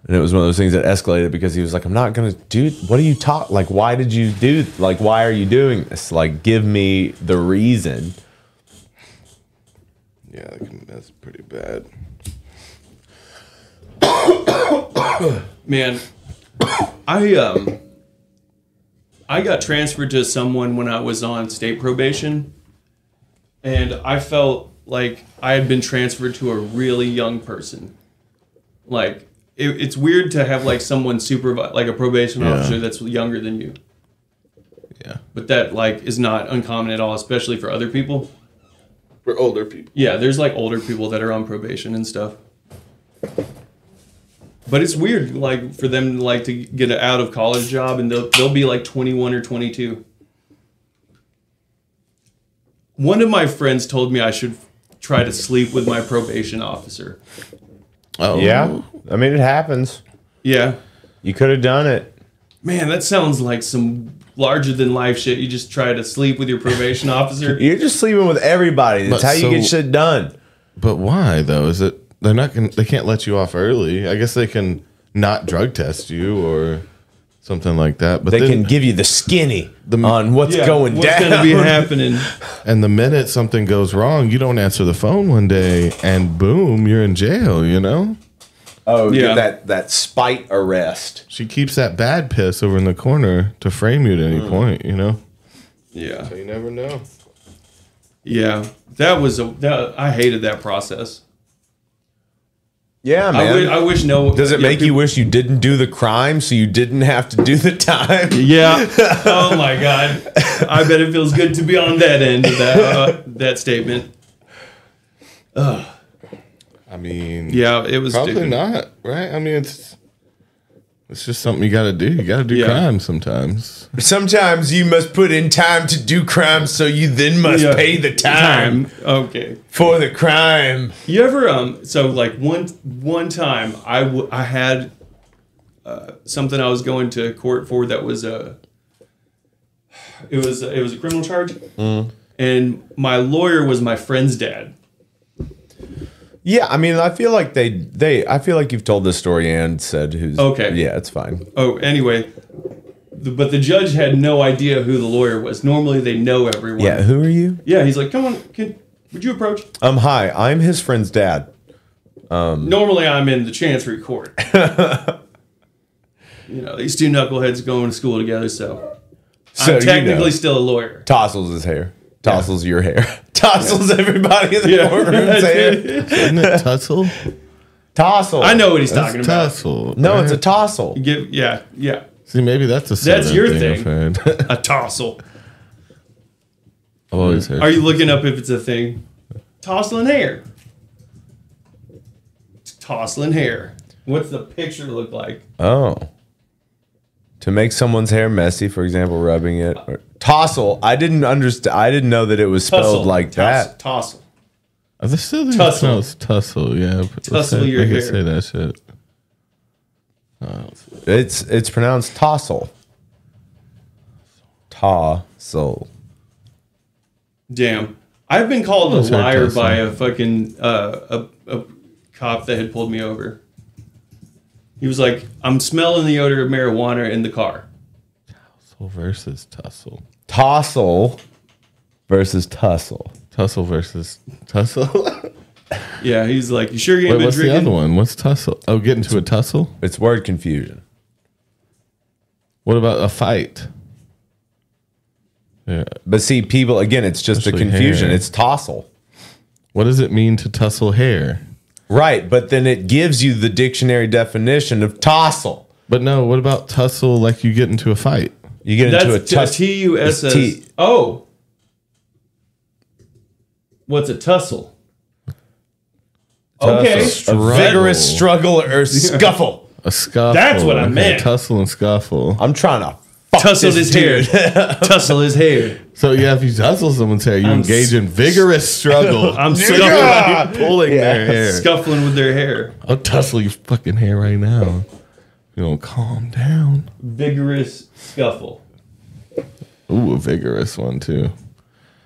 and it was one of those things that escalated because he was like, "I'm not gonna do. What are you talk? Like, why did you do? Like, why are you doing this? Like, give me the reason." Yeah, that can- that's pretty bad. Man, I um I got transferred to someone when I was on state probation and I felt like I had been transferred to a really young person. Like it, it's weird to have like someone supervise like a probation Yeah. officer that's younger than you. Yeah. But that like is not uncommon at all, especially for other people. We're older people. Yeah, there's like older people that are on probation and stuff. But it's weird, like for them like to get an out of college job and they'll they'll be like 21 or 22. One of my friends told me I should try to sleep with my probation officer. Oh Yeah, I mean, it happens. Yeah, You could have done it. man, that sounds like some larger than life shit. You just try to sleep with your probation officer. You're just sleeping with everybody. That's But how you get so- shit done. But why though? Is it they're not going they can't let you off early. I guess they can not drug test you or something like that. But They then, can give you the skinny The- on what's Yeah, going what's down. gonna be happening? and the minute something goes wrong, you don't answer the phone one day and boom, you're in jail, you know? Oh, Yeah. that that spite arrest. She keeps that bad piss over in the corner to frame you at any point, you know? Yeah. You never know. Yeah. That was a that I hated that process. Yeah, man. I, w- I wish no. Does it yeah, make you wish you didn't do the crime so you didn't have to do the time? Yeah. oh my god. I bet it feels good to be on that end of that uh, that statement. I mean, Yeah, it was. probably stupid. not, right? I mean, it's it's just something you got to do. You got to do Yeah. crime sometimes. Sometimes you must put in time to do crime so you then must Yeah. pay the time, Okay. for the crime. You ever um? So like one one time I w- I had uh, something I was going to court for that was a. It was it was a criminal charge, Mm. and my lawyer was my friend's dad. Yeah, I mean, I feel like they they I feel like you've told this story and said who's Okay. Yeah, it's fine. Oh, anyway, the, but the judge had no idea who the lawyer was. Normally, they know everyone. Yeah, who are you? Yeah, he's like, come on, kid, would you approach? Um, hi, I'm his friend's dad. Normally, I'm in the chancery court. you know, these two knuckleheads going to school together, so, So I'm technically you know, still a lawyer. tossles his hair, tossles your hair, tossles everybody in the courtroom's hair. Isn't it tussle? Tossle. I know what he's talking It's about. tussle. No, it's a right? tossle. Give, yeah, yeah, See, maybe that's a That's southern your I've heard. a tossle. I've always heard. Are you looking up if it's a thing? Tossling hair. Tossling hair. What's the picture look like? Oh. To make someone's hair messy, for example, rubbing it. Or, tossle. I didn't understand. I didn't know that it was spelled Tussle like toss- that. Tossle. Are they still there? Tussle. No, it's tussle. Yeah, Tussle They your can hair. Say that shit. It's it's pronounced tossle. Tossle. Damn. I've been called a Those are liar tough, by huh? a fucking uh, a, a cop that had pulled me over. He was like, "I'm smelling the odor of marijuana in the car." Tussle versus tussle. Tossle versus tussle. Tussle versus tussle. Yeah, he's like, "You sure you ain't Wait, been what's the drinking?" other one? What's tussle? Oh, get into a tussle. It's word confusion. What about a fight? Yeah. But see, people again, it's just a Especially confusion. hair. It's tossle. What does it mean to tussle hair? Right, but then it gives you the dictionary definition of tossle. But no, what about tussle like you get into a fight? You get into a That's tussle. T U S S. It's T. Oh. What's a tussle? Okay. Tussle. a vigorous struggle or scuffle. A scuffle. That's what I meant. Tussle and scuffle. I'm trying to fuck Tussle this his hair. tussle his hair. So yeah, if you tussle someone's hair, you I'm engage in vigorous struggle. I'm scuffling, You're pulling their hair. scuffling with their hair. I'll tussle your fucking hair right now. You know, calm down. Vigorous scuffle. Ooh, a vigorous one too.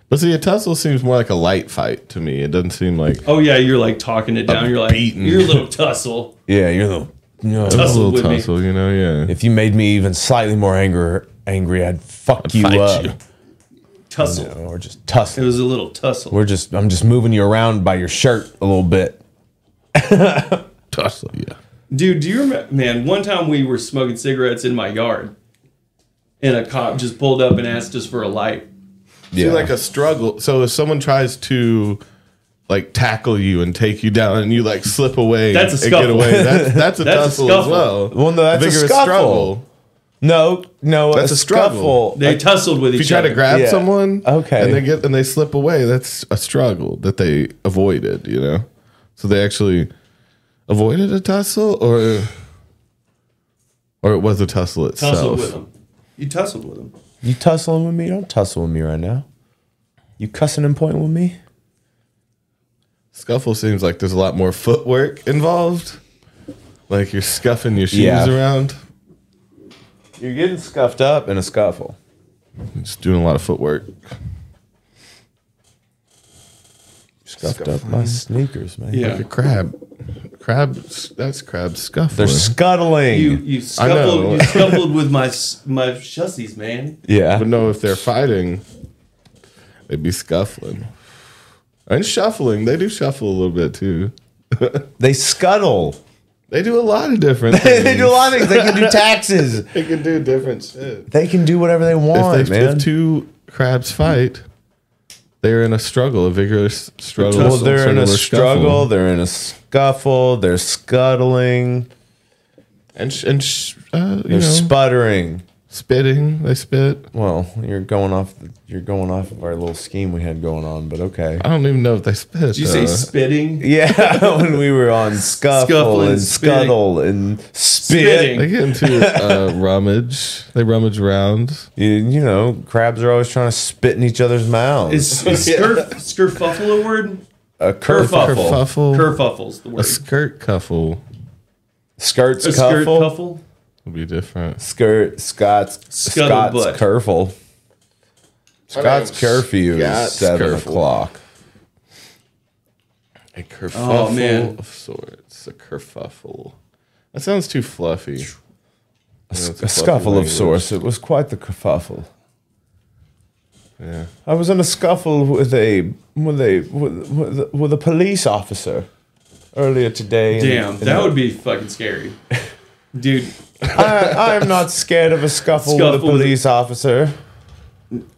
But see, a tussle seems more like a light fight to me. It doesn't seem like Oh yeah, you're like talking it down. You're like beating. your little tussle. Yeah, you're the. No. a Tussle little with me. tussle, you know? Yeah. If you made me even slightly more angry, angry, I'd fuck you Fight up. you. uh, Tussle. Or just It tussle. was a little tussle. We're just. I'm just moving you around by your shirt a little bit. Tussle, yeah. Dude, do you remember? Man, one time we were smoking cigarettes in my yard, and a cop just pulled up and asked us for a light. See, like a struggle. So if someone tries to like tackle you and take you down, and you like slip away, That's a and get scuffle. away, that's, that's a That's a tussle as scuffle. well. Well, no, that's a scuffle. no, no, That's a struggle. scuffle. They tussled with If you each try other. to grab Yeah. someone, Okay. and they get and they slip away, that's a struggle that they avoided. You know, so they actually avoided a tussle, or or it was a tussle itself. tussled with them. You tussled with them. You tussling with me? Don't tussle with me right now. You cussing and pointing with me? Scuffle seems like there's a lot more footwork involved. Like you're scuffing your shoes Yeah. around. You're getting scuffed up in a scuffle. Just doing a lot of footwork. Scuffed up my sneakers, man. Yeah. Like a crab. Crab, that's crab They're scuffling. scuttling. You you know. scuffled you scuffled with my s- my shussies, man. yeah. but no, if they're fighting, they'd be scuffling. And shuffling. They do shuffle a little bit too. They scuttle. They do a lot of different things. they do a lot of things. They can do taxes. They can do different shit. They can do whatever they want, if, they, man. if two crabs fight, they're in a struggle, a vigorous struggle. well, they're in a similar struggle. scuffle. They're in a scuffle. They're scuttling. And, sh- and sh- uh, you They're know, sputtering. spitting. They spit. Well, you're going off. You're going off of our little scheme we had going on, but okay. I don't even know if they spit. Did you say uh, spitting? Yeah, when we were on scuffle Scuffling, and spitting. scuttle and spit. Spitting. They get into uh, rummage. They rummage around. You, you know, crabs are always trying to spit in each other's mouths. Is, is skerf, skerfuffle a word? a kerfuffle, Kerfuffle. Kerfuffle's the a word. skirt cuffle skirts A skirt cuffle, cuffle? would be different. skirt Scott's Scott's Scuttlebutt. kerfle. Scott's curfew Scott's is seven kerfle. o'clock. A kerfuffle Oh, man. of sorts. A kerfuffle. That sounds too fluffy. A, it's sc- a a scuffle language. of sorts. It was quite the kerfuffle. Yeah. I was in a scuffle with a with a with, with, with a police officer earlier today. in- Damn, in that the- would be fucking scary. Dude, I, I'm not scared of a scuffle, with a Scuffle with a- police officer.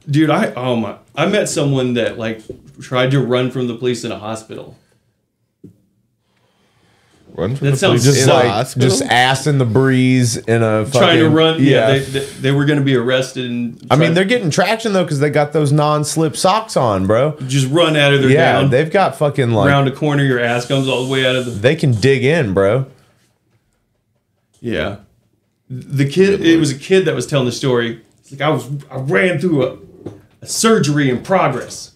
dude, I oh my I met someone that like tried to run from the police in a hospital. Run from That the sounds police Just in a like hospital? just ass in the breeze in a fucking, Trying to run, yeah, they, they, they were going to be arrested and I tried- mean, they're getting traction though because they got those non-slip socks on, bro. just run out of their Yeah, down. they've got fucking like around a corner, your ass comes all the way out of the they can dig in, bro. yeah. The kid, it was a kid that was telling the story. It's like I was, I ran through a, a surgery in progress.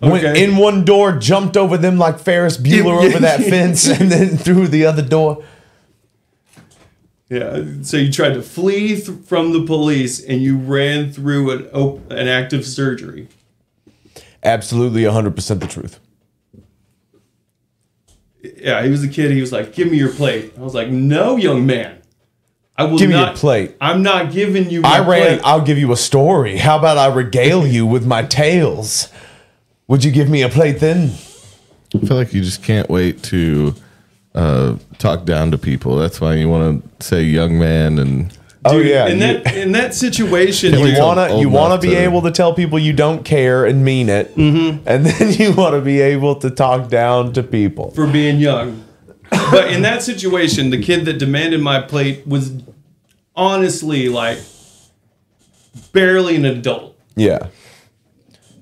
Went Okay. in one door, jumped over them like Ferris Bueller Yeah. over that fence, and then through the other door. Yeah, so you tried to flee th- from the police and you ran through an op- an active surgery. Absolutely, 100 percent the truth. Yeah, he was a kid. He was like, "Give me your plate." I was like, "No, young man, I will Give me not your plate." I'm not giving you. My I ran. Plate. I'll give you a story. How about I regale you with my tales? Would you give me a plate then? I feel like you just can't wait to uh, talk down to people. That's why you want to say young man and Oh, yeah, In you- that in that situation, You dude, wanna old you wanna enough be to- able to tell people you don't care and mean it, Mm-hmm. and then you wanna be able to talk down to people. for being young. But in that situation, the kid that demanded my plate was honestly like barely an adult. Yeah.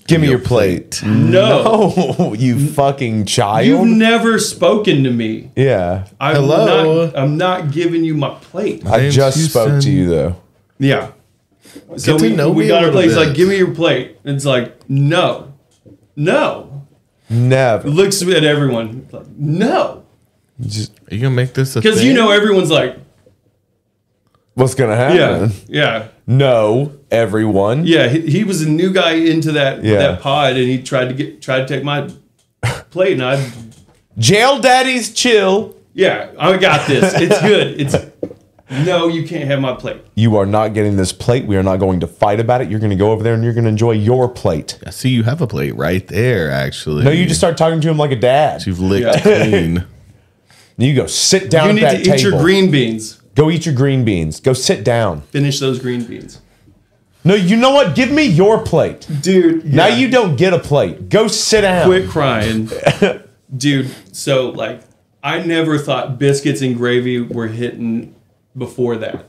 Give me your plate. No. Oh, you fucking You've child. never spoken to me. yeah. I'm Hello? Not, I'm not giving you my plate. I James just spoke to Houston. you though. Yeah. So Get to we, know we me a got our little plates bit. like, give me your plate. And it's like, no. No. Never. Looks at everyone. Like, no. Just, Are you gonna make this a Because you thing? know everyone's like, what's gonna yeah, happen? yeah. No, everyone. Yeah, he, he was a new guy into that Yeah. that pod, and he tried to get tried to take my plate, and I Jail daddies chill. yeah, I got this. It's good. It's no, you can't have my plate. You are not getting this plate. We are not going to fight about it. You're gonna go over there and you're gonna enjoy your plate. I see you have a plate right there, actually. No, you just start talking to him like a dad. you've licked Yeah. clean. You go sit down You at need that to eat table. your green beans. Go eat your green beans. Go sit down. Finish those green beans, No, you know what? Give me your plate. dude. Now you don't get a plate. Go sit down. quit crying, dude. So like, I never thought biscuits and gravy were hitting before that.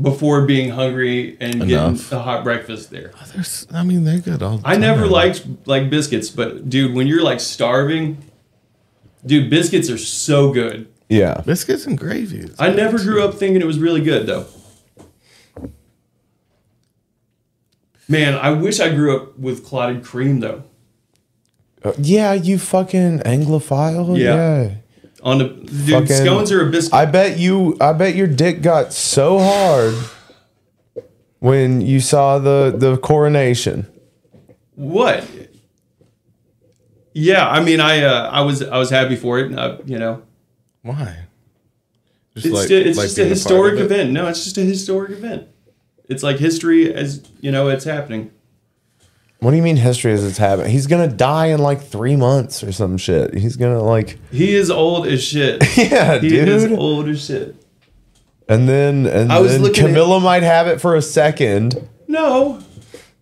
Before being hungry and Enough. getting a hot breakfast there. There's, I mean, they're good all the I time. never liked like biscuits, but dude, when you're like starving, dude, biscuits are so good. Yeah. biscuits and gravy. I never grew up thinking it was really good though. Man, I wish I grew up with clotted cream though. Uh, yeah, you fucking Anglophile. Yeah. yeah. On the dude, Fucking- scones are a biscuit. I bet you. I bet your dick got so hard when you saw the the coronation. what? Yeah, I mean, I uh, I was I was happy for it. And I, you know, Why? Just it's ju- it's just a being part historic of it? event. No, it's just a historic event. It's like history as you know, it's happening. What do you mean history is its habit? He's gonna die in like three months or some shit. He's gonna like He is old as shit. yeah, He dude. is old as shit. and then and I was then looking at- Camilla might have it for a second No,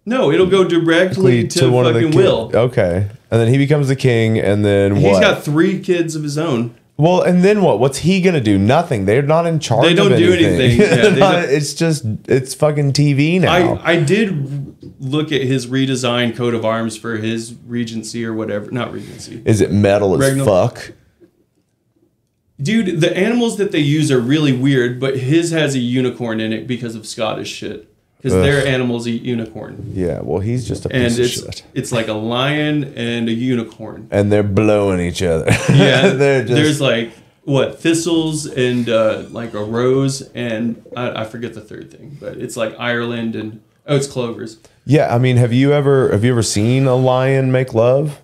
no, it'll go directly to, to, one of the fucking king- Will. Okay, and then he becomes the king, and then what? He's got three kids of his own. Well, and then what? What's he gonna do? Nothing. They're not in charge. They don't of do anything. Yeah, They're they not- don't- It's just it's fucking TV now. I I did look at his redesigned coat of arms for his regency or whatever. Not regency, is it metal as Regnal- fuck? dude. The animals that they use are really weird, but his has a unicorn in it because of Scottish shit. Because their animal's a unicorn, Yeah. Well, he's just a and piece of it's shit. it's like a lion and a unicorn. And they're blowing each other. Yeah, they're just. there's like what thistles and uh, like a rose, and I, I forget the third thing, but it's like Ireland and oh, it's clovers. yeah. I mean, have you ever have you ever seen a lion make love?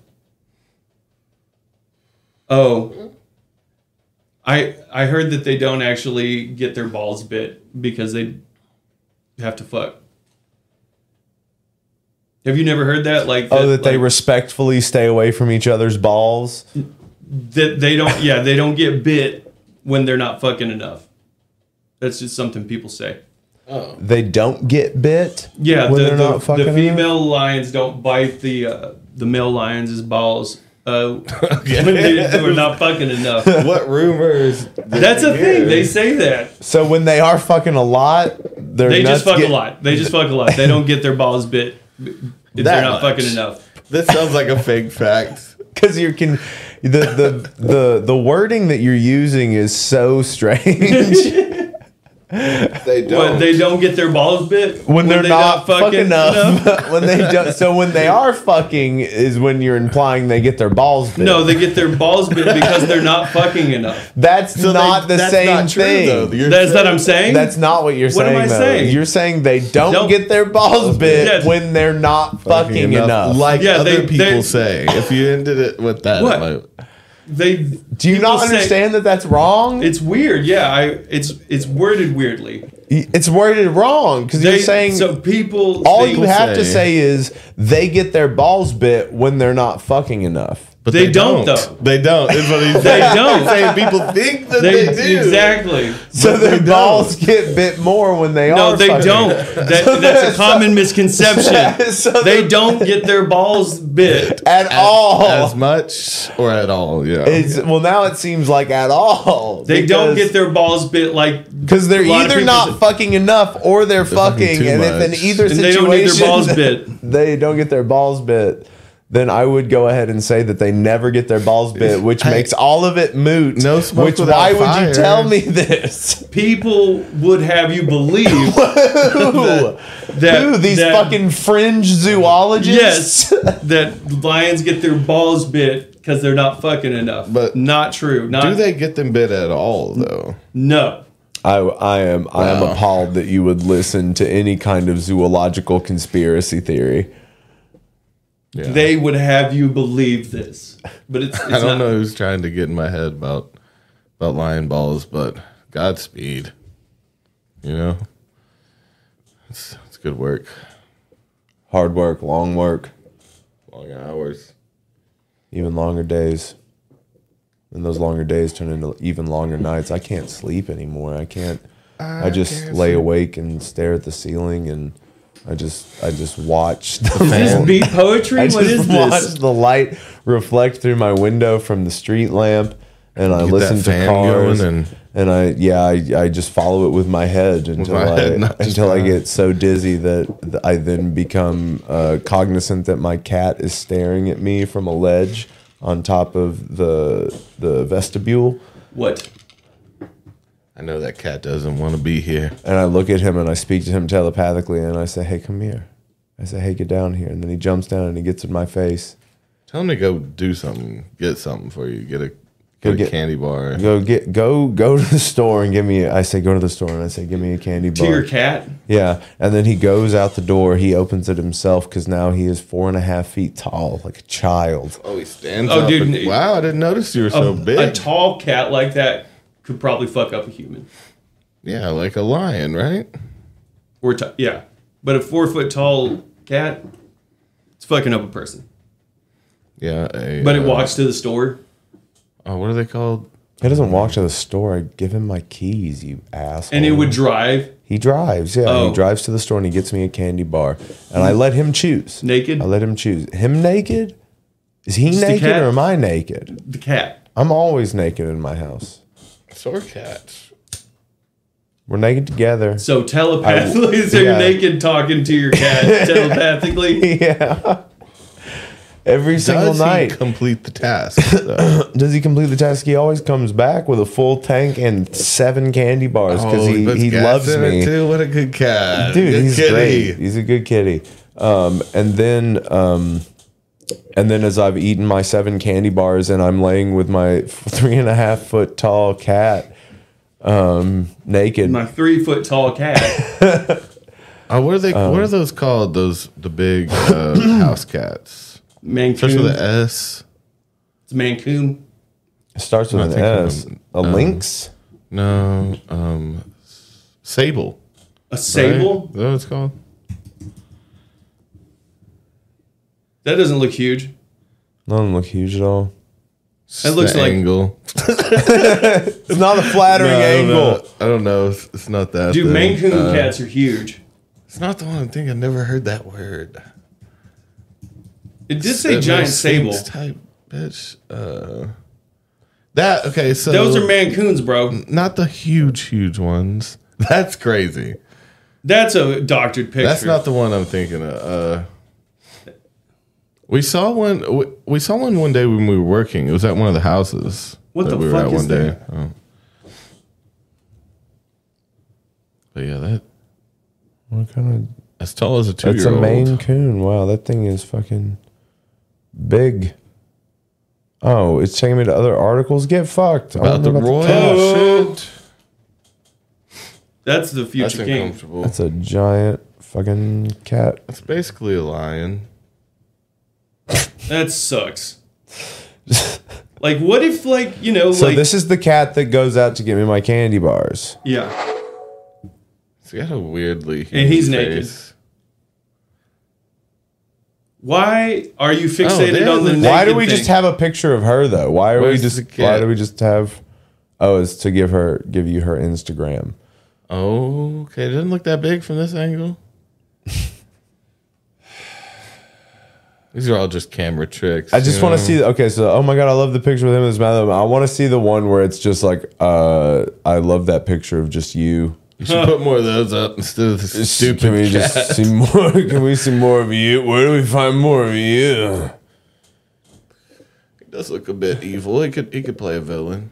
Oh, I I heard that they don't actually get their balls bit because they have to fuck. Have you never heard that? Like oh, that they like, respectfully stay away from each other's balls. that they don't yeah they don't get bit when they're not fucking enough. That's just something people say. They don't get bit. Yeah, When the, they're the- not fucking. the enough? female lions don't bite the uh, the male lions' balls uh, when they, are not fucking enough. What rumors? That's a thing. They say that So when they are fucking a lot, they're they just fuck get, a lot. They just fuck a lot. They don't get their balls bit if they're That not much. fucking enough. This sounds like a fake fact. because you can the the the the wording that you're using is so strange They But they don't get their balls bit when they're they not, fucking enough. when they don't, so when they are fucking is when you're implying they get their balls bit. No, they get their balls bit because they're not fucking enough. that's So they- not the that's same not true, thing. though. You're That's saying- what I'm saying. that's not what you're What am saying. I though. saying? You're saying they don't, Don't- get their balls bit Yes. when they're not fucking, enough. Like Yeah, they- other people they- say. If you ended it with that, What? like, they. Do you not understand that that's wrong? It's weird. Yeah, I. It's it's worded weirdly. It's worded wrong because you're They- saying so people all think- you have to say- say is they get their balls bit when they're not fucking enough. But They don't, though. They don't. Is what he's They saying. don't. He's saying people think that they, They, do. exactly. So their balls get bit more when they are. No, they fucking. don't. That, that's a common misconception. So They they're- don't get their balls bit. at all. As much or at all, yeah. Oh. it's, well, now it seems like at all. They don't get their balls bit like because they're a lot of either people not that- fucking enough or they're, fucking fucking. too and if in much. either and situation they don't need their balls bit. they don't get their balls bit, then I would go ahead and say that they never get their balls bit, which makes all of it moot. No smoke Which without why would fire. you tell me this? People would have you believe that, that Who these that- fucking fringe yes zoologists? that lions get their balls bit because they're not fucking enough. But- not true. Not do they get them bit at all though? No. I, I am I am Wow. appalled that you would listen to any kind of zoological conspiracy theory. Yeah. They would have you believe this, but it's, it's I don't not, know who's trying to get in my head about about lion balls, but Godspeed. You know, it's it's good work, Hard work, long work, long hours. even longer days. And those longer days turn into even longer nights. I can't sleep anymore. I can't I, just lay awake and stare at the ceiling and I just I just watch the Is this lamp. beat poetry? I what is just watch this? the light reflect through my window from the street lamp and I Get listen that to fan cars going and and- and I yeah I, I just follow it with my head until my I head, not just until I my- get so dizzy that th- I then become uh, cognizant that my cat is staring at me from a ledge on top of the the vestibule What? I know that cat doesn't want to be here. and I look at him and I speak to him telepathically and I say hey come here I say hey get down here and then he jumps down and he gets in my face Tell him to go do something, get something for you, get a get, a get- candy bar. Go get go go to the store and give me. I say go to the store and I say give me a candy To your bar. cat? Yeah, and then he goes out the door. He opens it himself because now he is four and a half feet tall, like a child. Oh, he stands Oh, up. dude, and- n- wow, I didn't notice you were A, so big. a tall cat like that could probably fuck up a human. yeah, like a lion, right? Or t- yeah, but a four foot tall cat, it's fucking up a person. Yeah, a, But it uh, walks to the store. Oh, what are they called? He doesn't walk to the store. I give him my keys, you asshole. And it would drive He drives. Yeah, Oh. he drives to the store and he gets me a candy bar, and I let him choose. naked. I let him choose. Him naked? Is he the naked cat. or am I naked? The cat. I'm always naked in my house. Store cats. We're naked together. So telepathically, so yeah. you're naked talking to your cat telepathically. yeah. Every single Does night. he complete the task? though? Does he complete the task? He always comes back with a full tank and seven candy bars because Oh, he, puts he gas loves in it, me. too. What a good cat, Dude, Good he's kitty. great. He's a good kitty. Um, and then, um, and then as I've eaten my seven candy bars and I'm laying with my three and a half foot tall cat, um, naked. My three foot tall cat. Oh, what are they? what Um, are those called? Those the big uh, house cats, starts with an Mancoon. S. It's Mancoon. It starts with I'm an not thinking S. of, a lynx. No, um, sable. A right? sable. Is that what it's called? That doesn't look huge. None of them look huge at all. It looks like- angle. It's not a flattering No, I don't angle. know. I don't know. It's, it's not that. Dude, thing. Mancoon Uh, cats are huge. It's not the one I'm thinking. I've never heard that word. It did say That giant little sable. sphinx type bitch. Uh, that okay? So Those are Mancoons, bro. not the huge, huge ones. That's crazy. That's a doctored picture. That's not the one I'm thinking of. Uh, we saw one. We, we saw one one day when we were working. It was at one of the houses. What the we fuck is that? Oh. But yeah, that What kind of as tall as a two That's a year Maine old. Coon. Wow, that thing is fucking big. Oh, it's taking me to other articles. Get fucked. I About wonder the royal Oh. shit. That's the That's future king. uncomfortable. That's a giant fucking cat. That's basically a lion. That sucks. like, what if, like, you know, So like, this is the cat that goes out to get me my candy bars. yeah, It's got a weirdly. And he's human naked. face. Why are you there's fixated on the a- naked Why Why do we thing? just have a picture of her though? Why are Where's we the just kid? why do we just have Oh, it's to give her give you her Instagram. Oh, okay. It doesn't look that big from this angle. These are all just camera tricks. I just want to see okay, so oh my god, I love the picture with him and his mother. I want to see the one where it's just like uh I love that picture of just you. You should put more of those up instead of this stupid Can we cat. just see more? Can we see more of you? Where do we find more of you? It does look a bit evil. He could he could play a villain.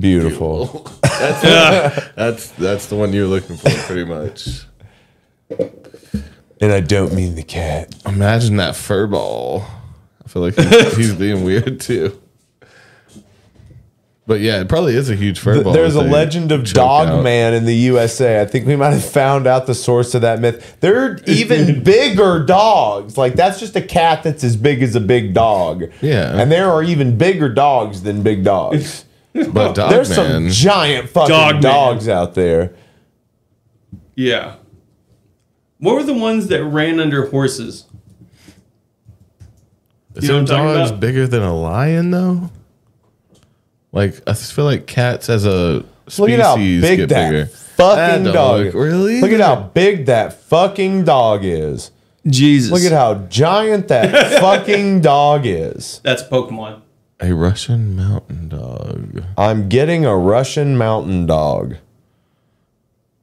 Beautiful. that's, that's that's the one you're looking for, pretty much. And I don't mean the cat. Imagine that fur ball. I feel like he's, he's being weird too. But yeah, it probably is a huge fur ball. There's a thing. legend of Choke Dog out. Man in the USA. I think we might have found out the source of that myth. They're even bigger dogs. Like that's just a cat that's as big as a big dog. Yeah. And there are even bigger dogs than big dogs. But dog oh, There's some man. giant fucking Dog Man. dogs out there. Yeah. What were the ones that ran under horses? Is You know some what I'm talking dogs about? bigger than a lion though? Like I just feel like cats as a species Look at how big get that bigger. fucking That dog. dog, really? Look at how big that fucking dog is. Jesus. Look at how giant that fucking dog is. That's Pokemon. A Russian mountain dog. I'm getting a Russian mountain dog.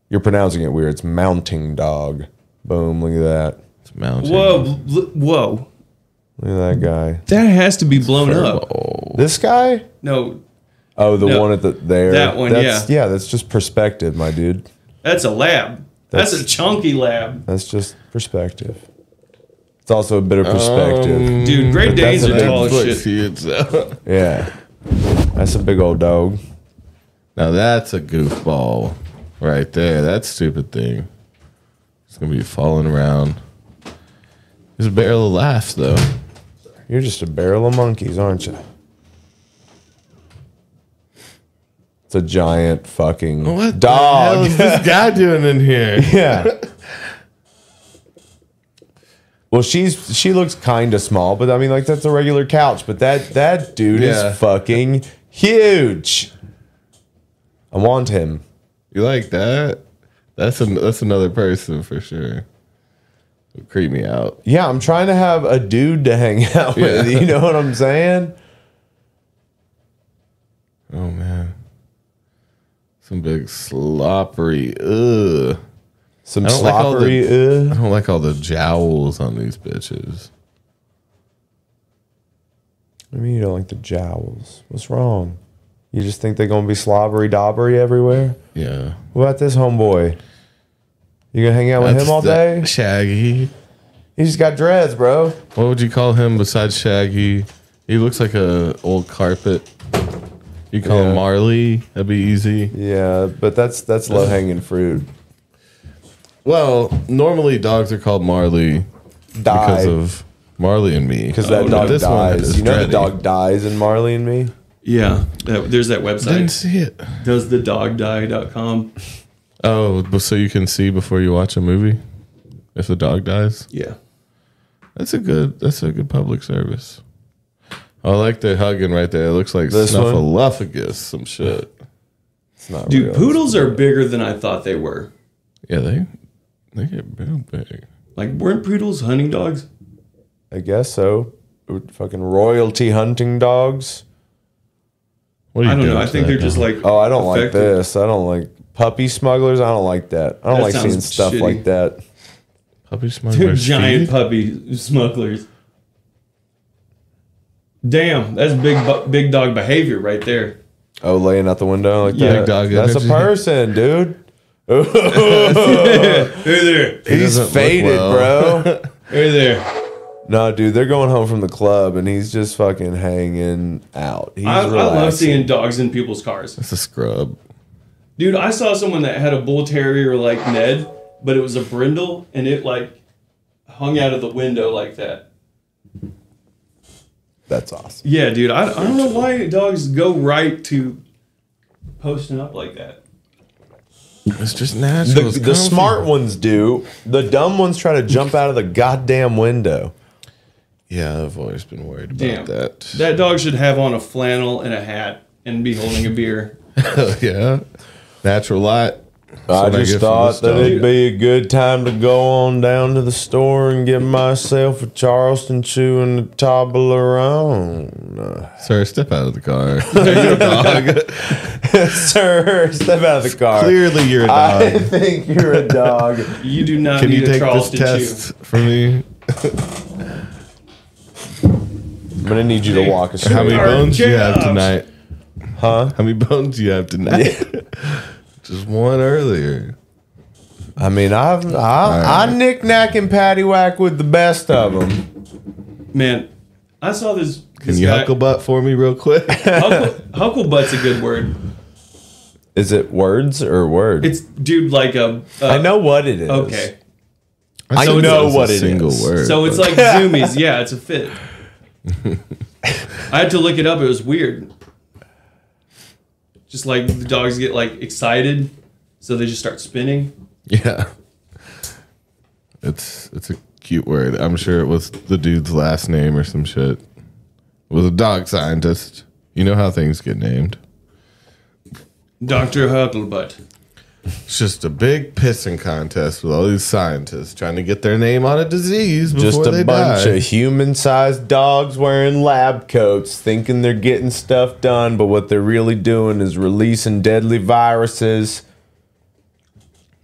You're pronouncing it weird. It's mounting dog. Boom, look at that. It's mountain. Whoa, bl- whoa. Look at that guy. That has to be blown up. Oh. This guy? No, Oh, the No. one at the there. That one, that's, yeah. that's just perspective, my dude. that's a lab. That's, a chunky lab. That's just perspective. It's also a bit of perspective. Dude, Great Danes that's are a tall as Netflix shit. feeds, uh, yeah. That's a big old dog. now that's a goofball right there. That stupid thing. It's gonna be falling around. There's a barrel of laughs though. You're just a barrel of monkeys, aren't you? It's a giant fucking What the hell dog. is this guy doing in here? Yeah. well, she's she looks kind of small, but I mean, like that's a regular couch. But that that dude Yeah. is fucking huge. I want him. You like that? That's an, that's another person for sure. It'll creep me out. Yeah, I'm trying to have a dude to hang out with. Yeah. You know what I'm saying? Oh man, some big sloppery. Ugh. Some I don't like all the- sloppery. uh, I don't like all the jowls on these bitches. I mean, you don't like the jowls. What's wrong? You just think they're gonna be slobbery dobbery everywhere? Yeah, What about this homeboy? You gonna hang out with That's him all that day? Shaggy. He just got dreads, bro. What would you call him besides Shaggy? He looks like a old carpet. You call him Yeah. Marley? That'd be easy. Yeah, but that's that's low hanging fruit. Well, normally dogs are called Marley Die because of Marley and Me. because that Oh, no, dog this one dies. is You know dready. the dog dies in Marley and Me. Yeah, that, there's that Didn't website. see it. DoesTheDogDie.com. Oh, but so you can see before you watch a movie if the dog dies. Yeah. That's a good. That's a good public service. I like the hugging right there. It looks like This one? snuffleupagus, some shit. It's not Dude, real. poodles are bigger than I thought they were. Yeah, they they get real big. Like, weren't poodles hunting dogs? I guess so. Fucking royalty hunting dogs. What are I don't know. doing I to think that they're just dog? like. Oh, I don't like affected. this. I don't like puppy smugglers. I don't like that. I don't That like sounds seeing stuff shitty. like that. puppy They're smugglers. giant feet? puppy smugglers. Damn, that's big bu- big dog behavior right there. Oh, laying out the window like Yeah. that. Big dog That's energy. a person, dude. Hey there, He's doesn't look faded, well. bro. hey there. no, dude, they're going home from the club and he's just fucking hanging out. He's I, I love relaxing. seeing dogs in people's cars. It's a scrub. Dude, I saw someone that had a bull terrier like Ned, but it was a brindle and it like hung out of the window like that. That's awesome. Yeah, dude, I, I don't know why dogs go right to posting up like that. It's just natural. The, It's the comfy. smart ones do. The dumb ones try to jump out of the goddamn window. Yeah, I've always been worried about Damn. that. That dog should have on a flannel and a hat and be holding a beer. Hell Oh, yeah, natural light. That's I what just get from thought this that dog. it'd be a good time to go on down to the store and get myself a Charleston chew and a Toblerone. Sir, step out of the car. You're a dog. Sir, step out of the car. Clearly, you're a dog. I think you're a dog. You do not Can need you a take this Charleston test for me? I'm gonna need you to walk us. How many Our bones do you have jobs. tonight? Huh? How many bones do you have tonight? Just one earlier. I mean, I've I, I knick knack and paddywhack with the best of them. Chew. Man, I saw this. Can this you guy- huckle butt for me real quick? Huckle, huckle butt's a good word. Is it words or words? It's dude like a. a I know what it is. Okay. I know what it single is. Word, So it's but- like zoomies. Yeah, it's a fit. I had to look it up. It was weird. Just like the dogs get like excited, so they just start spinning. yeah. It's it's a cute word. I'm sure it was the dude's last name or some shit. It was a dog scientist. You know how things get named. Doctor Hucklebutt. It's just a big pissing contest with all these scientists trying to get their name on a disease before Just they a bunch die. of human-sized dogs wearing lab coats, thinking they're getting stuff done, but what they're really doing is releasing deadly viruses,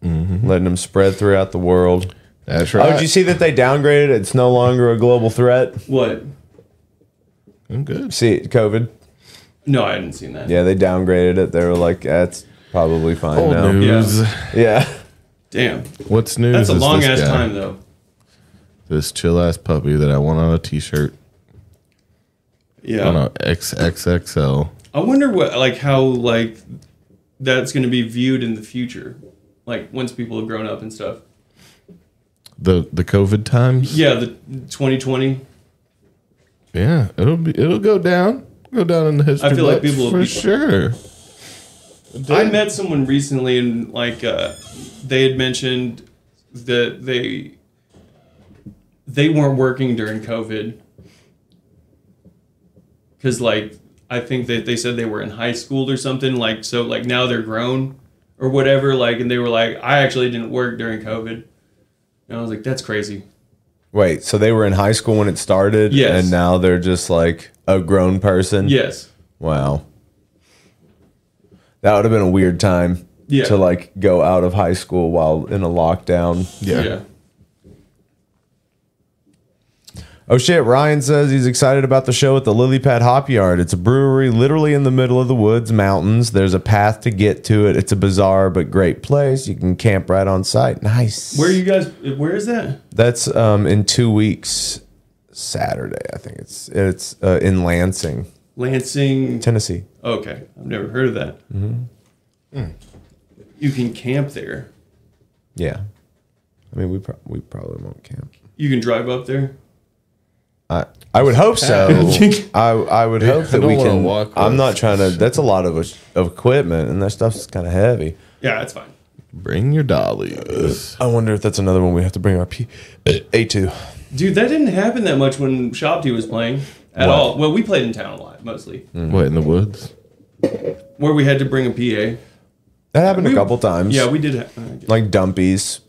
letting them spread throughout the world. That's Oh, right. did you see that they downgraded? it? It's no longer a global threat. What? I'm good. See, it, COVID. No, I hadn't seen that. Yeah, they downgraded it. They were like, "That's probably fine Old now." news. Yeah. Damn. What's news? That's a is long this ass guy. time though. This chill ass puppy that I want on a t-shirt Yeah. on a XXXL. I wonder what like how like that's going to be viewed in the future. Like once people have grown up and stuff. The the COVID times. Yeah, the 2020. Yeah, it'll be it'll go down, go down in the history. I feel like books people will for be- sure. I met someone recently and like uh, they had mentioned that they they weren't working during COVID because like I think that they said they were in high school or something like so like now they're grown or whatever like and they were like I actually didn't work during COVID and I was like that's crazy Wait, so they were in high school when it started, Yes. and now they're just like a grown person. yes Wow. That would have been a weird time Yeah. to like go out of high school while in a lockdown. Yeah. yeah Oh shit, Ryan says he's excited about the show at the Lily Pad Hop Yard. It's a brewery literally in the middle of the woods, mountains. There's a path to get to it. It's a bizarre but great place. You can camp right on site. Nice. where are you guys where is that That's um in 2 weeks Saturday, I think. It's it's uh, in Lansing, Lansing Tennessee. Okay, I've never heard of that. Hmm. You can camp there. Yeah. I mean, we pro- we probably won't camp. You can drive up there. I I would hope so. I I would hope I that don't we wanna can. walk I'm with- not trying to. That's a lot of us- of equipment, and that stuff's kind of heavy. Yeah, that's fine. Bring your dollies. I wonder if that's another one we have to bring our P A two. Dude, that didn't happen that much when Shopty was playing at What? all. Well, we played in town a lot, mostly, What in the woods? where we had to bring a PA. That happened We- a couple times. Yeah, we did. Ha- uh, like dumpies.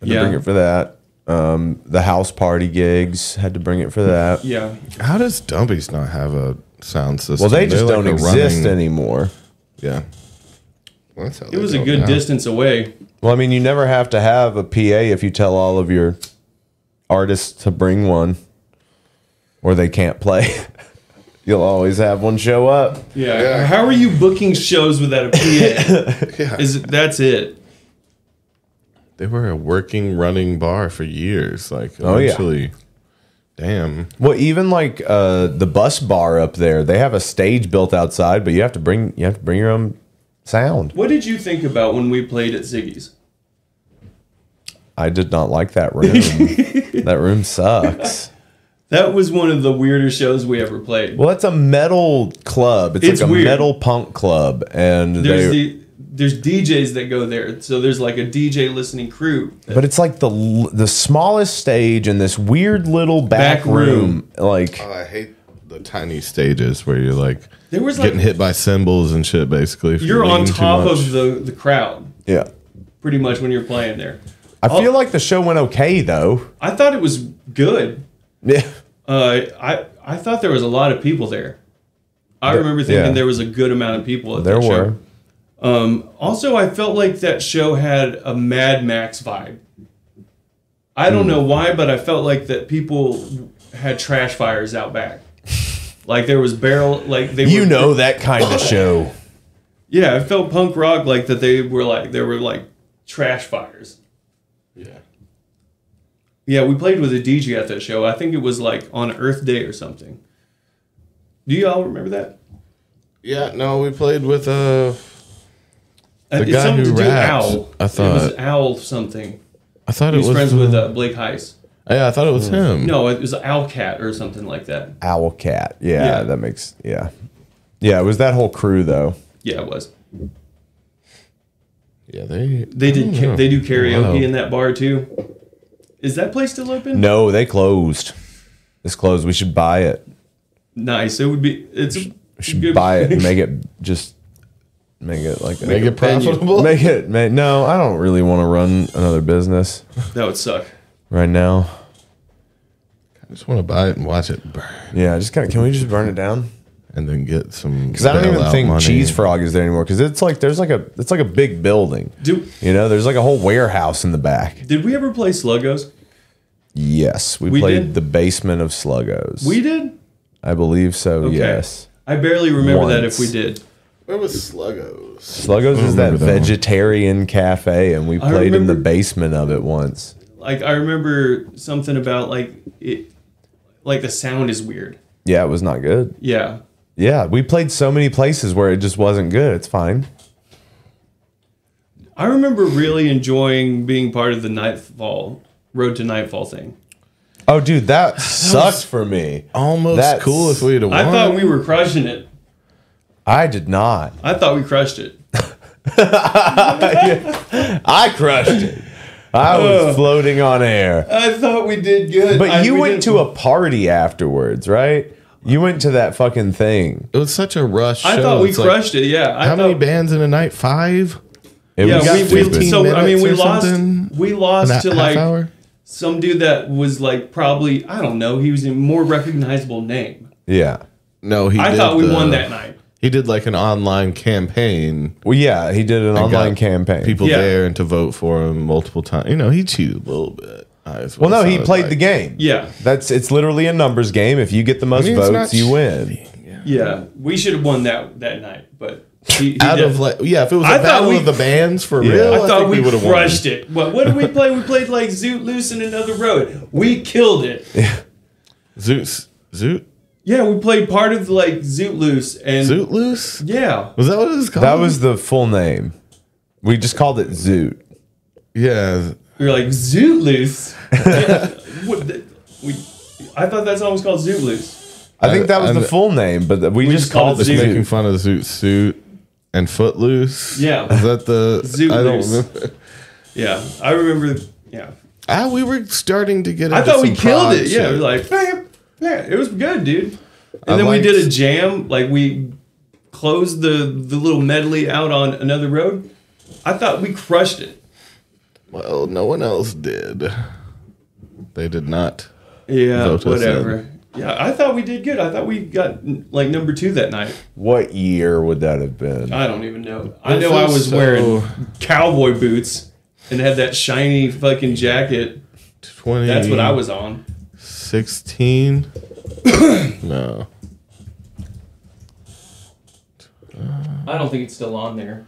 Had Yeah. to bring it for that. Um, the house party gigs had to bring it for that. yeah, How does Dumpies not have a sound system? Well, they They're just like don't a exist running- anymore. Yeah. Well, that's how it was a good distance away. Well, I mean, you never have to have a PA if you tell all of your artists to bring one, or they can't play. You'll always have one show up. Yeah. How are you booking shows without a PA? Yeah. Is it, that's it? They were a working running bar for years. Like Oh, yeah. eventually, damn. Well, even like uh, the bus bar up there, they have a stage built outside, but you have to bring you have to bring your own sound. What did you think about when we played at Ziggy's? I did not like that room. that room sucks. That was one of the weirder shows we ever played. Well, it's a metal club. It's, It's like a weird. metal punk club, and There's they, the there's DJs that go there, so there's like a DJ listening crew. But it's like the l- the smallest stage in this weird little back, Back room. room. Like Oh, I hate the tiny stages where you're like There was like getting hit by cymbals and shit. Basically, if you you're on lean too top much. of the the crowd yeah. pretty much when you're playing there. I feel like the show went okay though. I thought it was good. Yeah. Uh, I I thought there was a lot of people there. I remember thinking yeah. there was a good amount of people at There that were. show. Um, also, I felt like that show had a Mad Max vibe. I Hmm. don't know why, but I felt like that people had trash fires out back. Like there was barrel, like they You were, know that kind of show. yeah. I felt punk rock like that. They were like there were like trash fires. Yeah. Yeah, we played with a DJ at that show. I think it was like on Earth Day or something. Do y'all remember that? Yeah, no, we played with uh The guy who raps, I it was thought. Owl something. I thought He it was was friends with uh, Blake Heist. Yeah, I thought it was Hmm. him. No, it was Owlcat or something like that. Owl Cat. Yeah, Yeah. that makes yeah. Yeah, it was that whole crew though. Yeah, it was. Yeah, they They did. Ca- they do karaoke Wow. in that bar too. Is that place still open? No, they closed. It's closed. We should buy it. Nice. It would be. It's. a We should good- buy it and make it just make it like make it venue. profitable. Make it. ma- no, I don't really want to run another business That would suck. right now. I just want to buy it and watch it burn, Yeah, just kind of. Can we just burn it down? and then get some. Because I don't even bailout think money. Cheese Frog is there anymore. Because it's like there's like a it's like a big building. Do You know, there's like a whole warehouse in the back. did we ever play Sluggos? Yes, we, We played did? the basement of Sluggos. We did. I believe so. Yes, I barely remember that Once. if we did. Where was Sluggos? Sluggos is that, remember that one. vegetarian cafe, and we I played in the remember- basement of it once. Like I remember something about like it. Like the sound is weird. Yeah, it was not good. Yeah. Yeah, we played so many places where it just wasn't good. It's fine. I remember really enjoying being part of the Nightfall Road to Nightfall thing. Oh, dude, that sucked for me. Almost That's- cool if we'd have won. I thought we were crushing it. I did not. I thought we crushed it. I crushed it. I was floating on air. I thought we did good. But you went to a party afterwards, right? You went to that fucking thing. it was such a rush. I show. thought we It's like, crushed it. Yeah. I how thought, many bands in a night? Five. It Yeah, was got we, we 15 so I mean minutes we or lost something? we An lost h- to half like hour. some dude that was like probably I don't know he was a more recognizable name. yeah. No, he. I did thought we the- won that night. He did like an online campaign. Well, yeah, he did an and got online campaign. People Yeah. there and to vote for him multiple times. You know, he cheated a little bit. well, no, he played the game. Yeah, That's it's literally a numbers game. If you get the most mean, it's votes, not you win. yeah. We should have won that that night, but he, he out of did. like yeah, if it was a I thought battle we- of the bands for Yeah. real, I I, thought think we, we, would have won. crushed it. What, what did we play? We played like Zoot Loose and Another Road. We killed it. Zoot Zoot Yeah, we played part of like Zoot Loose and Zoot Loose? yeah, Was that what it was called? That was the full name. We just called it Zoot. yeah. we were like Zoot Loose. What the- we, I thought that song was called Zoot Loose. I think that was I- the I- full name, but we, just, called, Just it making Zoot. fun of Zoot Suit and Footloose. Yeah. Is that the Zoot I don't Loose. remember. Yeah, I remember. Yeah, Ah, we were starting to get. I into thought we some killed prog it. Yeah, shit. we were like bam, bam. it was good, dude. And I then we liked- did a jam. Like we closed the the little medley out on Another Road. I thought we crushed it. well, no one else did. They did not. Yeah, Vote us whatever. Yeah, I thought we did good. I thought we got like number two that night. What year would that have been? I don't even know. I It know I feels was so- wearing cowboy boots and had that shiny fucking jacket. Twenty. That's what I was on. Sixteen. no. I don't think it's still on there.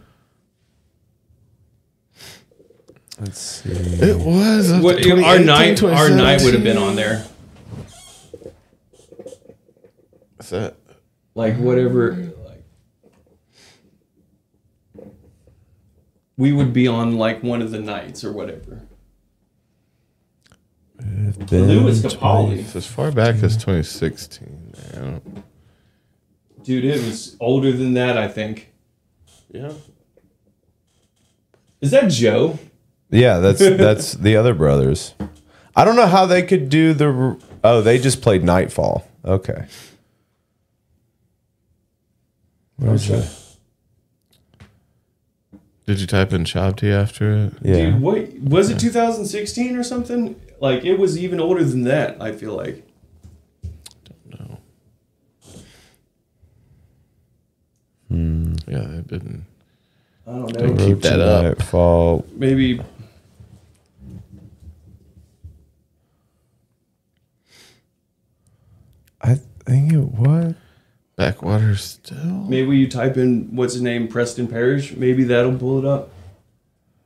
Let's see. It was uh, What, our 2018, night, our night would 2017. have been on there. What's that? Like whatever. Like, we would be on like one of the nights or whatever. Louis Capaldi. It's as far back as 2016. man. I don't- Dude, it was older than that, I think. Yeah. Is that Joe? Yeah, that's that's the other brothers. I don't know how they could do the. r- Oh, they just played Nightfall. Okay. Where's that? Did you type in Shabti after it? Yeah. Dude, what was it 2016 or something? Like it was even older than that, I feel like. No. Yeah, that didn't. I don't know. Keep that up. Nightfall. Maybe I think it was. Backwater still? maybe you type in what's his name, Preston Parrish. Maybe that'll pull it up.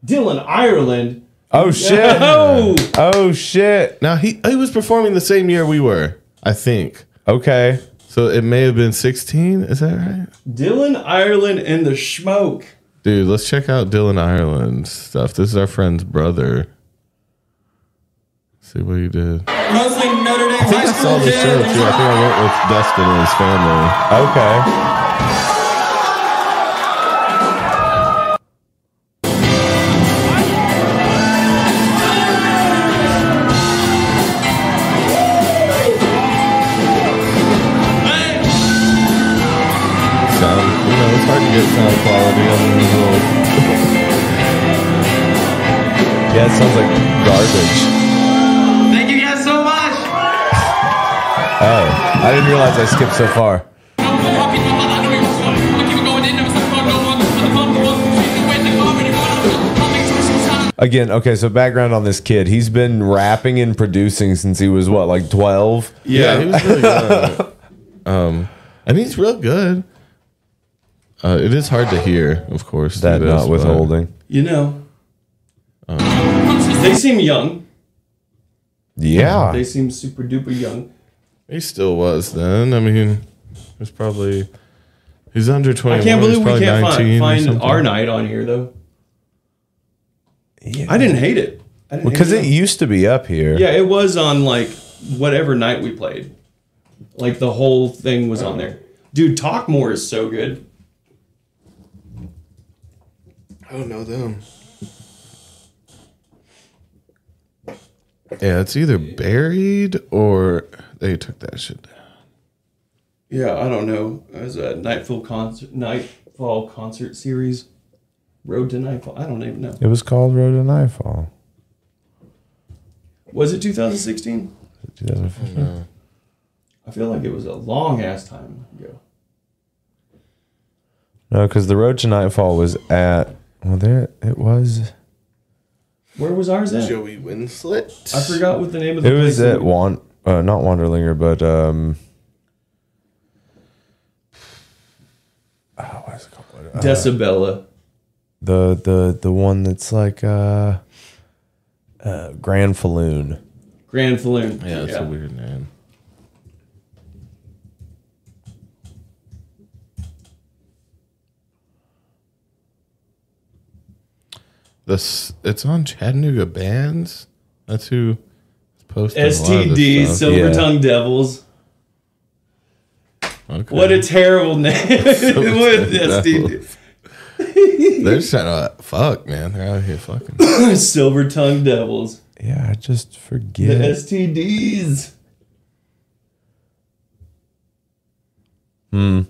Dylan Ireland. Oh shit! Oh, Oh shit! Now he he was performing the same year we were, I think. Okay. So it may have been 16. Is that right? Dylan Ireland and the Schmoke. Dude, let's check out Dylan Ireland stuff. This is our friend's brother. See what he did. I Mostly Notre Dame think high I saw school this show too. I kids. think I went with Dustin and his family. Okay. Sound, you know, it's hard to get sound quality on these little. Yeah, it sounds like garbage. Thank you guys so much. Oh, I didn't realize I skipped so far. Again, okay, so background on this kid. He's been rapping and producing since he was what, like 12? Yeah, he was really good. um, and he's real good. Uh, it is hard to hear, of course. That through this, not but- withholding. You know, Uh, they seem young. Yeah. They seem super duper young. He still was then. I mean, he's probably he's under twenty. I can't believe we can't find, find our night on here though. I didn't hate it. I didn't Because hate it used to be up here. Yeah, it was on like whatever night we played. Like the whole thing was on there. Dude, Talk More is so good. I don't know them. Yeah, it's either buried or they took that shit down. Yeah, I don't know. It was a Nightfall concert, Nightfall concert series, Road to Nightfall. I don't even know. It was called Road to Nightfall. Was it 2016? 2015. I feel like it was a long ass time ago. No, because the Road to Nightfall was at. Well, there it was. Where was ours at? Joey Winslet. I forgot what the name of the It place was that at we- Wan, uh, not Wanderlinger, but um. Oh, what is it called? What- uh, Decibella. the the the one that's like uh, uh Grand Falloon. Grand Falloon. Yeah, it's a weird name. This it's on Chattanooga bands. That's who posted. STD, Silver Yeah. Tongue Devils. okay. What a terrible name. what Tongue STD. They're just trying to fuck, man. They're out here fucking. Silver Tongue Devils. Yeah, I just The forget. STDs. no,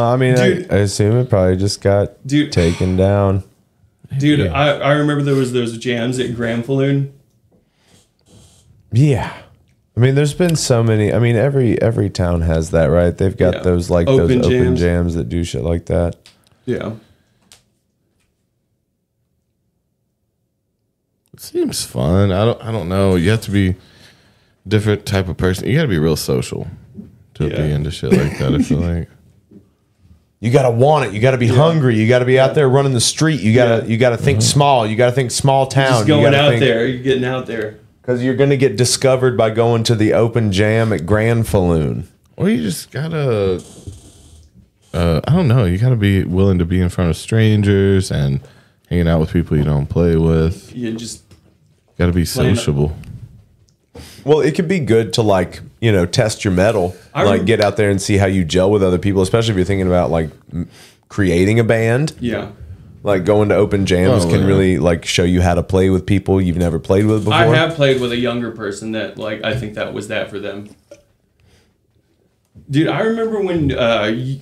I mean, I, Dude. I assume it probably just got Dude, taken down. dude, I, I remember there was those jams at Grand Falloon. Yeah. I mean, there's been so many. I mean, every every town has that, right? They've got Yeah. those like those Open open jams. jams that do shit like that. Yeah. It seems fun. I don't. I don't know. You have to be different type of person. You got to be real social to Yeah. be into shit like that. I feel like. You gotta want it. You gotta be hungry. You gotta be out there running the street. You gotta Yeah. you gotta think small. You gotta think small town. Just going out there. You're getting out there. because you're gonna get discovered by going to the open jam at Grand Falloon. Or you just gotta, uh, I don't know. You gotta be willing to be in front of strangers and hanging out with people you don't play with. You just gotta be Playing- sociable. Well, it could be good to like you know test your metal, I like rem- get out there and see how you gel with other people, especially if you're thinking about like m- creating a band. yeah. Like going to open jams Oh, can yeah. really like show you how to play with people you've never played with before. I have played with a younger person that like I think that was that for them. Dude, I remember when uh y-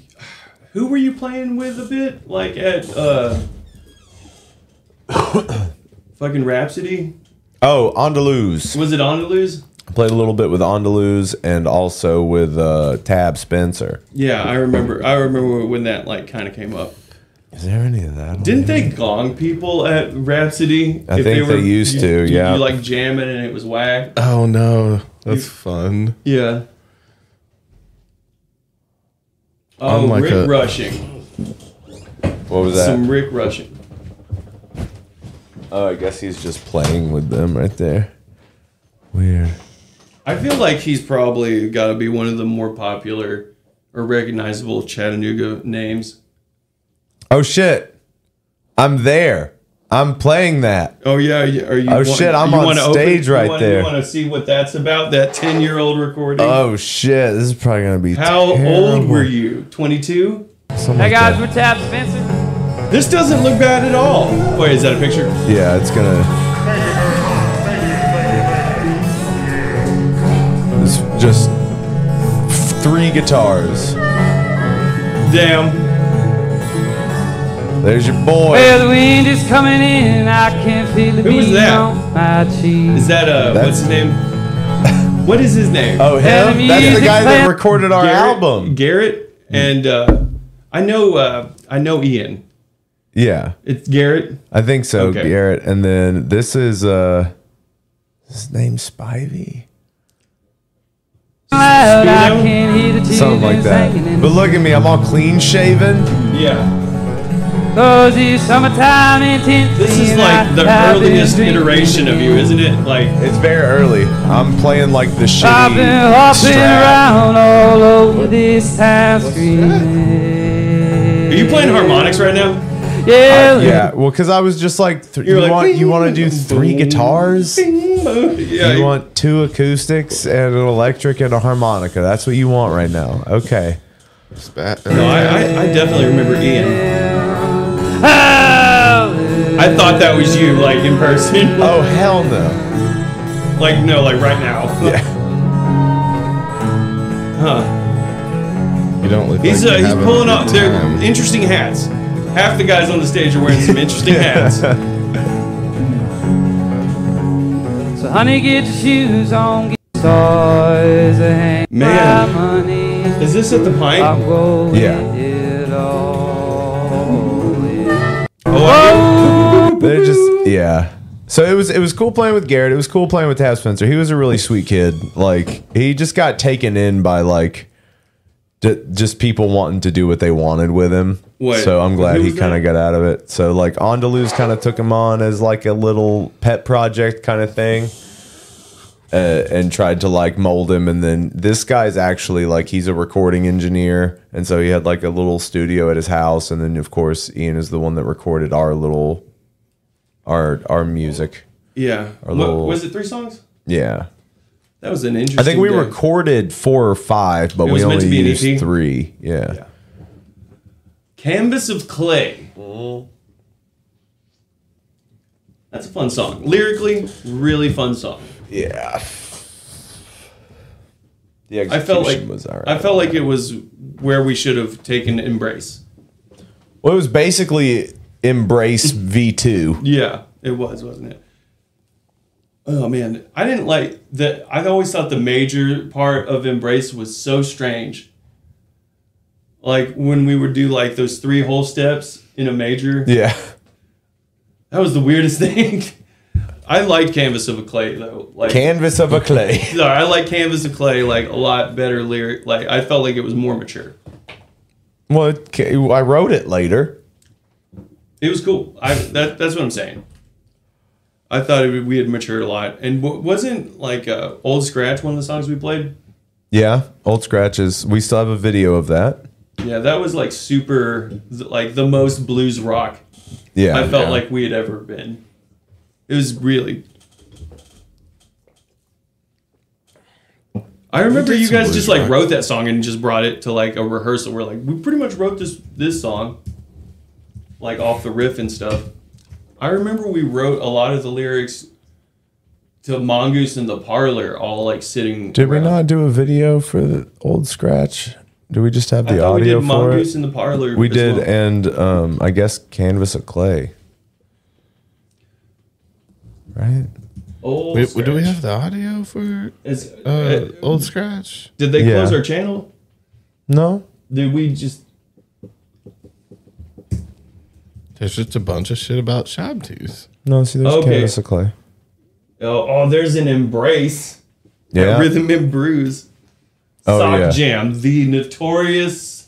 who were you playing with a bit like at uh fucking Rhapsody? Oh, Andalouse. Was it Andalus? Played a little bit with Andalouse and also with uh, Tab Spencer. Yeah, I remember I remember when that like kind of came up. Is there any of that? Didn't they gong people at Rhapsody? I think they used you- to, you- yeah. You like jamming and it was whack. Oh no, that's fun. Yeah. Oh, I'm like Rick a- Rushing. What was that? Some Rick Rushing. oh, I guess he's just playing with them right there. Weird. I feel like he's probably got to be one of the more popular or recognizable Chattanooga names. Oh shit! I'm there. I'm playing that. Oh yeah, are you? Are you Oh, shit, I'm on wanna stage right you wanna, there. You want to see what that's about? That ten-year-old recording. Oh shit! This is probably gonna be. How old terrible. were you? Twenty-two. Something Hey like guys, that. we're Tab Spencer. This doesn't look bad at all. Wait, is that a picture? Yeah, it's gonna. It's just three guitars. Damn. There's your boy. Well, the wind is coming in. I can feel it Who was beating that? on my cheek. Is that uh? what's That's- his name? What is his name? oh, him? Enemy That's the is guy that playing- recorded our Garrett- album. Garrett and uh, I know uh, I know Ian. Yeah, It's Garrett. I think so, Okay. Garrett. And then this is uh, his name Spivey. Loud, I Speedo? can hear the Something like children that. singing in But look at me, I'm all clean shaven. Yeah. those years, summertime intensity. This is and like I- the I've been earliest drinking iteration of you, isn't it? Like, It's very early. I'm playing like the I've been shitty hopping strap. around all over this town screaming. are you playing harmonics right now? Yeah, Yeah, well, because I was just like, th- you You're like, want you "Bing, want to do boom, three boom, guitars? Bing, boom. Yeah. You want two acoustics and an electric and a harmonica. That's what you want right now. Okay. Spat. No, I, I, I definitely remember Ian. Oh, I thought that was you, like in person. Oh hell no. like no, like right now. Yeah. Huh. you don't look. He's like uh, you're he's having a pulling good up. They're time. interesting hats. Half the guys on the stage are wearing some interesting hats. So honey, get your shoes on, get your toys and Man. my money. Is this at the I'm pint? going Yeah. it all. in. Oh, I They're just yeah. So it was it was cool playing with Garrett. It was cool playing with Tab Spencer. He was a really sweet kid. Like he just got taken in by like d- just people wanting to do what they wanted with him. Wait, so I'm glad who he was kind that? of got out of it. So like Andalus kind of took him on as like a little pet project kind of thing. Uh, and tried to like mold him and then this guy's actually like he's a recording engineer and so he had like a little studio at his house and then of course Ian is the one that recorded our little our our music. yeah. What, little- was it three songs? Yeah. That was an interesting. I think we day. recorded four or five, but we was meant only to be an E used EP? three. Yeah. Canvas of Clay. Mm-hmm. That's a fun song. Lyrically, really fun song. Yeah. The I felt like was all right. I felt like it was where we should have taken Embrace. well, it was basically embrace V two. Yeah, it was, wasn't it? Oh man, I didn't like that. I always thought the major part of Embrace was so strange. Like when we would do like those three whole steps in a major. Yeah. That was the weirdest thing. I like Canvas of a Clay though. Like Canvas of a clay. No, I like Canvas of Clay like a lot better lyric. Like I felt like it was more mature. well, it ca- I wrote it later. It was cool. I that that's what I'm saying. I thought it, we had matured a lot, and w- wasn't like uh, Old Scratch one of the songs we played. Yeah. Old scratches. We still have a video of that. Yeah, that was like super, th- like the most blues rock Yeah. I felt yeah. like we had ever been. It was really. I remember did you some guys blues just like rock. wrote that song and just brought it to like a rehearsal. We're like, we pretty much wrote this this song. like off the riff and stuff. I remember we wrote a lot of the lyrics to Mongoose in the Parlor, all like sitting. Did we around. not do a video for the old scratch? Do we just have I the thought audio we did for Mongoose it? in the Parlor. We as did, well. and um, I guess canvas of clay. Right? Old Wait, do we Oh, Scratch. have the audio for Is- uh, uh, Old Scratch? did they close yeah. our channel? No, Did we just? There's just a bunch of shit about Shabtooth. no. See, there's Okay. canvas of clay. Oh, oh, there's an embrace. Yeah. Rhythm and Brews. Oh, sock yeah. Jam, the notorious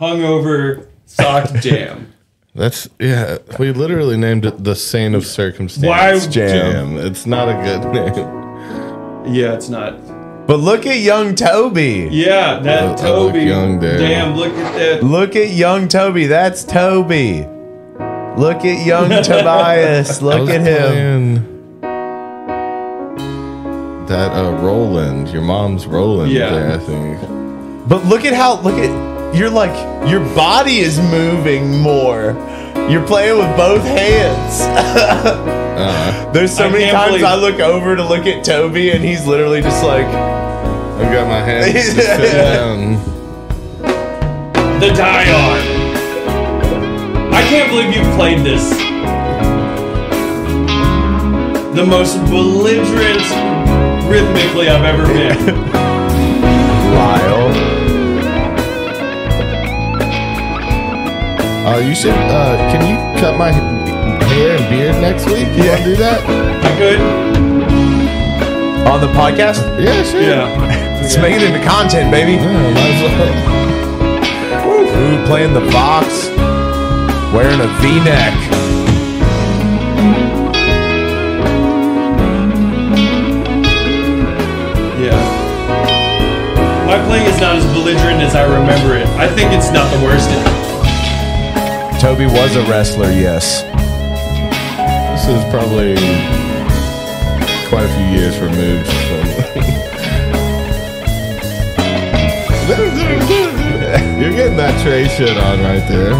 hungover sock jam. That's yeah. We literally named it the Saint of Circumstance Why- Jam. It's not a good name. Yeah, it's not. But look at young Toby. Yeah, that I look Toby. young there. Damn, look at that. Look at young Toby. That's Toby. Look at young Tobias. I Look was at him. playing That uh, Roland, your mom's Roland. Yeah. there, I think. But look at how look at you're like your body is moving more. You're playing with both hands. Uh, There's so I many can't times believe- I look over to look at Toby and he's literally just like I've got my hands just sitting down. The die on. I can't believe you played this. The most belligerent rhythmically I've ever been. Lyle. Uh, you should. Uh, can you cut my hair and beard next week? You yeah. want to do that? I could. On the podcast? Yeah, sure. Yeah. Let's make it into content, baby. Yeah, might as well. Ooh, playing the box, wearing a V-neck. Yeah. My playing is not as belligerent as I remember it. I think it's not the worst. Toby was a wrestler, yes. This is probably quite a few years removed from. You're getting that Trey shit on right there.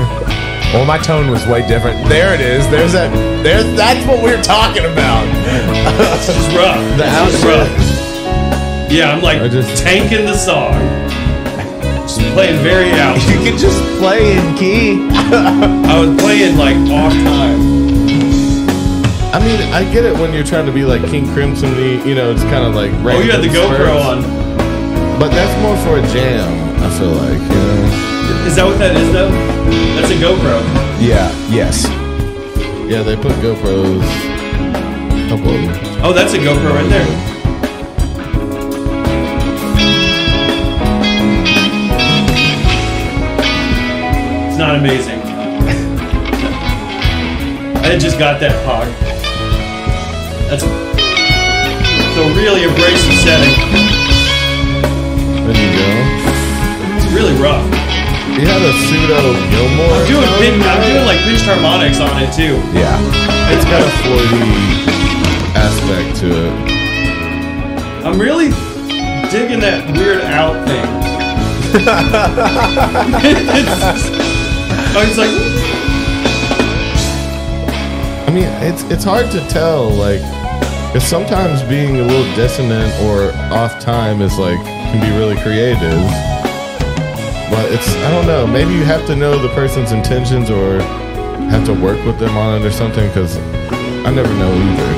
Well, my tone was way different. There it is. There's that. There's that's what we're talking about. It's rough. That's just rough. Yeah, I'm like I just- tanking the song. Just playing very out. You can just play in key. I was playing like off time. I mean, I get it when you're trying to be like King Crimson, you know, it's kind of like. Oh, you had the random GoPro spurts. on. But that's more for a jam, I feel like, you know? Is that what that is though? That's a GoPro. Yeah. Yes. Yeah, they put GoPros. A couple of them. Oh, that's a GoPro right there. It's not amazing. I just got that pog. That's it's a really abrasive setting. There you go. It's really rough. You had a pseudo Gilmore. I'm doing song? pin, I'm doing like pinched harmonics on it too. Yeah. It's got a 4D aspect to it. I'm really digging that weird out thing. I was like, I mean, it's it's hard to tell, like, because sometimes being a little dissonant or off time is like can be really creative. But it's I don't know. Maybe you have to know the person's intentions or have to work with them on it or something. Because I never know either.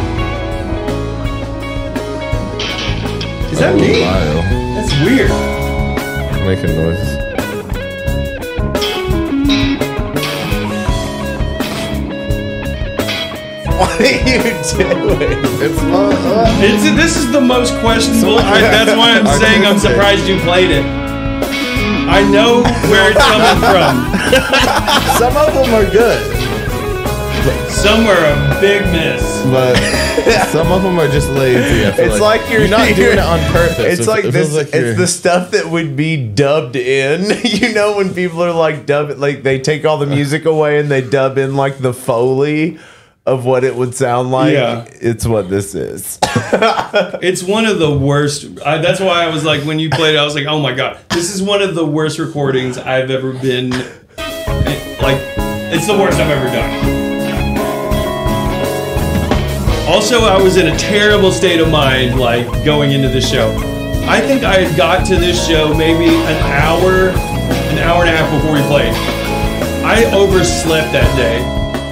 is that Oh, me? Lyle, That's weird. making noises. What are you doing? It's uh, It's, this is the most questionable. I, that's why I'm saying I'm surprised you played it. I know where it's coming from. uh, some of them are good, Somewhere a big miss. but some of them are just lazy. I feel It's like you're, you're not you're- doing it on purpose. It's like it feels this. you're- it's the stuff that would be dubbed in. you know when people are like dub, like they take all the music away and they dub in like the foley of what it would sound like. Yeah. It's what this is. It's one of the worst. I, that's why I was like, when you played it, I was like, oh my god, this is one of the worst recordings I've ever been. Like, It's the worst I've ever done. Also, I was in a terrible state of mind, like going into the show. I think I had got to this show maybe an hour, an hour and a half before we played. I overslept that day.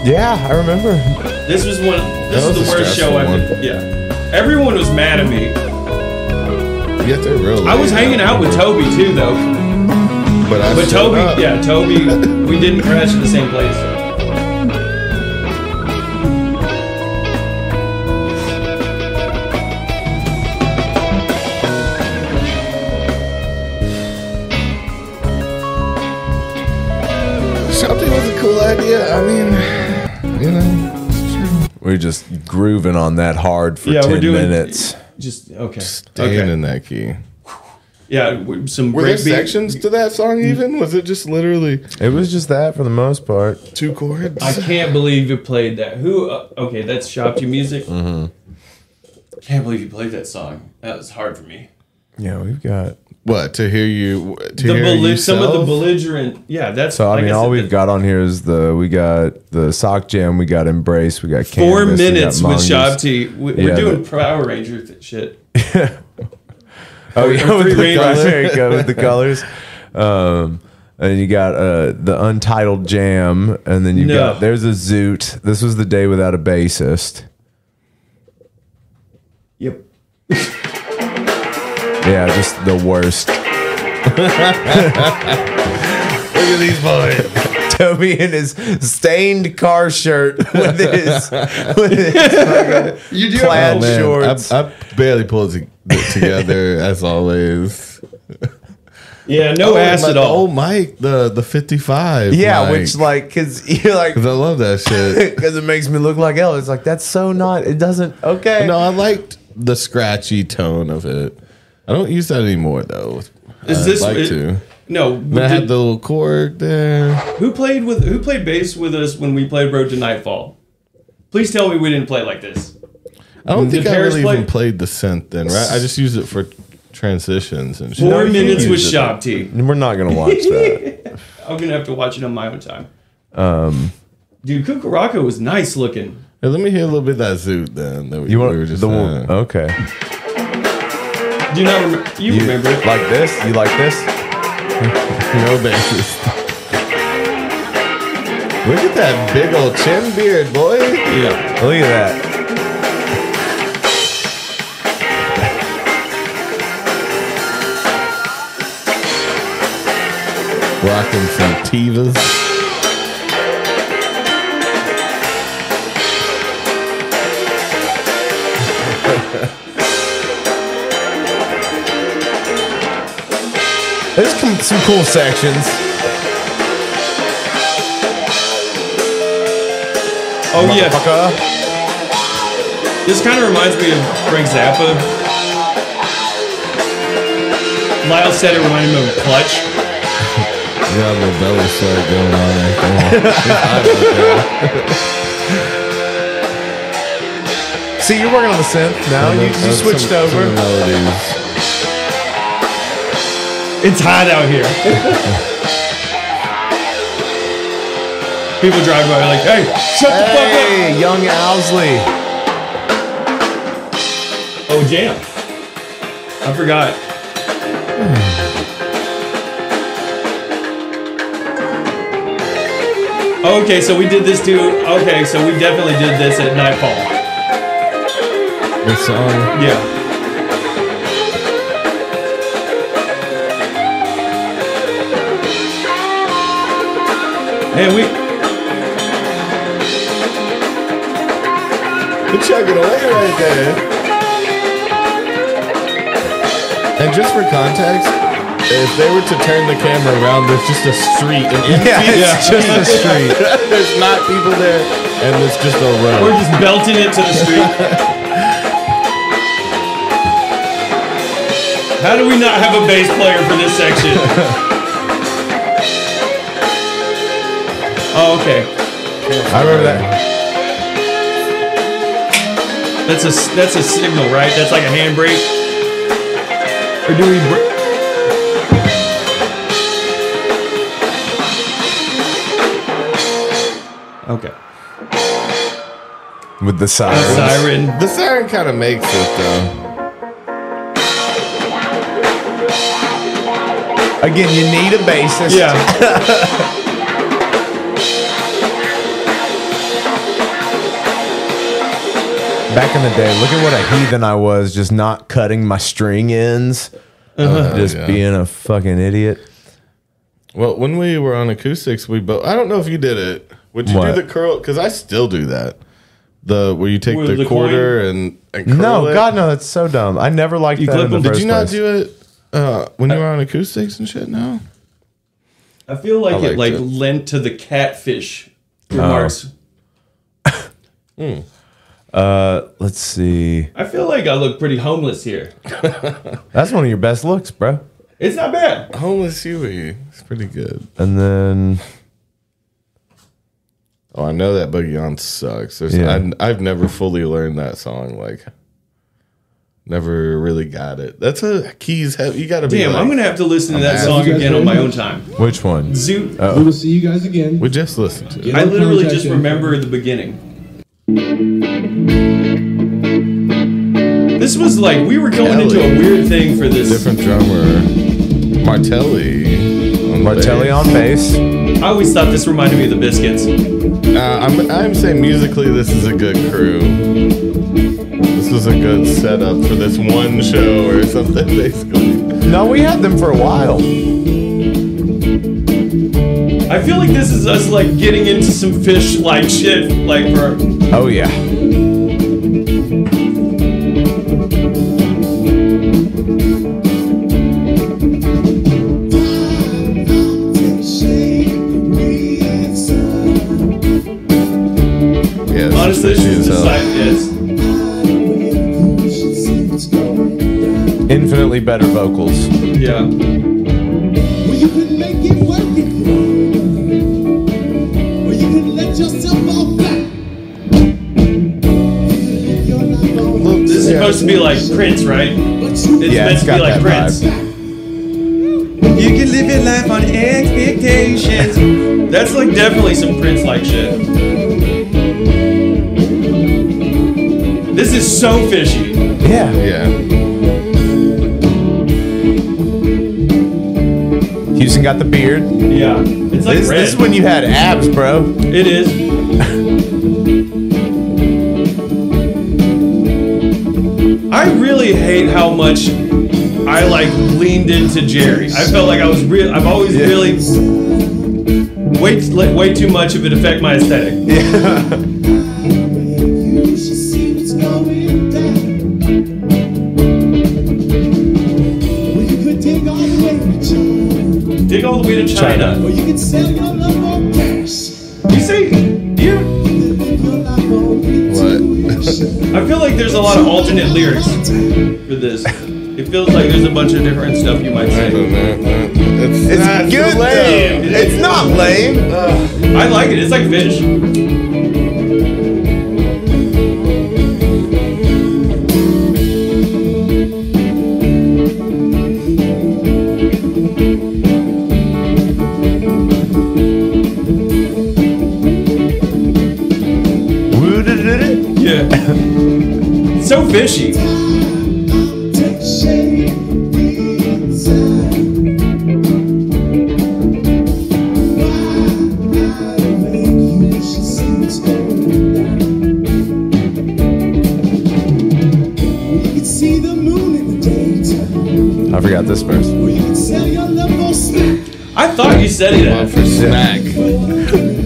Yeah, I remember. This was one. This That is was the a worst show stressful I've. one. Yeah, everyone was mad at me. Yet they're real. I was hanging out with Toby too, though. but, I But showed Toby, up. yeah, Toby, we didn't crash in the same place. Shopping was a cool idea. I mean, you know, We're just grooving on that hard for Yeah, 10 we're doing- minutes. Just okay. staying in that key. Yeah, w- some Were there break beat. sections to that song even? Was it just literally It was just that for the most part. two chords? I can't believe you played that. Who? Uh, okay, that's Shop to Music. Can't believe you played that song. That was hard for me. Yeah, we've got. What to hear you? To The hear belli- some of the yourself? belligerent. Yeah, that's. So, I mean, guess all it- we've got on here is the we got the sock jam, we got embrace, we got Four Canvas, we got minutes with Mongoose. Shop T. We, Yeah, we're doing but- Power Ranger th- shit. Oh yeah, Three with the Rangers. colors. There you go with the colors. Um, and you got uh, the Untitled Jam, and then you No. got there's a Zoot. This was the day without a bassist. Yep. Yeah, just the worst. Look at these boys. Toby in his stained car shirt with his with his You do. plaid Oh, man, shorts. I, I barely pulled it together as always. Yeah, no ass Like at the all. Old Mike, the the fifty five. yeah, which like, cause you're like, I love that shit. cause it makes me look like Elvis. Like that's so not. It doesn't. Okay. no, I liked the scratchy tone of it. I don't use that anymore though. Is I'd this like it- to? No, But I did- had the little chord there. who played with who played bass with us when we played Road to Nightfall? Please tell me we didn't play like this. I don't Did think I Harris really play- even played the synth then, right? I just used it for transitions and shit. Four you minutes use with it. Shop T. We're not gonna watch that. I'm gonna have to watch it on my own time. Um, dude, Kukuraka was nice looking. Hey, let me hear a little bit of that zoot then. That we, You want we were just the saying. oh. one? Okay. Do you not remember? You, You remember it? like this? You like this? No basis. Look at that big old chin beard, boy. yeah. Look at that. Rocking some Tevas. There's com- some cool sections. Oh yeah. Motherfucker. This kind of reminds me of Frank Zappa. Lyle said it reminded him of Clutch. Yeah, the belly sweat going on there. Come on. See, you're working on the synth now. Oh, You, you That's switched some- some over. melodies. It's hot out here. People drive by like, hey, shut the fuck Hey, young Owsley. up. Oh, jam. I forgot. Okay, so we did this too. Okay, so we definitely did this at nightfall. This song. Yeah. Hey, we You're chugging away right there. And just for context, if they were to turn the camera around, there's just a street. And Yeah, it's just a street. there's not people there, and there's just a road. We're just belting it to the street. How do we not have a bass player for this section? oh, okay. I remember that. That's a s- that's a signal, right? That's like a handbrake. Or do we? Br- Okay. with the A sirens. siren. The siren kind of makes it though. Again, you need a bassist. Yeah. Back in the day, look at what a heathen I was, just not cutting my string ends, just Oh, Yeah. being a fucking idiot. Well, when we were on acoustics, we both. I don't know if you did it. Would you What? do the curl? Because I still do that. The where you take Where the, the quarter and, and curl No, it. God, no, that's so dumb. I never liked You that. clip In the them, did Did first you not place. do it uh, when you were on acoustics and shit? No. I feel like I it like liked it. lent to the catfish remarks. Oh. Uh, let's see. I feel like I look pretty homeless here. That's one of your best looks, bro. It's not bad. Homeless Huey. It's pretty good. And then Oh, I know that Boogie On sucks. There's, Yeah. I, I've never fully learned that song. Like, never really got it. That's a keys heavy. You got to be. Damn, like, I'm gonna have to listen to that mad. song again on my own time. which one? Zoot. We will see you guys again. We just listened to it. I literally Contact just info. remember the beginning. This was like we were going into a weird thing for this. Different drummer, Martelli. on Martelli on bass. I always thought this reminded me of the Biscuits. bass. Uh, I'm, I'm saying musically, this is a good crew. This was a good setup for this one show or something, basically. No, we had them for a while. I feel like this is us like getting into some fish like shit. Like for Oh yeah. Yeah, this is honestly, fishy this is as the hell. side yes. Infinitely better vocals. Yeah. Well, you can make it work if you want. Well, you can let yourself off back. You can live your life on Look, This is yeah. supposed to be like Prince, right? what you It's Yeah, meant it's to got be like that Prince. You can live your life on expectations. That's like definitely some Prince like shit. This is so fishy. Yeah. Yeah. Houston got the beard. Yeah. It's like This, red. this is when you had abs, bro. it is. I really hate how much I like leaned into Jerry. I felt like I was real. I've always Yeah. really way let way too much of it affect my aesthetic. You should see what's going down. Well, you could dig all the way to China. Dig all the way to China. Or you could sell your love on cash. You say, you? You can live your life on intuition. I feel like there's a lot of alternate lyrics for this. It feels like there's a bunch of different stuff you might I say. don't know. It's, It's not good lame. though. It's not lame. I like it. It's like fish. Woo-da-da-da. Yeah. so fishy. Take shape inside. Why I make you should see what's going down. You can see the moon in the daytime. I forgot this verse. Or you can sell your love for snack. I thought you said it. for snack.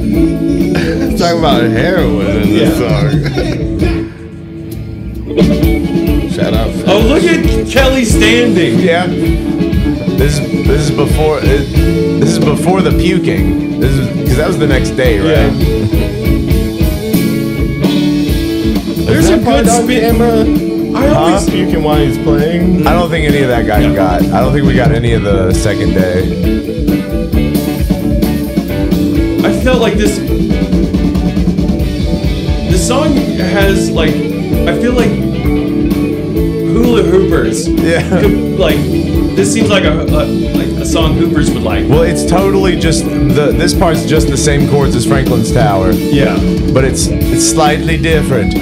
Talking about heroin in this song. Shout out. Oh, look at Kelly standing. Yeah. This is this is before it, this is before the puking. This is because that was the next day, right? There's a good spin. camera. I always. You can while he's playing. Uh, I don't think any of that guy Yeah. got. I don't think we got any of the second day. I felt like this. This song has like. I feel like hula hoopers. Yeah. Like This seems like a, a like a song Hoopers would like. Well, it's totally just the. This part's just the same chords as Franklin's Tower, Yeah, but it's it's slightly different.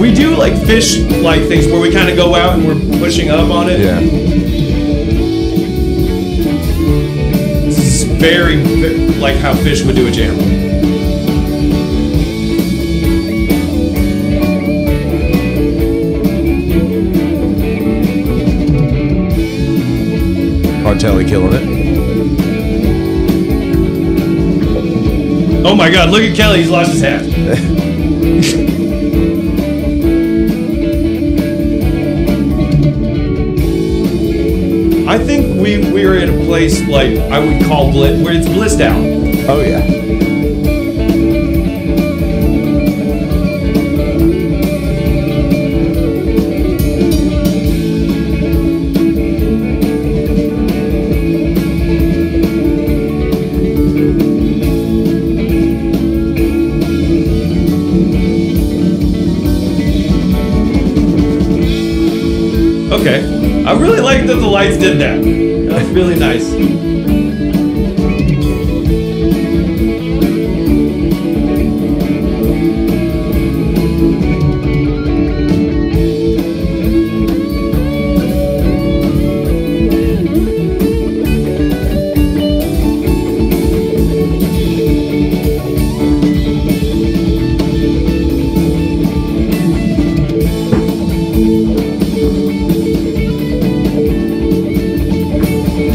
we do like fish like things where we kind of go out and we're pushing up on it. Yeah. It's very, very like how fish would do a jam. Martelli killing it. Oh my God! Look at Kelly. He's lost his hat. I think we we are at a place like I would call blit where it's blissed out. Oh yeah. Okay. I really like that the lights did that. That's really nice.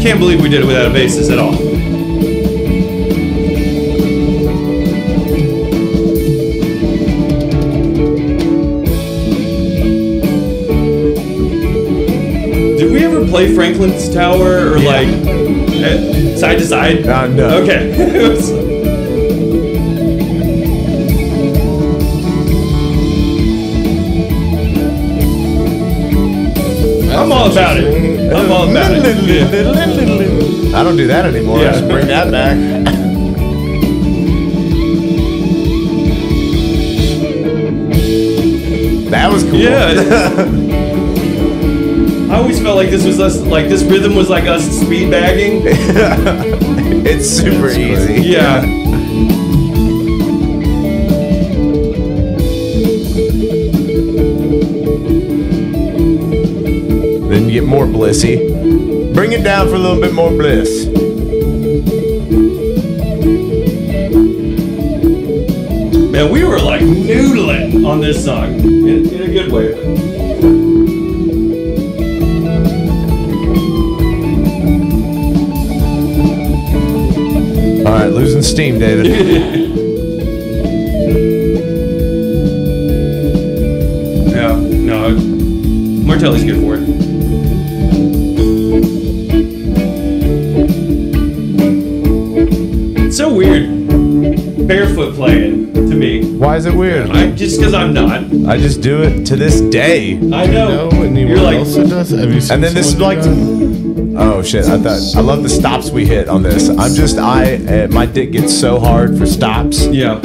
Can't believe we did it without a basis at all. Did we ever play Franklin's Tower or like eh, side to side? Uh, no. Okay. I'm all about it. I'm all about it. Yeah. I don't do that anymore. Yeah. Just bring that back. That was cool. Yeah. I always felt like this was us, like this rhythm was like us speed bagging. It's super easy. Yeah. Then you get more blissy. Bring it down for a little bit more bliss. Man, we were like noodling on this song in, in a good way. All right, losing steam, David. Yeah. No. Martelli's good for it. It's so weird. Barefoot playing to me. Why is it weird? I just because I'm not. I just do it to this day. No, I know. anyone You're like else that does? Have you seen And then this is someone like, do that? oh shit! I thought I love the stops we hit on this. I'm just I uh, my dick gets so hard for stops. yeah.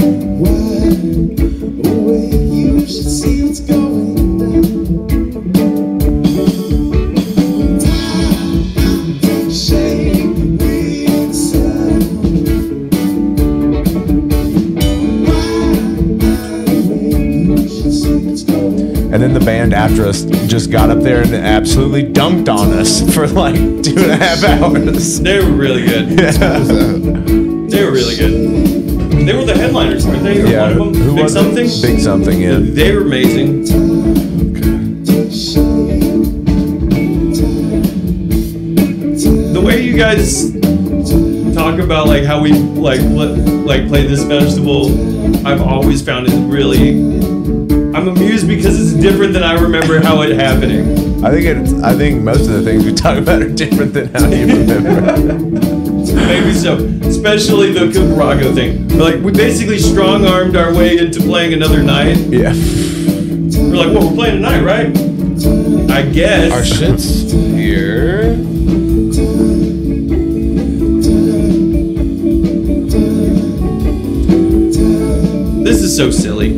And then the band after us just got up there and absolutely dunked on us for like two and a half hours. They were really good. They were really good. They were the headliners, weren't they? Or one of them? Big was it? something? Big something. Yeah. They were amazing. The way you guys talk about like how we like pl- like play this vegetable, I've always found it really. I'm amused because it's different than I remember how it happening. I think it. I think most of the things we talk about are different than how you remember. Maybe so, especially the Cucarago thing. Like we basically strong armed our way into playing another night. yeah. We're like, well, we're playing tonight, right? I guess. Our shit's here. This is so silly.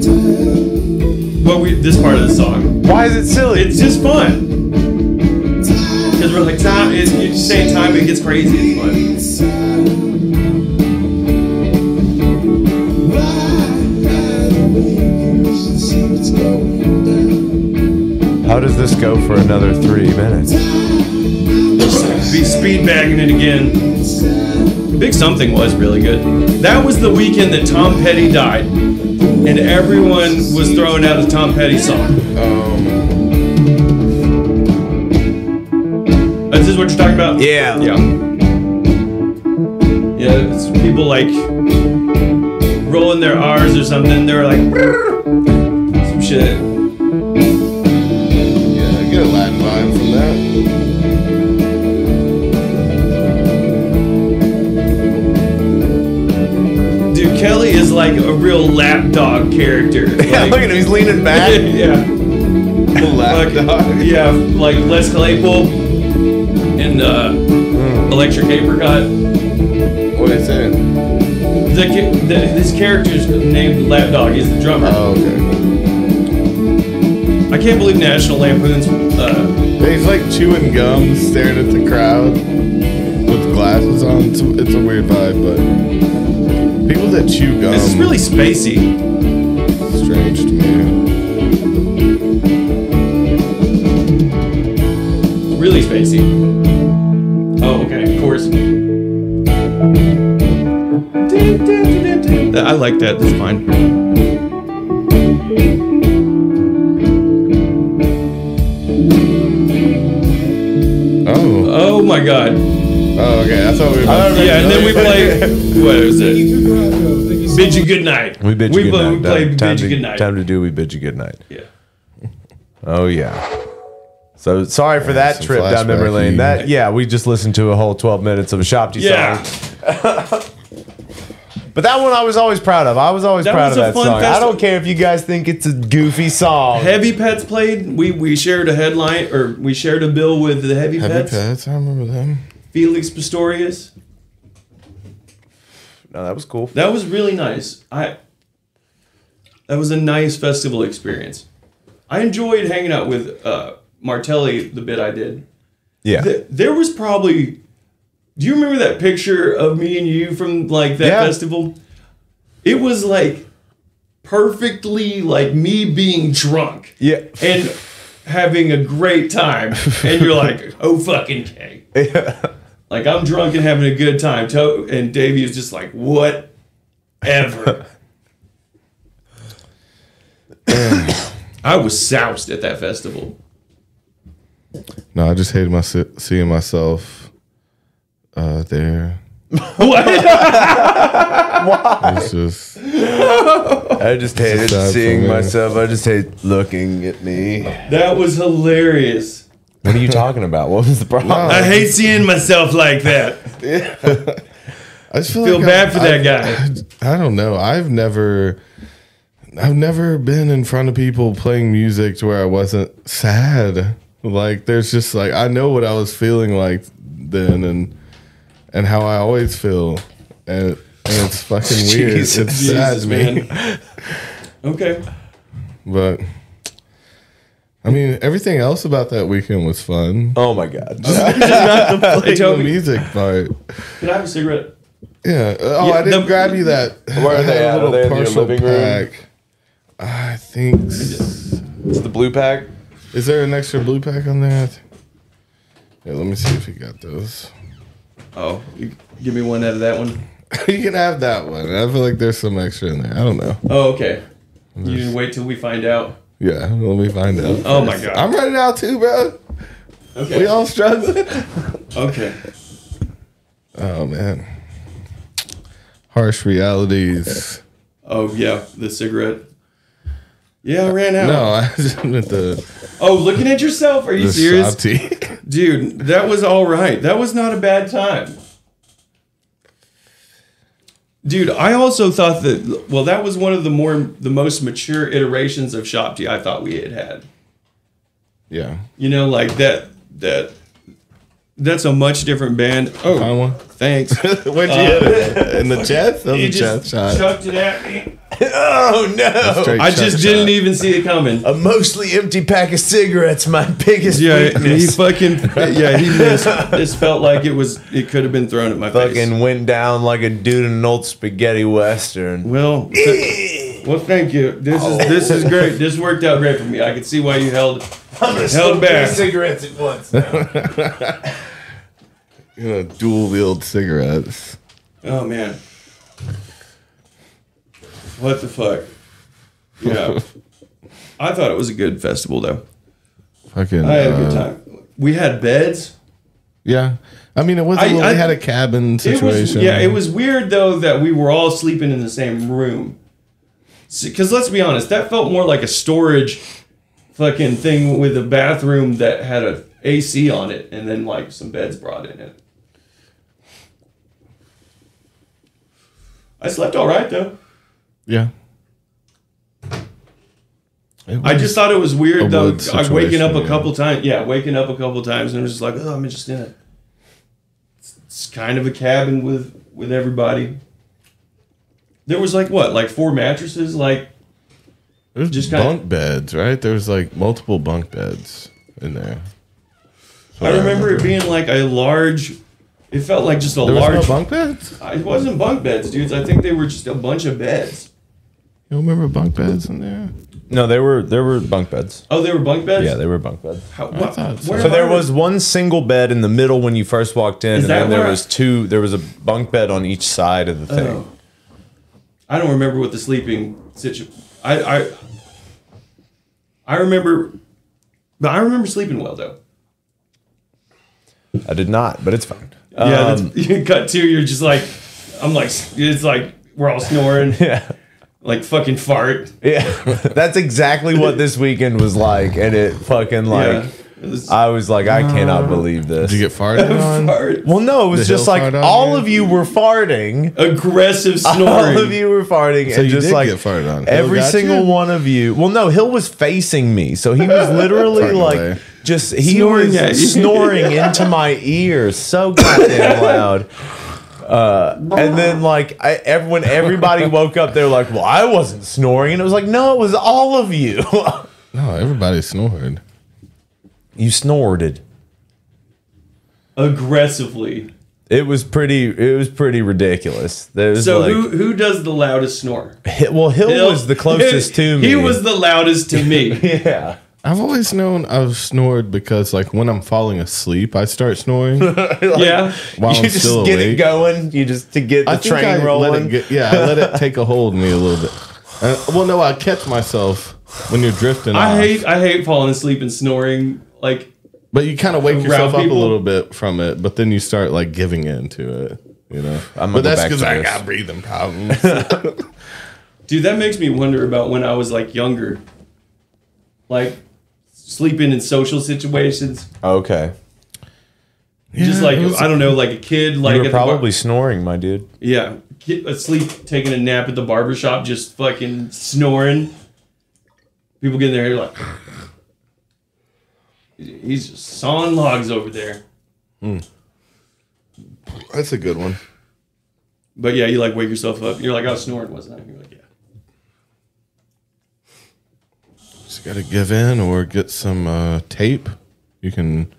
But we this part of the song. Why is it silly? It's just fun. Because is really time. It's, you're just saying time. It gets crazy. It's fun. How does this go for another three minutes? Be speed bagging it again. Big Something was really good. That was the weekend that Tom Petty died, and everyone was throwing out a Tom Petty song. Um, Is this what you're talking about? Yeah. Yeah. Yeah, it's people like rolling their R's or something. They're like some shit. yeah, I get a Latin vibe from that. Dude, Kelly is like a real lapdog character. Yeah, Like- look at him. He's leaning back. yeah, Latin like, yeah, like Les Claypool and uh, Electric Apricot. What is that? The, ca- the, this character's named Lapdog. He's the drummer. Oh, okay. I can't believe National Lampoon's. Uh, He's like chewing gum, staring at the crowd with glasses on. It's, it's a weird vibe, but people that chew gum this is really spacey. strange to me. Really spacey. Oh, okay, of course. I like that. That's fine. Oh, Oh my god. oh, okay. I thought we were. I don't Yeah, and then we played. What was it? Bid you good night. We bid you we, good played- We night. played time, bid you to, good night. time to do we bid you good night. Yeah. Oh yeah. So sorry for that some trip down memory flashback lane. you- That yeah, we just listened to a whole 12 minutes of a Shopty Yeah. song. But that one I was always proud of. I was always That proud was of a that fun song. I festival. don't care if you guys think it's a goofy song. Heavy Pets played. We we shared a headline or we shared a bill with the Heavy, Heavy Pets. pets. I remember them. Felix Pistorius. No, that was cool. That was really nice. I That was a nice festival experience. I enjoyed hanging out with uh Martelli the bit I did. Yeah. Th- There was probably Do you remember that picture of me and you from like that Yeah. festival? It was like perfectly like me being drunk. yeah. and having a great time, and you're like, oh fucking k. Like I'm drunk and having a good time, To- and Davey is just like, whatever. I was soused at that festival. No, I just hated my seeing myself uh, there. What? It's just I just hated sad seeing for me. myself. I just hate looking at me. that was hilarious. What are you talking about? What was the problem? I hate seeing myself like that. I just feel, Feel like bad I- for I- that guy. I don't know. I've never I've never been in front of people playing music to where I wasn't sad. Like there's just like I know what I was feeling like then and and how I always feel. And, and it's fucking weird. It's Jesus. sad to me. man. Okay. But I mean everything else about that weekend was fun. Oh my god. Hey, The Toby, music part. can I have a cigarette? Yeah. Uh, Oh, Yeah, I didn't the- grab you that. Where are I had they a at? Are little they in your parcel living room? pack. I think. s- It's the blue pack. Is there an extra blue pack on there? Yeah, let me see if you got those. Oh, you give me one out of that one. you can have that one. I feel like there's some extra in there. I don't know. Oh, okay. You didn't wait till we find out. Yeah, let me find out. Oh my god. I'm running out too, bro. Okay. We all struggling. Okay. oh man. Harsh realities. Oh yeah, the cigarette. Yeah, I ran out. No, I just meant the, Oh, looking at yourself? Are you the serious, shop tea. dude? That was all right. That was not a bad time. Dude, I also thought that well, that was one of the more the most mature iterations of Shopti I thought we had had. yeah. You know, like that that that's a much different band. Find Oh, one. thanks. Uh, Where'd you hit it? In the chest? That was You a chest just shot. chucked it at me. oh no! Straight I just chuck didn't shot. even see it coming. A mostly empty pack of cigarettes, my biggest Yeah, he weakness. fucking yeah he missed. This felt like it was it could have been thrown at my face. Fucking went down like a dude in an old spaghetti western. Well, th- well, thank you. This is this is great. This worked out great for me. I can see why you held held back. Cigarettes at once. e- Gonna dual wield cigarettes. Oh man, what the fuck? Yeah, I thought it was a good festival though. Fucking. I had a good uh, time. We had beds. Yeah. I mean, it was. I, I- I- they had a cabin It was, situation. yeah, it was weird though that we were all sleeping in the same room. Because let's be honest, that felt more like a storage fucking thing with a bathroom that had a AC on it and then like some beds brought in it. I slept all right though. Yeah. It I was- just thought it was weird though. weird I waking up a situation, couple times. Yeah, waking up a couple times and I'm just like, oh, I'm just in a. It's kind of a cabin with with everybody. There was like what, like four mattresses, like There's just Just kinda- bunk beds, right? There was like multiple bunk beds in there. So I remember it being like a large. It felt like just a There was large. no bunk beds. it wasn't bunk beds, dudes. I think they were just a bunch of beds. You don't remember bunk beds in there? No, there were there were bunk beds. Oh, they were bunk beds. Yeah, they were bunk beds. How, what, thought so. where So am there I- was one single bed in the middle when you first walked in, Is and that then there where I- was two. There was a bunk bed on each side of the thing. Oh. I don't remember what the sleeping situation. I, I I remember, but I remember sleeping well though. I did not, but it's fine. yeah, that's, Um, you cut two. You're just like, I'm like, it's like we're all snoring, Yeah, like fucking fart. Yeah, that's exactly what this weekend was like, and it fucking like yeah, it was I was like, I cannot believe this. Did you get farted on? fart. well, no, it was The just hill like fart on all you? of you were farting. Aggressive snoring. All of you were farting, So and you just did like get farted on. Hill every got single you? one of you. Well, no, Hill was facing me, so he was literally Farting like away. just he Snoring at you. was snoring into my ear so goddamn loud. Uh, and then like I, ev- when everybody woke up, they're like, "Well, I wasn't snoring," and it was like, "No, it was all of you. No, everybody snored. you snorted." aggressively. It was pretty. It was pretty ridiculous. There was So like, who who does the loudest snore? Hi- well, Hill, was the closest to me. He was the loudest to me. yeah. I've always known I've snored because, like, when I'm falling asleep, I start snoring yeah. while you I'm just still get it awake. going. You just to get the I think train I Let rolling. it get, yeah, I let it take a hold of me a little bit. Uh, well, no, I catch myself when you're drifting. I off. hate I hate falling asleep and snoring. Like But you kind of wake yourself up people. a little bit from it, but then you start like giving in to it, you know. gonna go but that's back because to I this. got breathing problems. Dude, that makes me wonder about when I was like younger. Like sleeping in social situations. Okay, just Yeah, like it was- I don't know, like a kid like you at were the bar- probably snoring, my dude. yeah, kid asleep taking a nap at the barber shop, just fucking snoring. People get in there like he's just sawing logs over there. that's a good one. But yeah, you like wake yourself up. You're like, I was snoring, wasn't I? You're like, yeah. Just got to give in or get some uh, tape. You can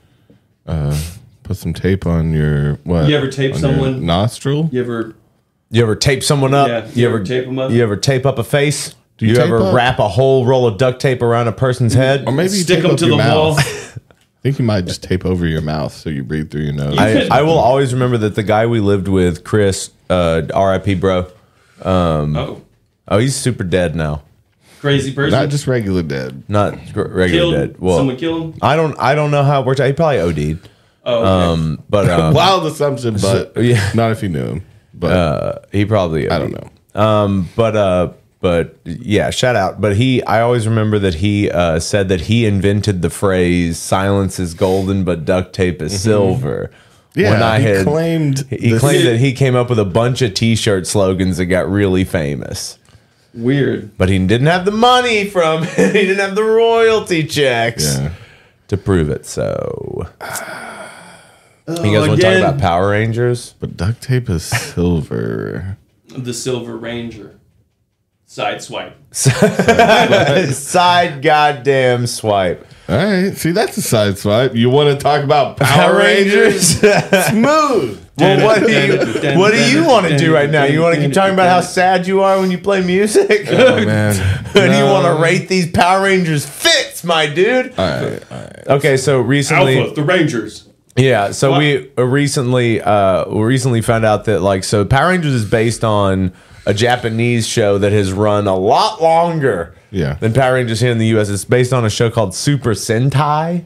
uh, put some tape on your what? You ever tape on your someone? nostril? You ever you ever tape someone up? yeah, Uh, you, ever tape them up? You ever tape up a face? Do you you, tape ever up? Mm-hmm. wrap a whole roll of duct tape around a person's head? Or maybe you stick tape them up to your the wall. mouth. I think you might just tape over your mouth so you breathe through your nose. I, I will always remember that the guy we lived with, Chris, uh, R.I.P. Bro. oh, Oh, he's super dead now. crazy person Not just regular dead. Not gr- regular killed dead. Well, someone kill uh, him? I don't. I don't know how it worked out. He probably OD'd. Oh okay. Um, but um, Wild assumption, but yeah. Uh, not if you knew him. But he probably. I don't know. but uh but yeah shout out but he i always remember that he uh said that he invented the phrase silence is golden but duct tape is silver Mm-hmm. Yeah, when i he had claimed he this- claimed that he came up with a bunch of t-shirt slogans that got really famous Weird. but he didn't have the money from he didn't have the royalty checks Yeah. to prove it so you guys want to talk Uh, again. about power rangers But duct tape is silver. The Silver Ranger. Side swipe. Side goddamn swipe. All right. See, that's a side swipe. You want to talk about Power Power Rangers? Rangers. Smooth. Well, what do you what do you want to do right now? You want to keep talking about how sad you are when you play music? Oh, man. And you want No. to rate these Power Rangers fits, my dude? All right. All right. Okay, so recently, Alpha, the Rangers. yeah, so What? we uh, recently uh we recently found out that like so Power Rangers is based on a Japanese show that has run a lot longer Yeah. than Power Rangers here in the US. It's based on a show called Super Sentai.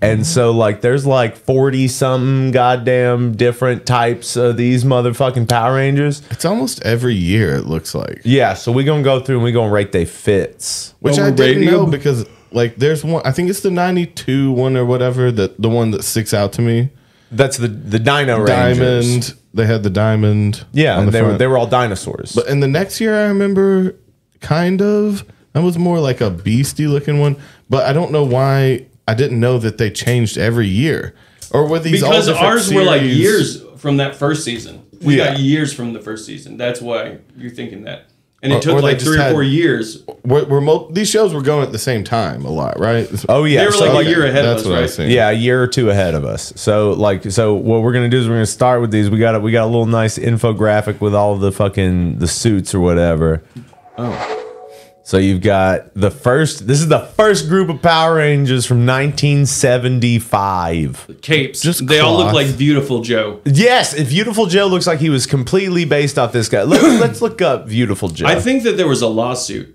And so like there's like 40 something goddamn different types of these motherfucking Power Rangers. It's almost every year, it looks like. Yeah, so we're going to go through and we're going to rate they fits. Which Well, I didn't radio- know because, like, there's one, I think it's the 92 one or whatever, that the one that sticks out to me. That's the the Dino Rangers. Diamond. They had the diamond. Yeah, on the and they were front. they were all dinosaurs. But in the next year, I remember kind of that was more like a beastie looking one. But I don't know why I didn't know that they changed every year or were these all Because different ours were like series? years from that first season. We Yeah. got years from the first season. That's why you're thinking that. And Or- it took or they like just three or had- four years. Were, were mo- these shows were going at the same time a lot, right? oh yeah, They were so like a like- year ahead of that's us, what I right? was saying. yeah, a year or two ahead of us. So like so what we're gonna do is we're gonna start with these. We got a, we got a little nice infographic with all the fucking the suits or whatever. Oh. So you've got the first this is the first group of Power Rangers from 1975. Capes. Just they all look cloth. like beautiful Joe. Yes, if Beautiful Joe looks like he was completely based off this guy. Let's, let's look up Beautiful Joe. I think that there was a lawsuit.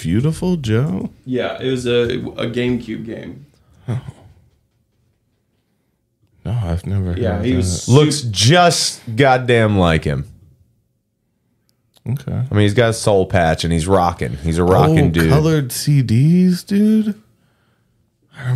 Beautiful Joe. Yeah, it was a, a GameCube game. No, I've never. Yeah, heard he that. was looks just goddamn like him. okay. I mean, he's got a soul patch and he's rocking. He's a rocking Oh, dude. colored CDs, dude.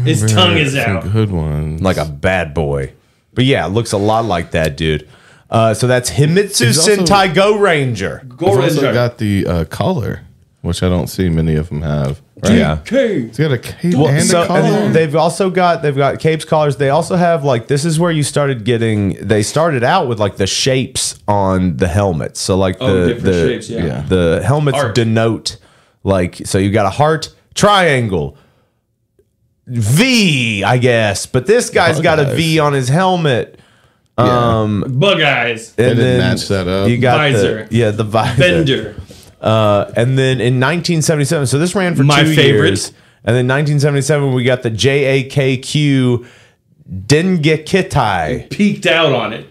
His tongue is Some out. good ones. like a bad boy. But yeah, looks a lot like that dude. Uh, so that's Himitsu He's also- Sentai Go Ranger. Go I've also Ranger. got the uh, collar, which I don't see many of them have. Right? Yeah. Okay. He's got a cape Well, and so a collar. and they've also got they've got capes collars. They also have like this is where you started getting. They started out with like the shapes on the helmets. So like the Oh, different the shapes, yeah. Yeah. the helmets Heart. denote like so you got a heart triangle. V, I guess, but this Oh, guy's got a V on his helmet, Yeah. Bug eyes. um, and didn't then match that up. You got Visor. the yeah the visor. Bender. Uh, and then in 1977, so this ran for My two favorite. years. And then 1977, we got the JAKQ Dengekitai. Peeked out on it.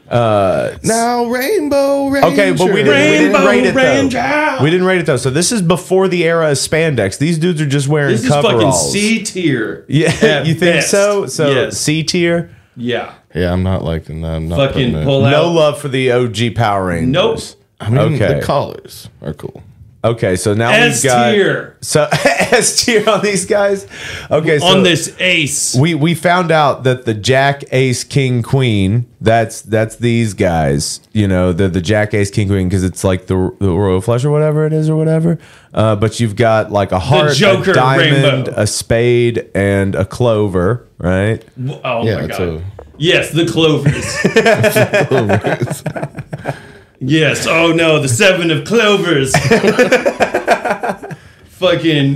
now Rainbow Ranger. Okay, but we didn't, we didn't Rainbow rate it Ranger. though. We didn't rate it though. So this is before the era of spandex. These dudes are just wearing This is fucking coveralls. C tier. yeah, at you think best. so? So Yes. C tier. yeah. Yeah, I'm not liking that. I'm not Fucking putting it- pull out. No love for the OG Power Rangers. Nope. I mean, Okay. the collars are cool. Okay, so now S we've got tier. So S tier on these guys. Okay, so on this ace. we we found out that the jack ace king queen that's that's these guys you know the the jack ace king queen because it's like the, the royal flush or whatever it is or whatever uh, but you've got like a heart Joker a diamond rainbow. a spade and a clover right oh my Yeah, god. so Yes, the clovers. yes. Oh no, the seven of clovers. Fucking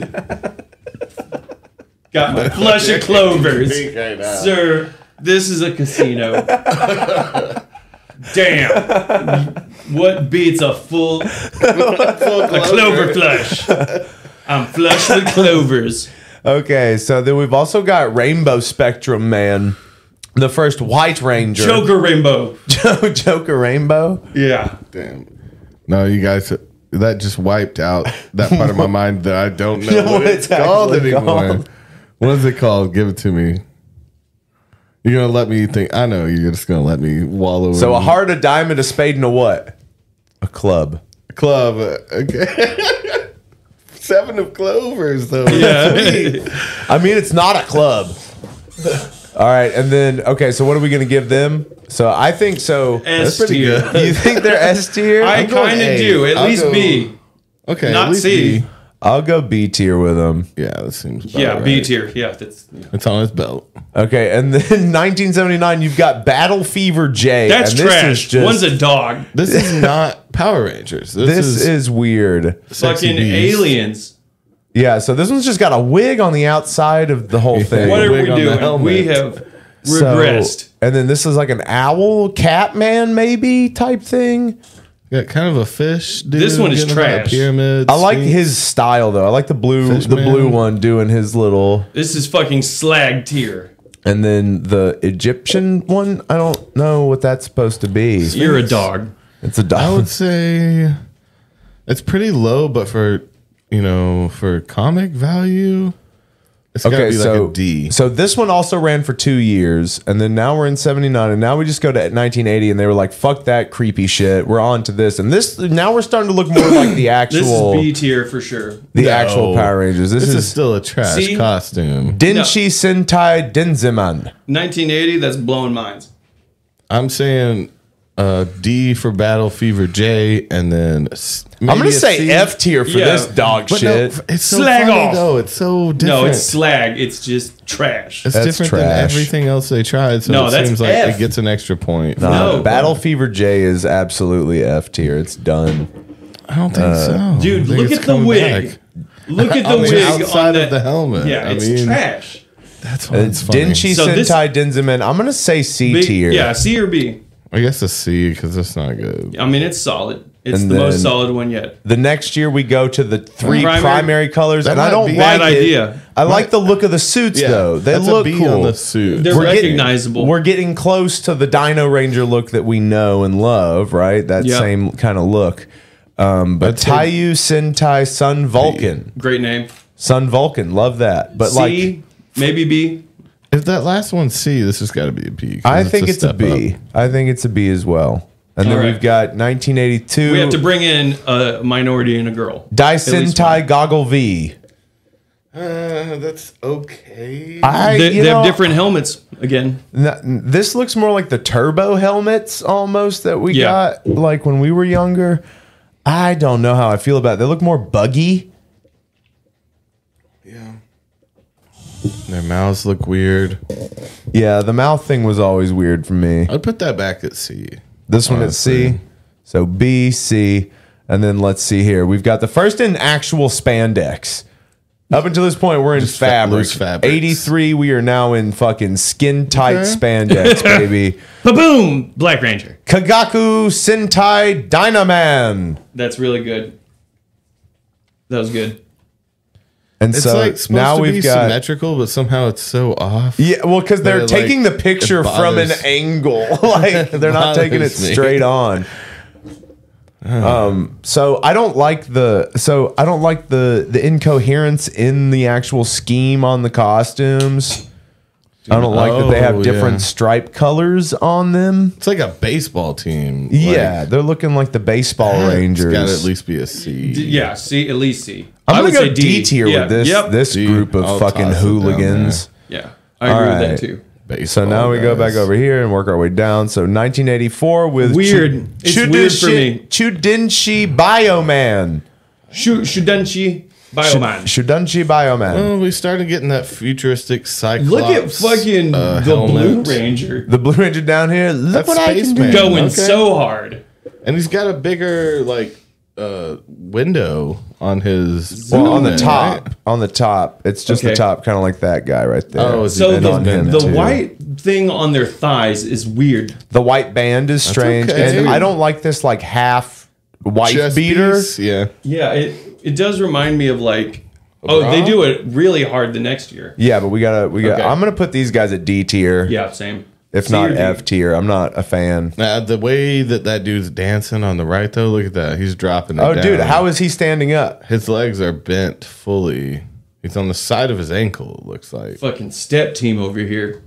got my flush of clovers, sir. This is a casino. Damn. What beats a full a clover flush? I'm flush with clovers. okay so then we've also got rainbow spectrum man the first white ranger Oh, Joker rainbow. joker rainbow Yeah. damn. No, you guys, that just wiped out that part of my mind that I don't know what it's called actually anymore. called. What is it called? Give it to me. You're gonna let me think. I know you're just gonna let me wallow. so a in heart a diamond a spade and a what a club club. uh, Okay. Seven of clovers though. I mean, it's not a club. All right, and then okay, so what are we gonna give them? So I think so. S pretty tier. good. You think they're S tier? I I'm going kind of A. do. At I'll least go- B. Okay. Not at least C. B. I'll go B tier with them. Yeah, that seems. about Yeah, B right. tier. Yeah, that's yeah. It's on his belt. Okay, and then 1979, you've got Battle Fever J. that's and trash. One's a dog. This is not Power Rangers. This, this is, is, weird. Sexy Fucking Beast. aliens. Yeah, so this one's just got a wig on the outside of the whole thing. What are we wig on the doing? helmet. We have So- regressed. and then this is like an owl, cat man, maybe type thing. got kind of a fish. Dude, This one is getting about a trash. Pyramid. I like scheme. his style though. I like the blue, Fish the man. blue one doing his little, this is fucking slag tier. and then the Egyptian one. I don't know what that's supposed to be. You're a dog. It's a I dog. would say it's pretty low, but for you know for comic value, it's gotta Okay, be so like a D. so this one also ran for two years, and then now we're in '79, and now we just go to 1980, and they were like, "Fuck that creepy shit. We're on to this." And this now we're starting to look more like the This actual, is B tier for sure. the actual No. Power Rangers. This, This is, is still a trash See? costume. Denshi Sentai Denziman. 1980. That's blowing minds. I'm saying uh, D for Battle Fever J, and then s- I'm maybe gonna a say C. F tier for Yeah. this dog But no, shit. f- it's so Slag funny off. though. It's so different. No, it's slag. It's just trash. It's That's different than trash. everything else they tried. So No, it that's seems like F. it gets an extra point. Uh, no. Battle Fever J is absolutely F tier. It's done. I don't uh, think so. I Dude, think look it's at the coming wig. back. Look at the On the wig outside on of that. the helmet. Yeah, I it's mean- trash. That's why It's it's funny. Denshi So this- Sentai Denziman. I'm gonna say C B- tier. yeah, C or B. I guess a C because it's not good. I mean, it's solid. It's And the most then- solid one yet. The next year we go to the three primary, Primary- colors, That and I might don't be- like Bad it. idea. I like the look of the suits though; they that's look a B on cool. the suit. They're We're getting- recognizable. We're getting close to the Dino Ranger look that we know and love, right? That Yeah. same kind of look. Um, but I'd say- Taiyu Sentai Sun Vulcan, Great name. Sun Vulcan, love that. But C, like, maybe B. If that last one's C, this has got to be a B. 'cause I think it's a step B. I up. think it's a B as well. And then All right. we've got 1982. We have to bring in a minority and a girl. At Dyson least Tai Goggle V. Uh, that's okay. I, They, you they know, have different helmets again. n- n- this looks more like the turbo helmets almost that we Yeah. got like when we were younger. I don't know how I feel about it. They look more buggy. yeah. Their mouths look weird. Yeah, the mouth thing was always weird for me. I'd put that back at C. This one at C. So B, C. And then let's see here. We've got the first in actual spandex. Up until this point, we're in fa- fabric. loose fabrics. 83, we are now in fucking skin tight spandex, baby. Boom! Black Ranger. Kagaku Sentai Dynaman. That's really good. That was good. And It's so like supposed now to we've be got. symmetrical, but somehow it's so off. Yeah, well, because They're they're like, taking the picture it from an bothers- angle. like they're not taking it bothers me. straight on. Um, so I don't like the so I don't like the the incoherence in the actual scheme on the costumes. I don't like that they Oh, have different yeah. stripe colors on them. It's like a baseball team. Like, yeah, they're looking like the baseball rangers. It's got to at least be a C. D- yeah, C, at least C. I'm I gonna would go say D tier Yeah, with this Yep. this D. group of I'll fucking toss it down hooligans. Yeah, I agree All with right. that too. So Baseball, Oh, now we go guys. back over here and work our way down. So 1984 with Weird. Chu- It's weird for me. Chudinshi Bioman. Shu- Shudenchi Bioman. Chudinshi Bioman. Well, we started getting that futuristic cyclops. Look at fucking uh, the helmet. Blue Ranger The Blue Ranger down here. Look That's what I can do. Spaceman. going Okay. so hard. and he's got a bigger like uh, window on his Well, on the helmet, top, right? on the top, it's just the Okay. top, kind of like that guy right there. Oh, it's So And the, on him, the too. white thing on their thighs is weird. the white band is strange, okay. and I don't like this like half white Chest beater. piece, Yeah, Yeah, it it does remind me of like oh they bra? do it really hard the next year. Yeah, but we gotta, we got. to Okay. I'm gonna put these guys at D tier, Yeah, same. if C not or D. F tier. I'm not a fan. Now, the way that that dude's dancing on the right though, look at that. He's dropping. It Oh, dude, down. how is he standing up? his legs are bent fully? He's on the side of his ankle. It looks like Fucking step team over here.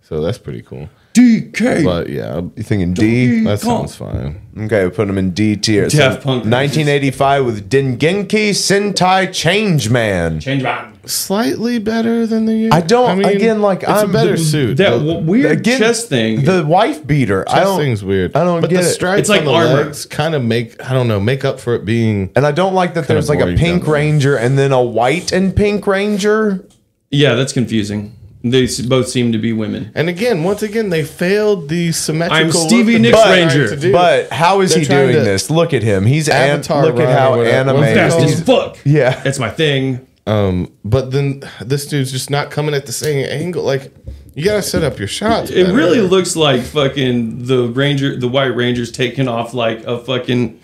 so. That's pretty cool. DK. But yeah, You thinking D? that sounds fine. Okay, we put him in D tier. So Daft Punk. 1985 with Dengenki Sentai Changeman. Change man. Slightly better than the. I don't- again, like, it's I'm a better the- suit. That the, w- weird Again, chest thing. The wife beater. I chest don't, thing's weird. I don't but get the it. stripes It's like on the armor. legs kind of make I don't know make up for it being. And I don't like that there's like a boring pink down there. ranger and then a white and pink ranger. yeah, that's confusing. They s- both seem to be women. And again, once again, they failed the symmetrical. I'm look Stevie that Nicks they Ranger. tried to do. But how is They're he trying doing to- this? Look at him. He's an, Avatar look at Ryan how or whatever. What's animated. that Fast called? as fuck. Yeah. That's my thing. Um, but then this dude's just not coming at the same angle. Like you gotta set up your shots. It better. really looks like fucking the ranger, the white ranger's taking off like a fucking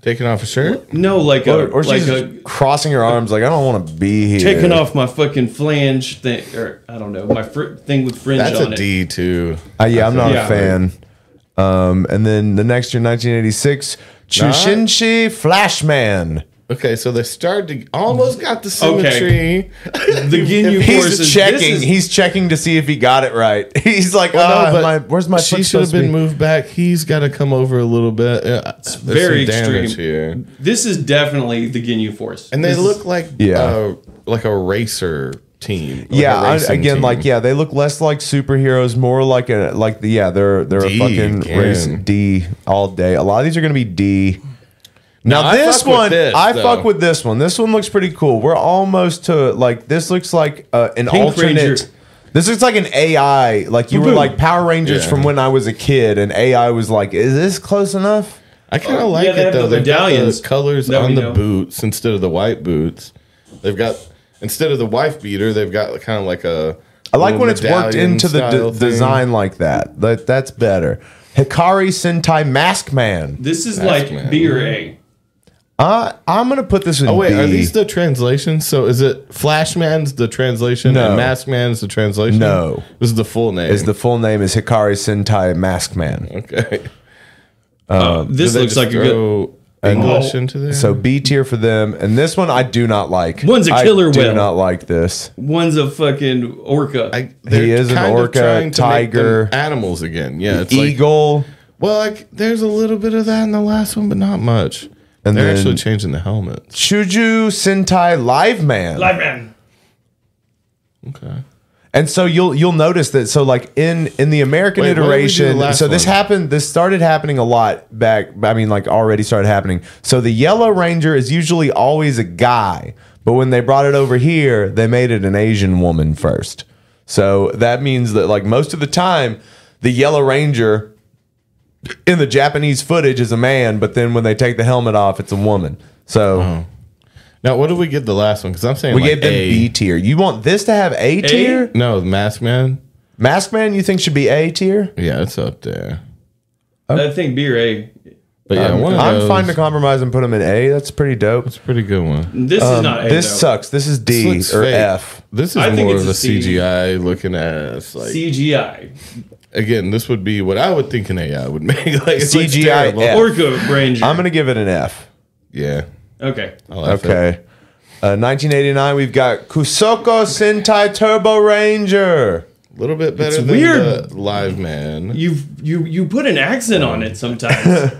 taking off a shirt. no, like a or, or like she's a crossing her arms like I don't want to be here. taking off my fucking flange thing, or I don't know, my fr- thing with fringe That's on a it. D too. Uh, yeah, I'm not Yeah. a fan. Um, and then the next year, 1986, Chushinshi Flashman. Okay, so they started to almost got the symmetry. Okay. The Ginyu He's forces. this checking. is- He's checking to see if he got it right. He's like, Well, "Ah, no, but my, where's my she foot should have supposed to been be?" moved back. He's got to come over a little bit. Uh, It's very extreme. here. this is definitely the Ginyu force. And they This is- look like Yeah. uh, like a racer team. like Yeah, a I, racing again, team. like yeah, they look less like superheroes, more like a like the yeah, they're they're D a fucking again. race D all day. A lot of these are gonna be D. Now No, I this fuck with one, this, I though. fuck with this one. This one looks pretty cool. We're almost to like this looks like uh, an Pink alternate. Ranger. This looks like an AI. Like you were Boom. like Power Rangers Yeah. from when I was a kid, and AI was like, "Is this close enough?" I kind of like yeah, they it have though. the They've got medallions the colors that we on the know. boots instead of the white boots. They've got instead of the wife beater, they've got kind of like a. I like when little it's worked medallion into the style d- thing. design like that. That that's better. Hikari Sentai Mask Man. This is That's like mad. B or A. Uh, I'm gonna put this in. Oh wait, B. are these the translations? So is it Flashman's the translation No. and Maskman's the translation? No. this is the full name. Is the full name is Hikari Sentai Mask Man. okay? This They looks just like a good. throw English into there. Oh. So B tier for them, and this one I do not like. One's a I killer do whale. not like this. One's a fucking orca. I, they're He is an kind of orca, trying to make them tiger. animals again. Yeah, it's like Eagle. Well, like there's a little bit of that in the last one, but not much. And And they're then- actually changing the helmets. Chuju Sentai Live Man. Live man. Okay. And so you'll you'll notice that so like in in the American Wait, why did we do the iteration, last so this one? happened this started happening a lot back I mean like already started happening. So the Yellow Ranger is usually always a guy, but when they brought it over here, they made it an Asian woman first. So that means that like most of the time the Yellow Ranger in the Japanese footage is a man, but then when they take the helmet off, it's a woman. So Uh-huh. Now, what did we give the last one? Because I'm saying we like gave them A. B tier. You want this to have A tier? No, the Mask Man. Mask Man, you think should be A tier? Yeah, it's up there. I think B or A. But yeah, one of Um, I'm those, fine to compromise and put them in A. That's pretty dope. It's a pretty good one. This is not A. this though. sucks. This is D This looks E or fake. F. This is I think more it's of a a C. CGI looking ass. Like CGI. again, this would be what I would think an AI would make. Like it's like, CGI terrible. F. Orca ranger. I'm gonna give it an F. Yeah. okay. I like that. Okay. Uh, 1989, we've got Kusoko Sentai Turbo Ranger. A little bit better It's than weird. the Live Man. You you you put an accent on it sometimes.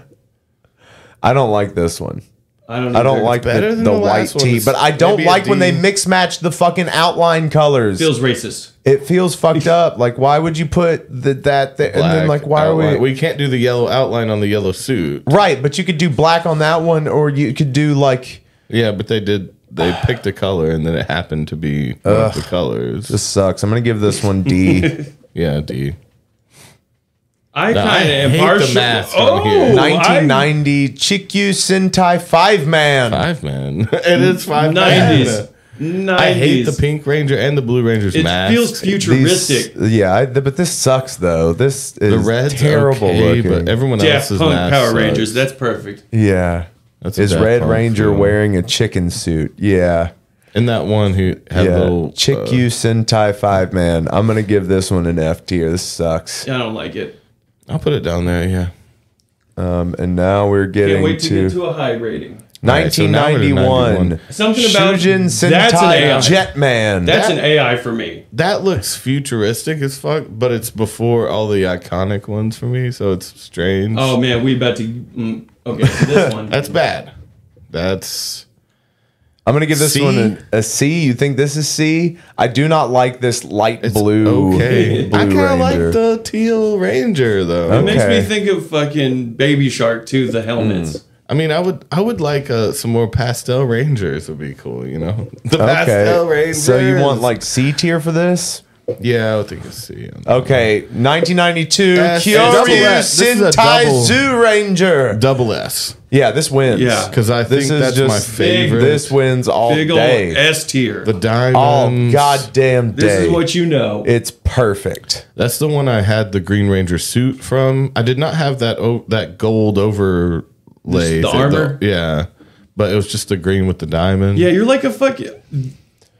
I don't like this one. I don't. I don't either. like the, better the, than the white last one. tee, It's but I don't maybe a like when D. they mix match the fucking outline colors. Feels racist. it feels fucked up. Like, why would you put the, that there? And then, Black like, why are we? outline. We can't do the yellow outline on the yellow suit. Right, but you could do black on that one, or you could do like. Yeah, but they did. They picked a color, and then it happened to be one of the colors. This sucks. I'm gonna give this one D. yeah, D. I kind I of hate am the partial. mask oh, on here. I- 1990 Chikyu Sentai Five Man. Five man. it is five Nineties. nineties. Nineties. I hate the Pink Ranger and the Blue Ranger's It masks. feels These- futuristic. yeah, I, th- but this sucks though. This is the red's terrible terrible okay, looking. but everyone Daft else's Punk mask Power sucks. Rangers. That's perfect. yeah, That's a is Daft Red Punk Ranger feel. wearing a chicken suit? Yeah, and that one who had yeah. little uh, Chikyu Sentai Five Man. I'm gonna give this one an F tier. This sucks. I don't like it. Uh, I'll put it down there. Yeah, Um, and now we're getting Can't wait to, to, get to a high rating. Alright, so now we're to 1991. 91. Something about Shujin that's an AI. Sentai Jetman. That's an AI for me. That looks futuristic as fuck, but it's before all the iconic ones for me, so it's strange. Oh man, we about to. Mm, okay, so this one. that's bad. That's I'm gonna give this C? one a, a C. You think this is C? I do not like this light it's blue. Okay, blue I kind of like Ranger. the teal ranger though. It makes okay. Mm. me think of fucking Baby Shark too. The helmets. I mean, I would, I would like uh, some more pastel rangers. Would be cool, you know. The pastel rangers. So you want like C tier for this? Yeah, I would think it's C. Okay, 1992 Yes, Kyoryu double that. This is a double- Sentai Zoo Ranger. Double S, Yeah, this wins. Yeah. because I think This is that's just my favorite. This Oh, wins all Big old day. S tier. the diamonds. All goddamn day. This is what you know. it's perfect. That's the one I had the Green Ranger suit from. I did not have that o- that gold overlay. Just the thing, armor? though. yeah, but it was just the green with the diamond. yeah, you're like a fucking.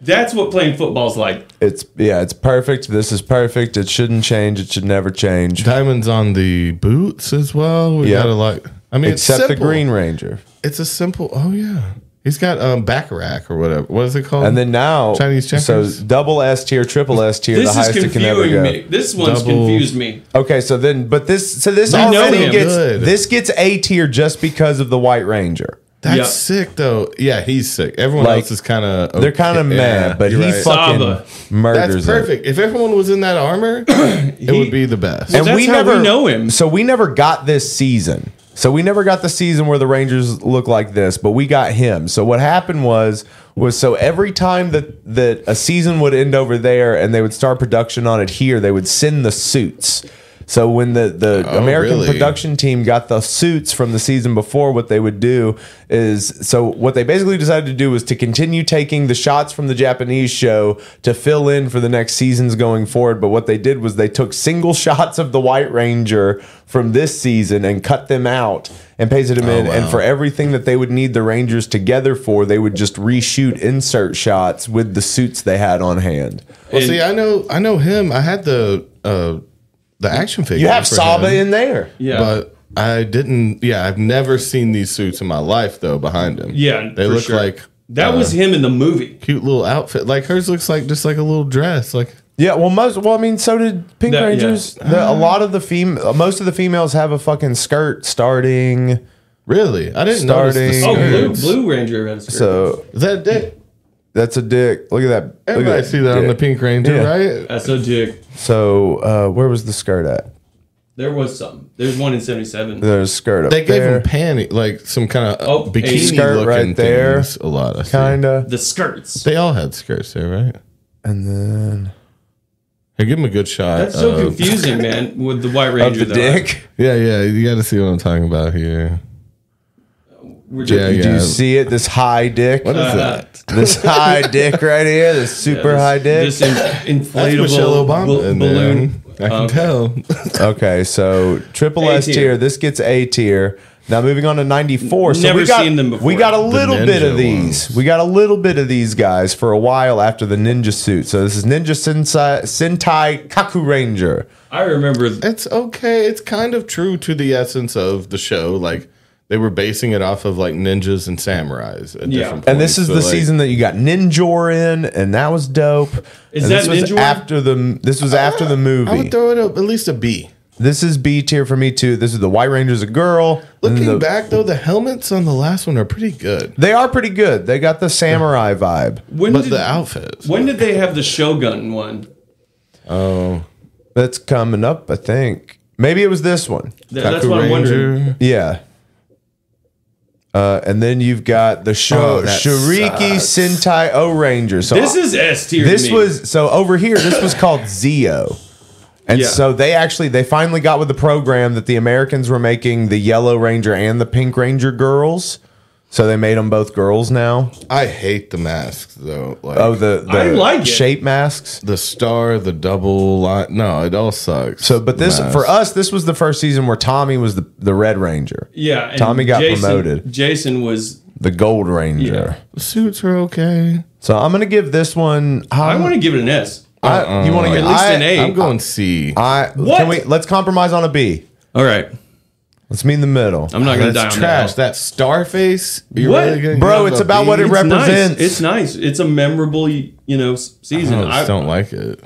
That's what playing football's like. It's yeah, it's perfect. This is perfect. It shouldn't change. It should never change. diamonds on the boots as well. We Yeah. got a lot. I mean, Except it's the simple. Green Ranger. It's a simple. Oh yeah, he's got um Bacharach or whatever. What is it called? And then now Um, Chinese So checkers? double S tier, triple S tier, the This is highest it can ever confusing go. me. This one's Double- confused me. Okay, so then but this so this know already him. gets Good. this gets A tier just because of the White Ranger. that's Yeah. sick though. Yeah, he's sick. Everyone Like, else is kind of. They're kind of mad, but he fucking Saba. that's murders it. perfect. If everyone was in that armor, it would be the best. That's how we know him. So we never got this season. So we never got the season where the Rangers look like this, but we got him. So what happened was was so every time that that a season would end over there and they would start production on it here, they would send the suits. So when the the Oh, American really? production team got the suits from the season before, what they would do is so what they basically decided to do was to continue taking the shots from the Japanese show to fill in for the next seasons going forward. But what they did was they took single shots of the White Ranger from this season and cut them out and pasted Oh, them in. And for everything that they would need the Rangers together for, they would just reshoot insert shots with the suits they had on hand. Well, And- see, I know, I know him. I had the uh, the action figure. You have for Saba him, in there. Yeah. but I didn't. Yeah, I've never seen these suits in my life though. Behind him, yeah, they for look sure. like that was uh, him in the movie. cute little outfit. Like hers looks like just like a little dress. Like Yeah, well, most well, I mean, so did Pink That- yeah. Rangers. The, a lot of the fem, most of the females have a fucking skirt starting. really, I didn't notice. Starting- The Oh, blue, skirts. blue Ranger had a skirt. So Is that dick? that's a dick. Look at that. Look at Everybody that see that on the dick. Pink Ranger, Yeah. right? That's Uh, so dick. So uh, where was the skirt at? There was some. There's one in '77. There's a skirt up They gave there. him panty, like some kind of Oh, a bikini skirt looking right there. things. A lot of kinda, the skirts. They all had skirts there, right? and then Hey, give him a good shot. That's so of- confusing, man. With Uh, the White of Ranger, though. the dick. Yeah, yeah. You got to see what I'm talking about here. We're Yeah, just- yeah. Do you see it? This high dick. What is Uh, that? This high dick right here. This super high dick. This in- That's Michelle inflatable Obama bal- in there. balloon. I can Uh, Um, tell. Okay, so triple S A tier. tier. This gets A tier. Now moving on to ninety four. So Never we got, seen them before. We got a little bit ninja of these. ones. We got a little bit of these guys for a while after the ninja suit. So this is Ninja Sentai, Sentai Kaku Ranger. I remember. th- it's okay. It's kind of true to the essence of the show. Like they were basing it off of like ninjas and samurais. At Yeah. different And points. this is So, the like, season that you got Ninjor in, and that was dope. Is And that this was Ninjor? after the this was after the I would movie? throw it up at least a B. This is B tier for me too. This is the White Ranger's a girl. and Looking the- back though, the helmets on the last one are pretty good, they are pretty good. They got the samurai vibe. When but did the outfits. when did they have the Shogun one? That's coming up, I think. Maybe it was this one. Th- that's what I'm wondering. Ranger. Yeah. Uh, and then you've got the show Oh, that Shiriki Sentai O Ranger. So uh, This is S tier. to this me. was so over here. This was called Zeo, and Yeah. so they actually they finally got with the program that the Americans were making the Yellow Ranger and the Pink Ranger girls. So they made them both girls now. I hate the masks though. Like Oh, the the I like it. shape masks. the star, the double line. No, it all sucks. So, but this Masks. for us, this was the first season where Tommy was the the Red Ranger, yeah. and Tommy got Jason- promoted. Jason was. the Gold Ranger. Yeah. the suits are okay. So I'm gonna give this one. um, I want to give it an S. I, you want to Uh-uh. get At least I, an A. I'm going C. I What? can we let's compromise on a B. All right. Let's meet in the middle. I'm not gonna die on That's trash. that. That starface. You What? gonna Bro, give it's a about B? what it It's represents. nice. It's nice. It's a memorable, you know, s- I season. I, just don't like it.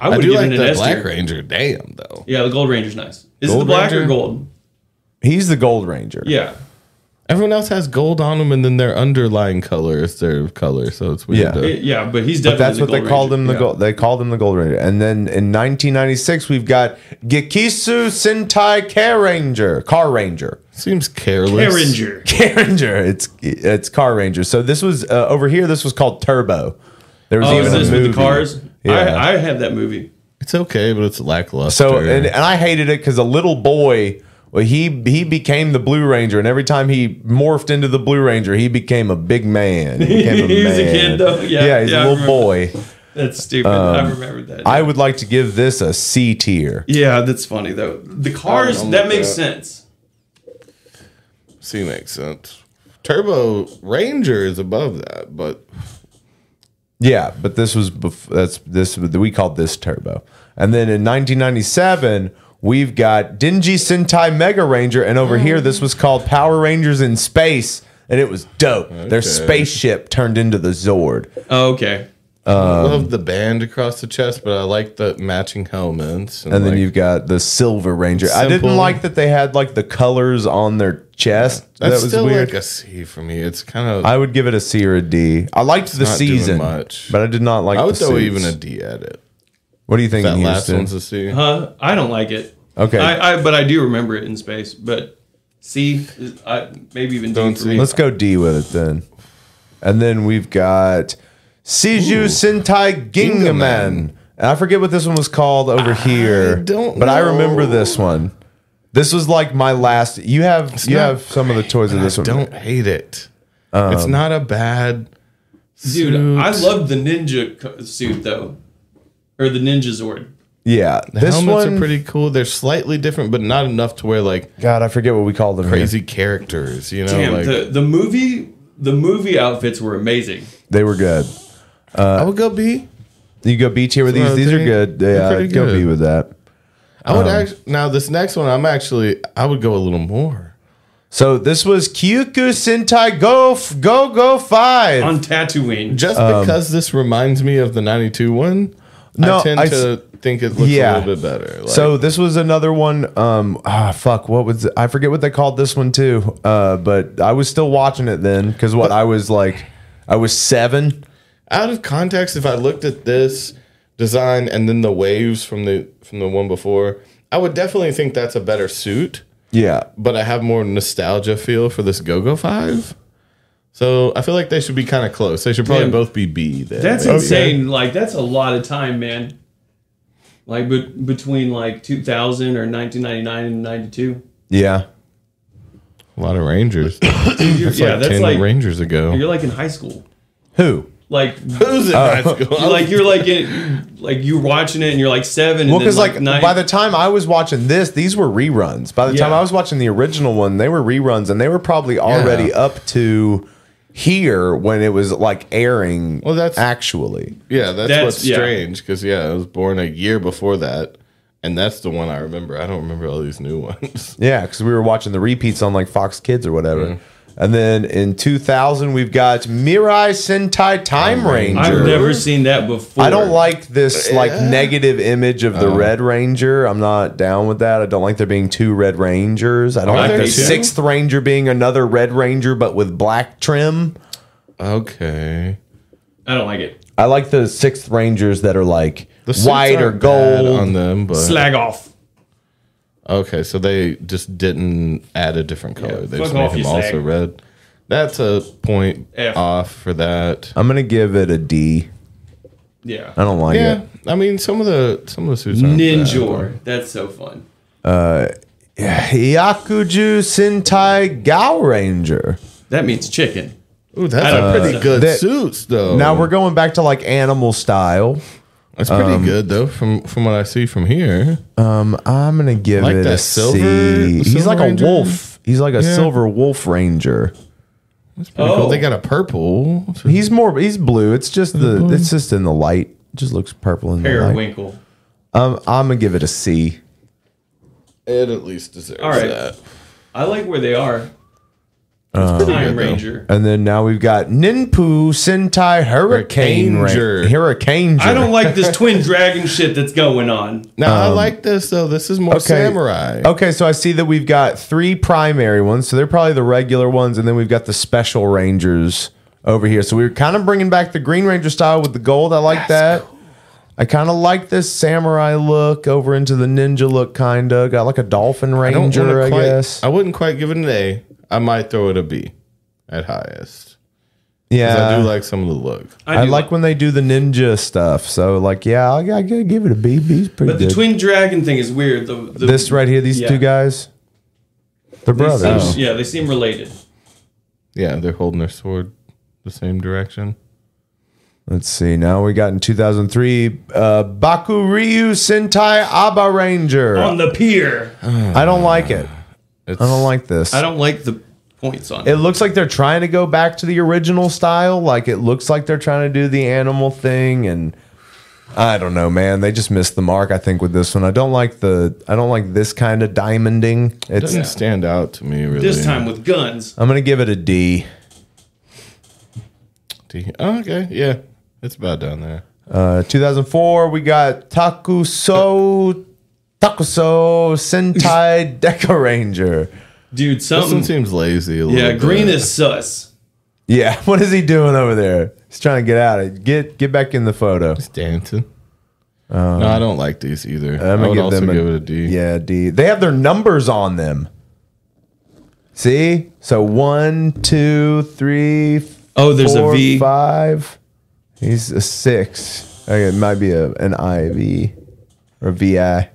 I I would do give like it an the S Black tier. Ranger. Damn though. Yeah, the Gold Ranger's nice. Is it the Gold black or Ranger? gold? He's the Gold Ranger. Yeah. Everyone else has gold on them, and then their underlying color is their color, so it's weird. Yeah. to- It- yeah, but he's But definitely that's the what they Gold called Ranger. him. The Yeah. gold. They called him the Gold Ranger. And then in 1996, we've got Gekisu Sentai Car Ranger. Car Ranger. seems careless. Ranger. Car Ranger. It's it's Car Ranger. So this was uh, over here. This was called Turbo. There was Oh, even is a this movie. with the cars? Yeah. I, I had that movie. It's okay, but it's lackluster. So and, and I hated it because a little boy, well, he he became the Blue Ranger, and every time he morphed into the Blue Ranger, he became a big man. He, became He was a kid, though. Yeah, yeah, he's yeah, I a little remember. boy. That's stupid. I remembered that. Um, I would like to give this a C tier. yeah, that's funny though. The cars don't that like makes that. sense. see, makes sense. Turbo Ranger is above that, but Yeah, but this was bef- that's this we called this turbo. And then in 1997, we've got Dingy Sentai Mega Ranger, and over here this was called Power Rangers in Space, and it was dope. Their spaceship turned into the Zord. Oh, okay. Um, I love the band across the chest. But I like the matching helmets. And then like, you've got the Silver Ranger. I Simple. didn't like that they had like the colors on their chest. that's that was still weird. like a C for me. It's kind of I would give it a C or a D. I liked the not doing season, much. but I did not like. I would the throw suits. even a D at it. What do you think, That last Houston? one's a C. Huh? I don't like it. Okay. I, I but I do remember it in space. But C, is- I maybe even D Don't for see. me. Let's go D with it then. And then we've got Siju Sentai Gingaman. And I forget what this one was called over here. don't but I remember know. this one. This was like my last you have you not have some of the toys of I this one. Um, don't hate it. it's not a bad Dude, suit. I love the ninja co- suit though, or the ninja Zord. Yeah. The this helmets one are pretty cool. They're slightly different, but not enough to where like God, I forget what we called them. here. crazy characters. You know, Damn, like the the movie the movie outfits were amazing. They were good. I would go B. You go B tier with That's these. what I These are think. good. They're Yeah, pretty go good. B with that. I Um, would actually now this next one. I'm actually I would go a little more. So this was Kyuku Sentai Go F- Go Go Five. On Tatooine, Just Um, because this reminds me of the '92 one, No, I tend I to think it looks a Yeah. little bit better. Like, so this was another one. Um, ah, fuck. What was I forget what they called this one too? Uh, but I was still watching it then because what I was like, I was seven. out of context, if I looked at this design and then the waves from the from the one before, I would definitely think that's a better suit. Yeah, but I have more nostalgia feel for this Go Go Five. So I feel like they should be kind of close. They should probably Damn. both be B. There, that's maybe. insane. Like that's a lot of time, man. Like but between like 2000 or 1999 and 92. yeah. A lot of Rangers. It's Dude, you're, yeah, like that's ten like Rangers ago. Oh. you're like in high school. Who? Like Who's in high school? you're like you're like in, like you're watching it and you're like seven. Well, and then, because like, nine- by the time I was watching this, these were reruns. By the time Yeah. I was watching the original one, they were reruns, and they were probably already up to here when it was like airing. Well, that's- actually yeah, that's, That's- what's yeah. strange because yeah, I was born a year before that, and that's the one I remember. I don't remember all these new ones. Yeah, because we were watching the repeats on like Fox Kids or whatever. And then in 2000, we've got Mirai Sentai Time Ranger. I've never seen that before. I don't like this like negative image of the Red Ranger. I'm not down with that. I don't like there being two Red Rangers. I don't Are like there the two? sixth Ranger being another Red Ranger but with black trim. okay, I don't like it. I like the sixth Rangers that are like the suits white or aren't bad gold. on them, but Slag off. okay, so they just didn't add a different color. they fuck just off, made you him also slag. red. That's a point F. off for that. I'm gonna give it a D. Yeah. I don't like Yeah, it. I mean some of the some of the suits. aren't bad. Ninjor. That's so fun. Hyakuju Sentai Gao Ranger. That means chicken. Ooh, that's I a don't- pretty uh, good that- suits though. Now we're going back to like animal style. That's pretty good though, from from what I see from here. Um, I'm gonna give Like it that a silver- C. the He's silver like ranger? a wolf. He's like a Yeah. silver wolf ranger. That's pretty cool. Oh. They got a purple. He's more. He's blue. It's just the. It's just in the light. It just looks purple in the light. Periwinkle. Um, I'm gonna give it a C. It at least deserves All right. that. I like where they are. Um, good, Time though. Ranger. And then now we've got Ninpu Sentai Hurricane Hurricaneger. Ranger. Hurricane. I don't like this twin dragon shit that's going on. Now I like this though. This is more samurai. Okay, so I see that we've got three primary ones. So they're probably the regular ones, and then we've got the special rangers over here. So we are kind of bringing back the Green Ranger style with the gold. I like that. I kind of like this samurai look over into the ninja look, kind of got like a dolphin don't wanna ranger, I, quite- guess. I wouldn't quite give it an A. I might throw it a B at highest. 'Cause yeah, I do like some of the look. I, do like when they do the ninja stuff. So like, yeah, I, I give it a B. B's pretty But good. the twin dragon thing is weird. The, the this right here, these yeah. two guys, they're They seem- Oh. brothers. yeah, they seem related. Yeah, they're holding their sword the same direction. Let's see. Now we got in 2003, uh, Bakuryu Sentai Aba Ranger. On the pier. I don't like it. It's, I don't like this. I don't like the points on it it. looks like they're trying to go back to the original style. Like it looks like they're trying to do the animal thing, and I don't know, man. They just missed the mark. I think with this one, I don't like the. I don't like this kind of diamonding. It It's. doesn't stand out to me really. This time with guns. I'm gonna give it a D. D- oh, okay, yeah, it's about down there. Uh, 2004, we got Takuso Takuso Sentai Deca Ranger. Dude, This one something. seems lazy. A Um, Yeah, little green bit. is sus. Yeah, what is he doing over there? He's trying to get out of Get get back in the photo. It's dancing. no, I don't like these either. I I'm gonna would Um, give also them a- give it a D. Yeah, D. They have their numbers on them. See? So one, two, three, Oh, there's a four, V. five. He's a six. Okay, it might be a, an IV or VI.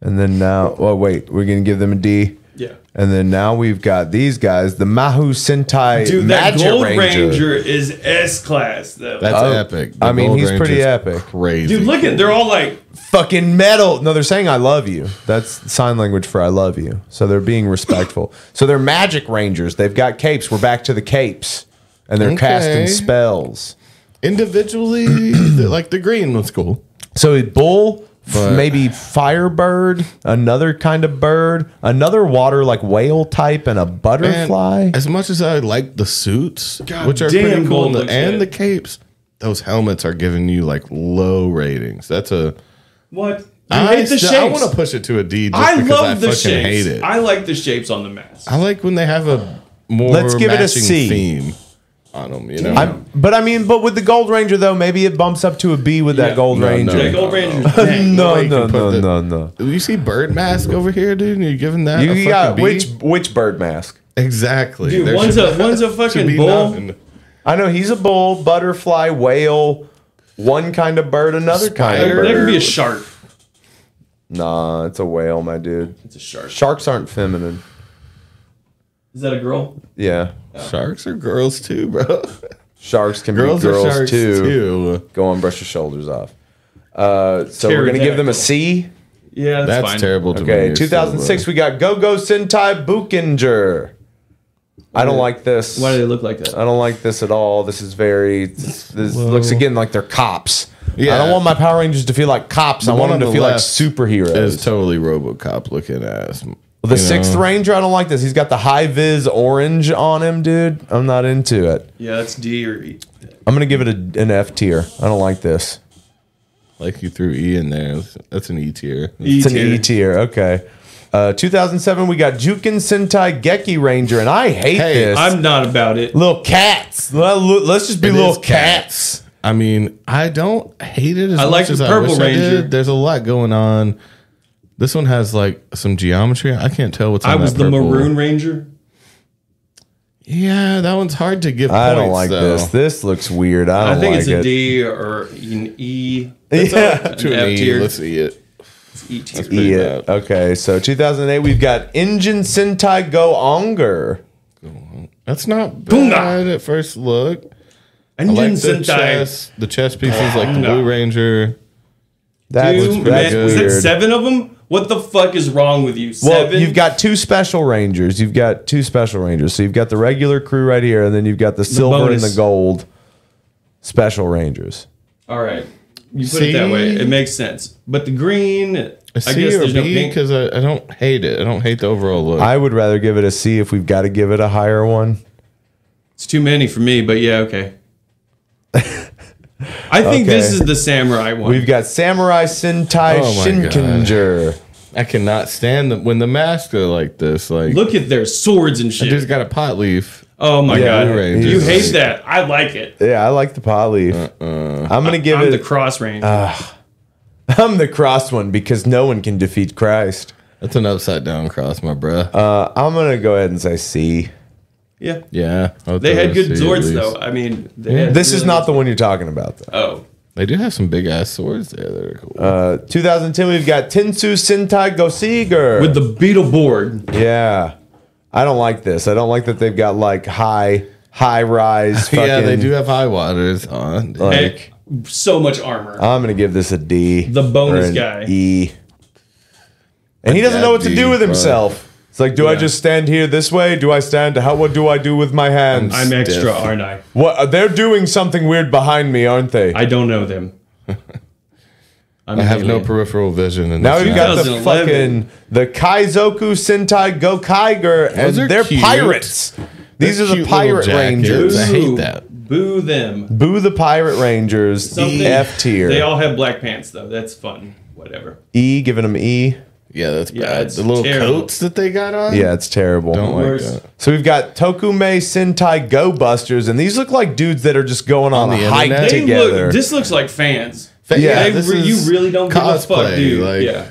And then now, oh, wait, we're going to give them a D. Yeah. And then now we've got these guys, the Mahu Sentai Dude, that Magic Gold Ranger, Ranger. is S class though. That's Oh, epic. I mean, Gold he's pretty Ranger's epic. Crazy. Dude, look at they're all like fucking metal. No, they're saying I love you. That's sign language for I love you. So they're being respectful. so they're magic rangers. They've got capes. We're back to the capes. And they're casting Okay. spells. individually, the- like the green was cool. So a bull, f- But- maybe firebird, another kind of bird, another water like whale type, and a Man, butterfly. As much as I like the suits, God which are damn, pretty cool, Gold and the, looks and good. the capes, those helmets are giving you like low ratings. That's a. what? You I hate the still- shapes. I want to push it to a D. Just I because love I the fucking shapes. Hate it. I, I like the shapes on the mask. like when they have a more Let's give it a matching C. theme on them. You know, I'm, but I mean, but with the gold ranger though, maybe it bumps up to a B with that Yeah. gold No, no, ranger. Yeah, Gold Ranger's dang. No, Like, you no, put no, the- no, no. you see bird mask over here, dude. You're giving that. a You fucking got B? which which bird mask? exactly? Dude, There one's should- a one's a should fucking be bull. nothing. I know he's a bull, butterfly, whale, one kind of bird, another kind of That bird. that could be a shark. nah, it's a whale, my dude. It's a shark. Sharks aren't feminine. Is that a girl? Yeah, Sharks are girls too, bro. sharks can Girls, be girls are sharks too. too. Go on, brush your shoulders off. Uh, so we're gonna give them a C. Yeah, that's, That's fine. terrible. To me, Okay, it's 2006. still, We got Go Go Sentai Bukinger. I don't like this. Why do they look like that? I don't like this at all. This is very. This, this looks again like they're cops. Yeah. I don't Yeah. want my Power Rangers to feel like cops. I one want them on to the feel like left superheroes. uh, is totally RoboCop looking ass. The sixth ranger, I don't like this. He's got the high vis orange on him, dude. I'm not into it. Yeah, that's D or E. I'm gonna give it a, an F tier. I don't like this. Like you threw E in there. That's an E tier. E It's an tier. E tier. Okay. Uh, 2007, we got Jukin Sentai Geki Ranger, and I hate Hey, this. I'm not about it. little cats. Well, lo- Let's just be It little is cats. I mean, I don't hate it as I much like as the I Purple wish I Ranger. did. There's a lot going on. This one has like some geometry. I can't tell what's. On I was that the purple. Maroon Ranger. Yeah, that one's hard to give. I don't points, like though. this. This looks weird. I I don't think like it's a it. D or an E. Yeah. That's all. To An an F E, tier. let's see it. E tier. pretty Yeah. bad. Okay. So 2008, we've got Engine Sentai Go Onger. That's not Boonga. bad at first look. I Engine like the Sentai. chest. The chest pieces, like the Boonga. Blue Ranger. That's, Dude, that's man, weird. is that seven of them? What the fuck is wrong with you? Well, Seven? you've got two special rangers. You've got two special rangers. So you've got the regular crew right here, and then you've got the silver and bonus. the gold special rangers. All right. You put it that way. See? It makes sense. But the green, A C guess or there's no B? pink. Because I, I don't hate it. I don't hate the overall look. I would rather give it a C if we've got to give it a higher one. It's too many for me, but yeah, okay. I think this Okay. is the samurai one. We've got Samurai Sentai Oh my Shinkinger. I cannot stand them when the masks are like this. Like, Look at their swords and I shit. just got a pot leaf. oh my Yeah, god, Blu-ray, you dude. hate that? I like it. Yeah, I like the pot leaf. I'm gonna give Uh-uh. I'm the it. cross range. I'm the cross one because no one can defeat Christ. That's an upside down cross, my bruh. Uh, I'm gonna go ahead and say C. yeah, yeah, I would they throw it had a good C at swords least. though. I mean, they Yeah. had This is really- not the one you're talking about, though. Oh, They do have some big ass swords there. That are cool. Uh, 2010, we've got Tensu Sentai Go Seeger. with the Beetleborg. yeah, I don't like this. I don't like that they've got like high, high rise. Fucking, yeah, they do have high waters on. Like, Ah, So much armor. I'm gonna give this a D. The bonus or an guy. E. And he doesn't know what to Yeah, do D, with fuck. himself. It's like, do I Yeah. just stand here this way? Do I stand? How? What do I do with my hands? I'm extra, stiff. aren't I? what? uh, They're doing something weird behind me, aren't they? I don't know them. I'm I have no alien. peripheral vision. And Now it's we've not- got the 2011. fucking the Kaizoku Sentai Go Kiger, and Those are they're cute. pirates. These They're are the cute little pirate jackets. rangers. I hate Boo. that. Boo them. Boo the pirate rangers. Something- E F They tier. all have black pants though. That's fun. Whatever. E giving them E. yeah, that's Yeah, bad. it's The little terrible. coats that they got on. Yeah, it's terrible. don't like Worse. that. So we've got Tokume Sentai Go Busters, and these look like dudes that are just going on, On a the hike internet? They together. look. This looks like fans. Fa- Yeah, They this re- is you really don't give a fuck, cosplay, dude. like- yeah.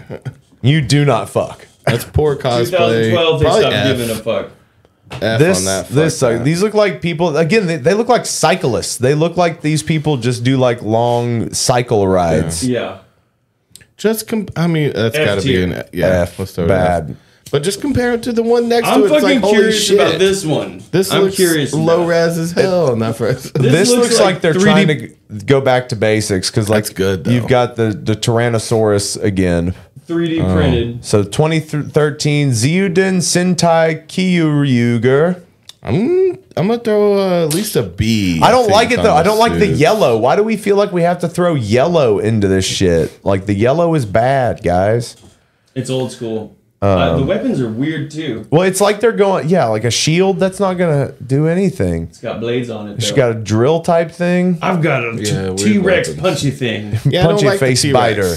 you do not fuck. That's poor cosplay. 2012, they Probably stopped F, giving a fuck. F This on that. this Fuck sucks. that. These look like people again. They, they look like cyclists. They look like these people just do like long cycle rides. Yeah. Just com- I mean, that's F got to be tier. an yeah. F, let's throw it bad. F. But just compare it to the one next I'm to it. It's fucking like, holy curious shit. about this one. This I'm looks curious. low about- res as hell on that first. this, looks, like, they're 3D trying to g- go back to basics because like That's good, though. you've got the, the tyrannosaurus again 3D printed. so 2013 Zeuden Sentai Kyuryuger. I'm I'm gonna throw uh, at least a B. I don't think, like it on though. I this, don't like the dude. yellow. Why do we feel like we have to throw yellow into this shit? Like the yellow is bad, guys. It's old school. Um, uh, the weapons are weird too. Well, it's like they're going yeah, like a shield that's not gonna do anything. It's got blades on it. She's though. got a drill type thing. I've got a Yeah, weird T Rex weapons. punchy thing. Yeah, I don't Punchy like the face T-Rex. biter.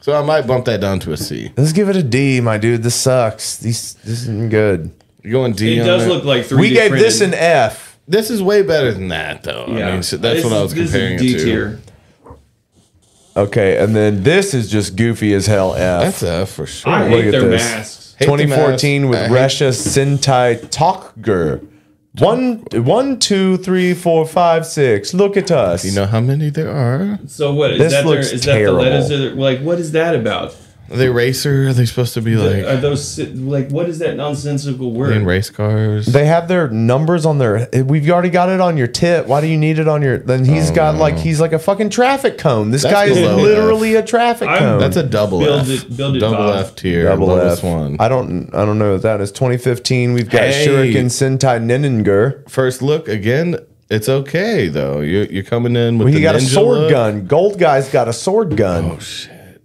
So I might bump that down to a C. Let's give it a D, my dude. This sucks. These this isn't good. You going D? It on does that? look like 3D. We gave this an printed. F. This is way better than that though. I mean, so that's This what I is- was this is comparing D it to. tier. Okay, and then this is just goofy as hell. F. That's a F for sure. I Look hate at their this. masks. Hate the 2014 mask. with I hate- Resha Sentai Talker. One, one, two, three, four, five, six. Look at us. You know how many there are? So what is This that? Their, looks is that the letters? terrible. Are like what is that about? Are they racer? Are they supposed to be like are those si- like what is that nonsensical word? in race cars? they have their numbers on their. We've already got it on your tit. Why do you need it on your? Then he's got like he's like a fucking traffic cone. This Oh, That's guy is below literally a traffic I'm- cone. That's a double Build F. it- build it, double Bob. F tier. double lowest F. one. I don't I don't know what that is. 2015. We've got Hey. Shuriken Sentai Nininger. First look again. It's okay though. You're, you're coming in with Well, the he got a ninja sword look. Oh, gun. Gold guy's got a sword gun.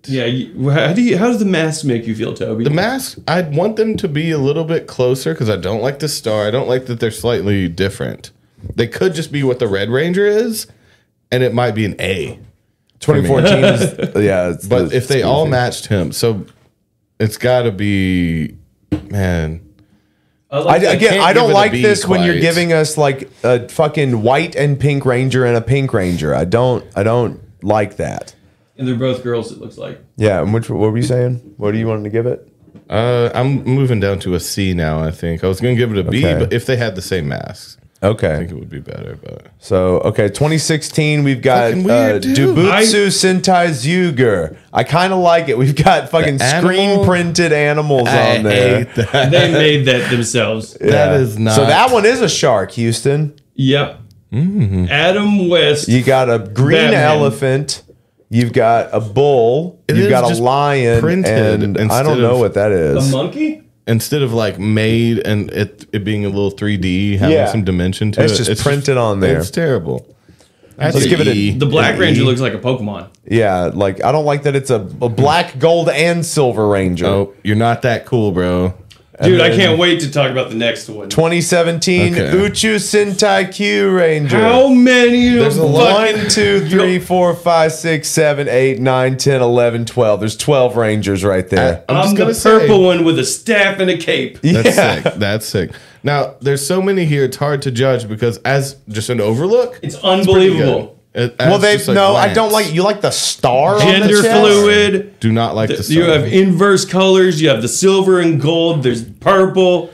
yeah. You, how do you? How does the mask make you feel, Toby? The mask. I'd want them to be a little bit closer because I don't like the star. I don't like that they're slightly different. They could just be what the Red Ranger is, and it might be an A. 2014 is yeah. It's But the- if they all matched him, so it's got to be man. I, like that. again, can't I give don't it a like B this when you're quite. giving us like a fucking white and pink ranger and a pink ranger. I don't. I don't like that. and they're both girls. It looks like. Yeah. And which what were you saying? What do you want to give it? Uh, I'm moving down to a C now. I think I was gonna give it a B, Okay. but if they had the same masks, I Okay. think it would be better. But So okay, 2016. We've got Fucking uh, weird, dude. Jubutsu Sentai Zuger. I kind of like it. We've got fucking The screen animal? printed animals on there. hate that. They made that themselves. That Yeah. is not. So that one is a shark, Houston. Yep. Mm-hmm. Adam West. You got a green Batman. elephant. You've got a bull. It you've is got a just lion. printed And I instead don't know of- what that The is. monkey? instead of like made and it it being a little 3D, having Yeah. some dimension to It's it. just printed on there. It's terrible. That's Let's an give it a- E. The Black An Ranger E. looks like a Pokemon. Yeah, like I don't like that it's a, a black, gold, and silver ranger. Oh, you're not that cool, bro. Dude, I can't wait to talk about the next one. 2017 Okay. Uchu Sentai Q Ranger. How many There's fucking- one, two, three, four, five, six, seven, eight, nine, ten, eleven, twelve. There's twelve rangers right there. I'm I'm, just the gonna purple say- one with a staff and a cape. That's yeah. sick. That's sick. Now, there's so many here. It's hard to judge because as just an overlook, It's unbelievable. Well, they no. I don't like you. Like the star. on the Gender chest? fluid. Do not like the. Th- You have inverse colors. You have the silver and gold. There's purple.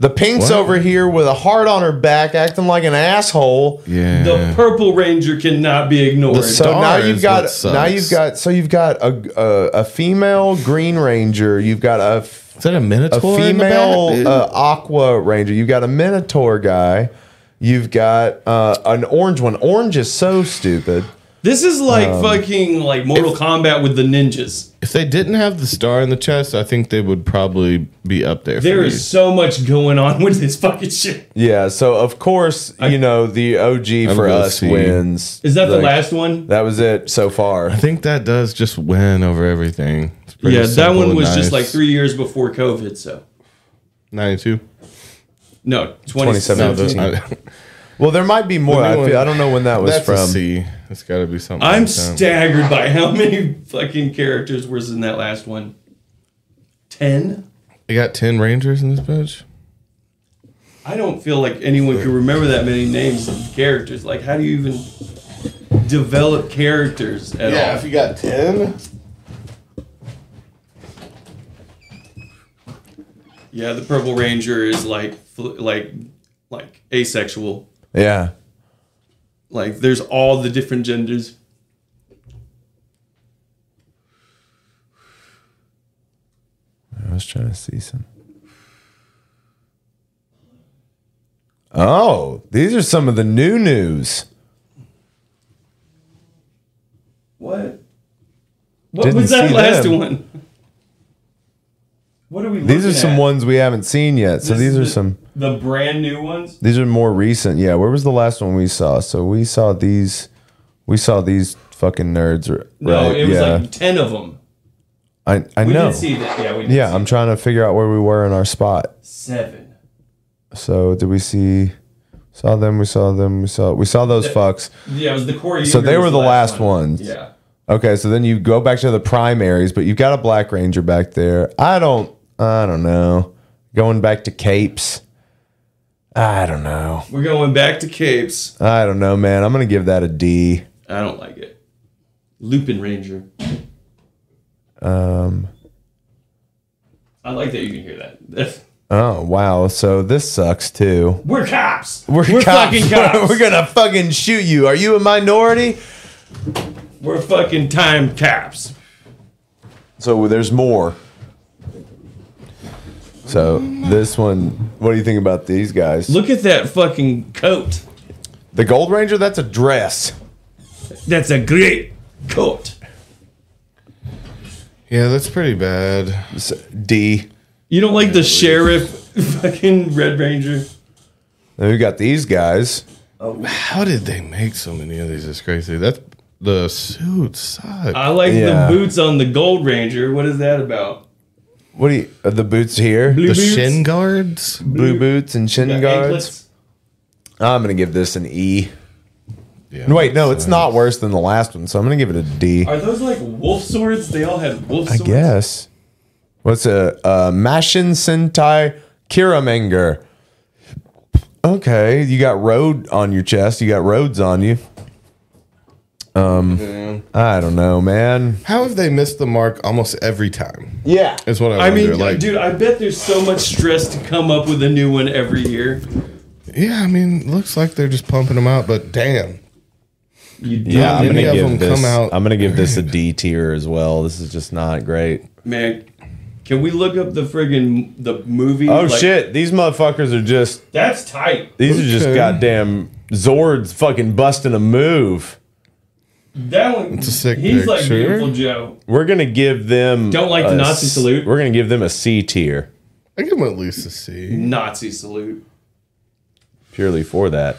The pink's What? over here with a heart on her back, acting like an asshole. yeah. The purple ranger cannot be ignored. The So now Star you've is got what sucks. now you've got so you've got a a, a female Green Ranger. You've got a f- Is that a a minotaur? in the back, dude? female uh, Aqua Ranger. You've got a Minotaur guy. You've got uh, an orange one. Orange is so stupid. this is like Um, fucking like Mortal Kombat with the ninjas. if they didn't have the star in the chest, I think they would probably be up there. There for is me. so much going on with this fucking shit. Yeah. So of course you know the OG for gonna us see. wins. Is that the Like, last one? That was it so far. I think that does just win over everything. It's pretty Yeah, that simple one and was nice. just like three years before COVID. So 92. no, 2017. No, 2017. those, I, Well, there might be more. The I, new feel, one- I don't know when that was that's a from. C. It's got to be something. I'm like that. staggered by how many fucking characters was in that last one. Ten. They got 10 Rangers in this bitch? I don't feel like anyone can remember that many names of characters. Like, how do you even develop characters at all? you got 10. Yeah, the Purple Ranger is like, fl- like, like asexual. Yeah. Like, there's all the different genders. I was trying to see some. Oh, these are some of the new news. What? What Didn't was that see last them. one? What are we? These are looking some at? ones we haven't seen yet. So This these is are the- some. the brand new ones. These are more recent. Yeah, where was the last one we saw? So we saw these. We saw these fucking nerds. r- Right? No, it was yeah. like ten of them. I I We know. did see that. Yeah, we did. Yeah, see I'm trying to figure out where we were in our spot. seven. So did we see? Saw them. We saw them. We saw. We saw those fucks. Yeah, it was the core. So they Yeager were was the last ones. Yeah. Okay, so then you go back to the primaries, but you've got a Black Ranger back there. I don't, I don't know. Going back to capes. I don't know. We're going back to capes. I don't know, man. I'm gonna give that a D. I don't like it. Lupin Ranger. Um. I like that you can hear that. That's- Oh wow. So this sucks too. We're cops. cops. fucking cops. We're gonna fucking shoot you. Are you a minority? We're fucking time caps. So there's more. So this one. What do you think about these guys? Look at that fucking coat. The Gold Ranger. That's a dress. That's a great coat. Yeah, that's pretty bad. It's a D. You don't like the sheriff fucking Red Ranger? Then we got these guys. How did they make so many of these? It's crazy. That's the suit sucks. I like Yeah. the boots on the Gold Ranger. What is that about? What do you? Are the boots here? Blue the boots? shin guards? Blue boots and shin The guards. anklets? I'm gonna give this an E. Yeah, Wait, no, it's not worse than the last one, so I'm gonna give it a D. Are those like wolf swords? They all have wolf I swords. guess. What's a uh, Mashin Sentai Kiramenger? Okay, you got road on your chest. You got roads on you. Um, I don't know, man. How have they missed the mark almost every time? Yeah, Is what I, I wonder. mean, like, dude, I bet there's so much stress to come up with a new one every year. yeah, I mean, looks like they're just pumping them out, but damn, You do, yeah. I'm Many gonna of give them this. come out- I'm gonna give this a D tier as well. This is just not great. man. Can we look up the friggin' the movie? Oh Like, shit! These motherfuckers are just That's tight. These are just Okay. goddamn Zords fucking busting a move. That one. a sick He's like picture. beautiful Joe. We're gonna give them Don't like the a Nazi s- salute. We're gonna give them a C tier I give them at least a C. Nazi salute. purely for that.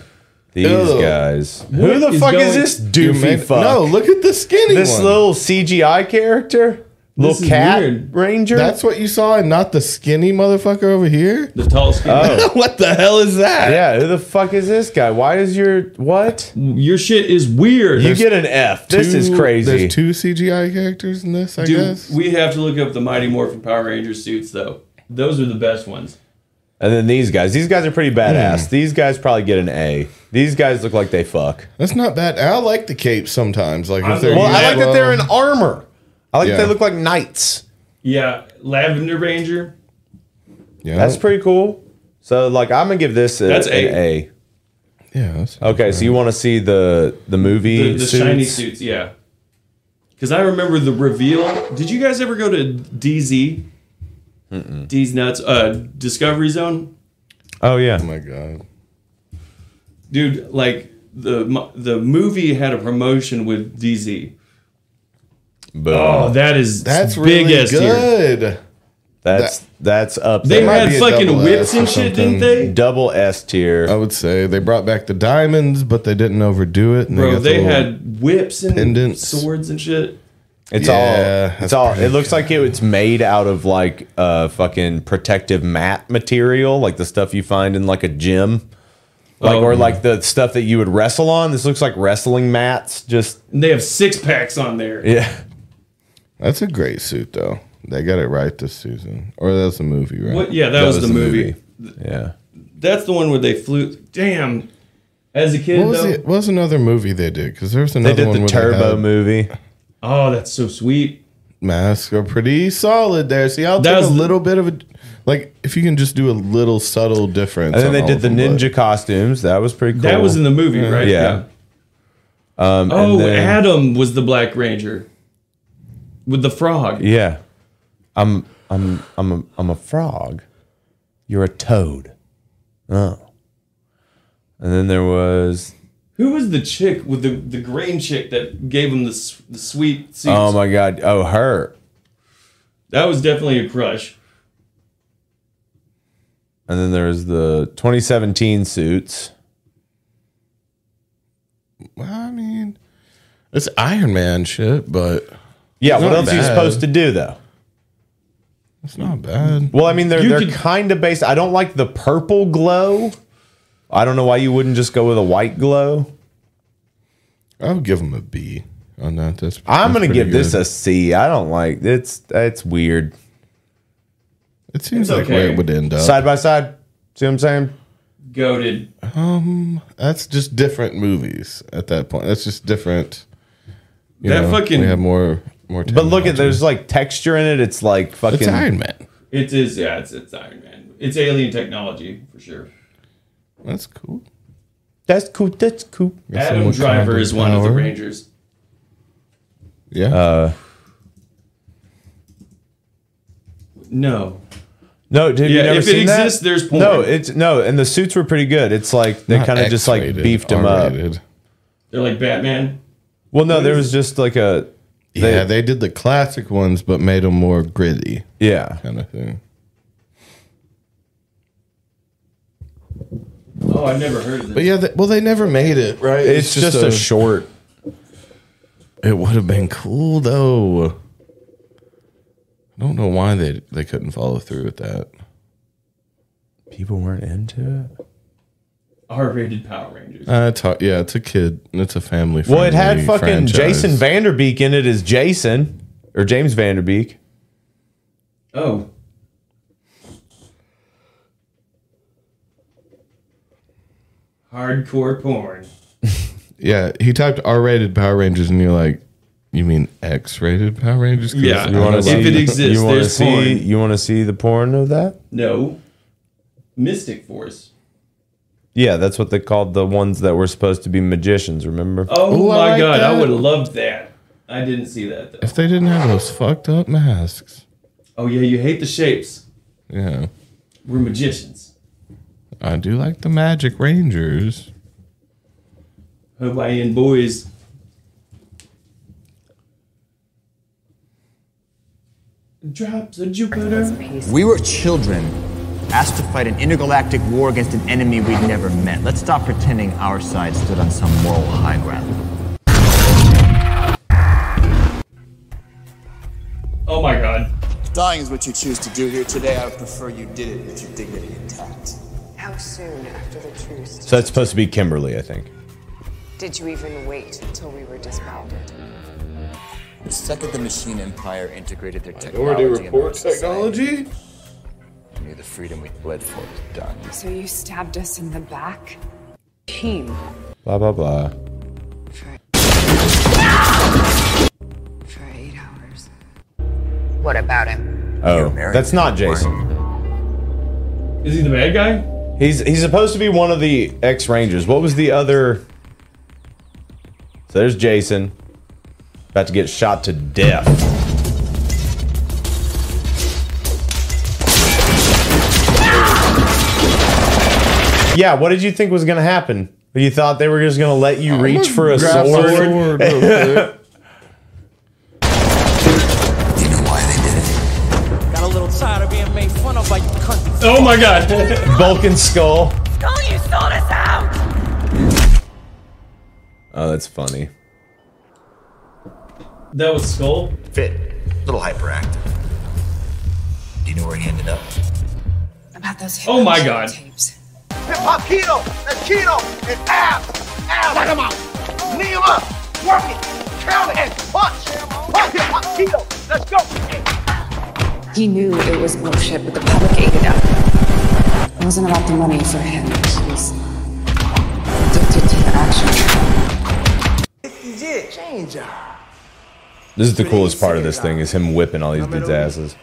These Ew. guys. What Who the is fuck going- is this You doofy made- fuck? No, look at the skinny this one. little CGI character, This little is cat weird. ranger. That's what you saw, and not the skinny motherfucker over here. The tall skin. Oh. what the hell is that? yeah. Who the fuck is this guy? Why is your what? Your shit is weird. you get an F. This is Two- crazy. There's two CGI characters in this, I Dude, guess. we have to look up the Mighty Morphin Power Ranger suits though. Those are the best ones. and then these guys. These guys are pretty badass. Hmm. These guys probably get an A. These guys look like they fuck. That's not bad. I like the capes sometimes. Like if they're Well, I used like that they're in armor. I like Yeah. that they look like knights. Yeah, Lavender Ranger. Yeah, That's pretty cool. So like I'm gonna give this a, That's an A. A. yeah. That's, Okay, so you want to see the the movie The, the shiny suits, yeah. Because I remember the reveal. Did you guys ever go to DZ? D's nuts. Uh, Discovery Zone, Oh yeah. oh my god. dude. Like the mo- the movie had a promotion with DZ. Boom. Oh, that is That's big really S tier. good. that's that's up They there. had be a fucking double whips S or and shit, something. didn't they? double S tier. I would say they brought back the diamonds, but they didn't overdo it. And Bro, got the they little- had whips and pendants. swords and shit. It's Yeah, all. It's that's all. It pretty looks like it was made out of like uh fucking protective mat material, like the stuff you find in like a gym, like Oh, or yeah. like the stuff that you would wrestle on. This looks like wrestling mats. Just And they have six packs on there. yeah. That's a great suit, though. They got it right this season, or that's a movie, right? What? Yeah, that, was, the, movie. Yeah. That's the one where they flew. Damn. As a kid, What was though. it? What was another movie they did? Because there was They another did one the where they Turbo had movie. Oh, that's so sweet. masks are pretty solid there. See, I'll That take was a the- little bit of a like if you can just do a little subtle difference. And then on they all did of the them, but- ninja costumes. That was pretty cool. That was in the movie, right? Yeah. Um, and Oh, then- Adam was the Black Ranger with the frog. Yeah. I'm I'm I'm a, I'm a frog. You're a toad. Oh. And then there was Who was the chick with the, the green chick that gave him the, s- the sweet seeds? Oh my god. Oh her. that was definitely a crush. And then there's the 2017 suits. Well, I mean, it's Iron Man shit, but Yeah, what not else are you bad. supposed to do though? it's not bad. Well, I mean they're You they're could- kind of based I don't like the purple glow. I don't know why you wouldn't just go with a white glow. I would give him a B on that. That's that's I'm going pretty to give this good. a C. I don't like it's it's weird. It seems It's like where okay. it would end up. Side by side. See what I'm saying? Goaded. Um, That's just different movies at that point. That's just different. You That fucking- we have more more. But look at there's like texture in it. It's like fucking It's Iron Man. It is, yeah, it's, it's Iron Man. It's alien technology for sure. That's cool. That's cool. That's cool. Got some Adam Wakanda Driver is one of the power. Rangers. Yeah. Uh, No. No, dude. Yeah, you never if it seen that? exists, there's porn. No, it's no, and the suits were pretty good. It's like they Not kind of just like X-rated, beefed them up. R-rated. They're like Batman. Well, no, there was just like a They- yeah, they did the classic ones, but made them more gritty yeah. kind of thing. Oh, I've never heard of this. But yeah, they, well, they never made it, right? It's, just, a, short. It would have been cool though. I don't know why they they couldn't follow through with that. People weren't into it. R-rated Power Rangers. Uh, it's hard- yeah, it's a kid. It's a family. Well, it had friendly fucking franchise. Jason Vanderbeek in it as Jason or James Vanderbeek. Oh, hardcore porn. Yeah, he typed R-rated Power Rangers, and you're like, you mean X-rated Power Rangers? 'Cause Yeah. I You wanna don't know. If it exists, you wanna there's see, porn. You want to see the porn of that? No, Mystic Force. Yeah, that's what they called the ones that were supposed to be magicians. Remember? Oh Ooh, I my like god, I that. would have loved that. I didn't see that though. If they didn't have those fucked up masks, Oh yeah, you hate the shapes. yeah, We're magicians. I do like the Magic Rangers. Hawaiian boys. Drops of Jupiter. We were children asked to fight an intergalactic war against an enemy we'd never met. Let's stop pretending our side stood on some moral high ground. Oh my god. Dying is what you choose to do here today. I would prefer you did it with your dignity intact. How soon after the truce So that's supposed to be Kimberly, I think. did you even wait until we were dismounted? The second the machine empire integrated their Minority technology, into Report our society, technology? we knew the freedom we bled for was done. So you stabbed us in the back? Team. Blah blah blah. For, for eight hours. What about him? Oh, that's not Jason. Is he the bad guy? He's he's supposed to be one of the ex Rangers. What was the other? So there's Jason, about to get shot to death. Yeah, what did you think was gonna happen? You thought they were just gonna let you reach for a Grab sword? sword real quick. You know why they did it? Got a little tired of being made fun of by you cunts. Oh my god. Vulcan skull. Skull, you sold us out! Oh, that's funny. that was Skull? Fit, a little hyperactive. Do you know where he ended up? About those Oh my God. hypnotic tapes. Hip hop keto, that's keto, and abs, abs. Knock 'em out. Kneel up, work it, count it, and punch, punch. Hip hop keto, let's go. He knew it was bullshit, but the public ate it up. It wasn't about the money for him. He was addicted to the action. This is the coolest part of this thing is him whipping all these dudes' asses.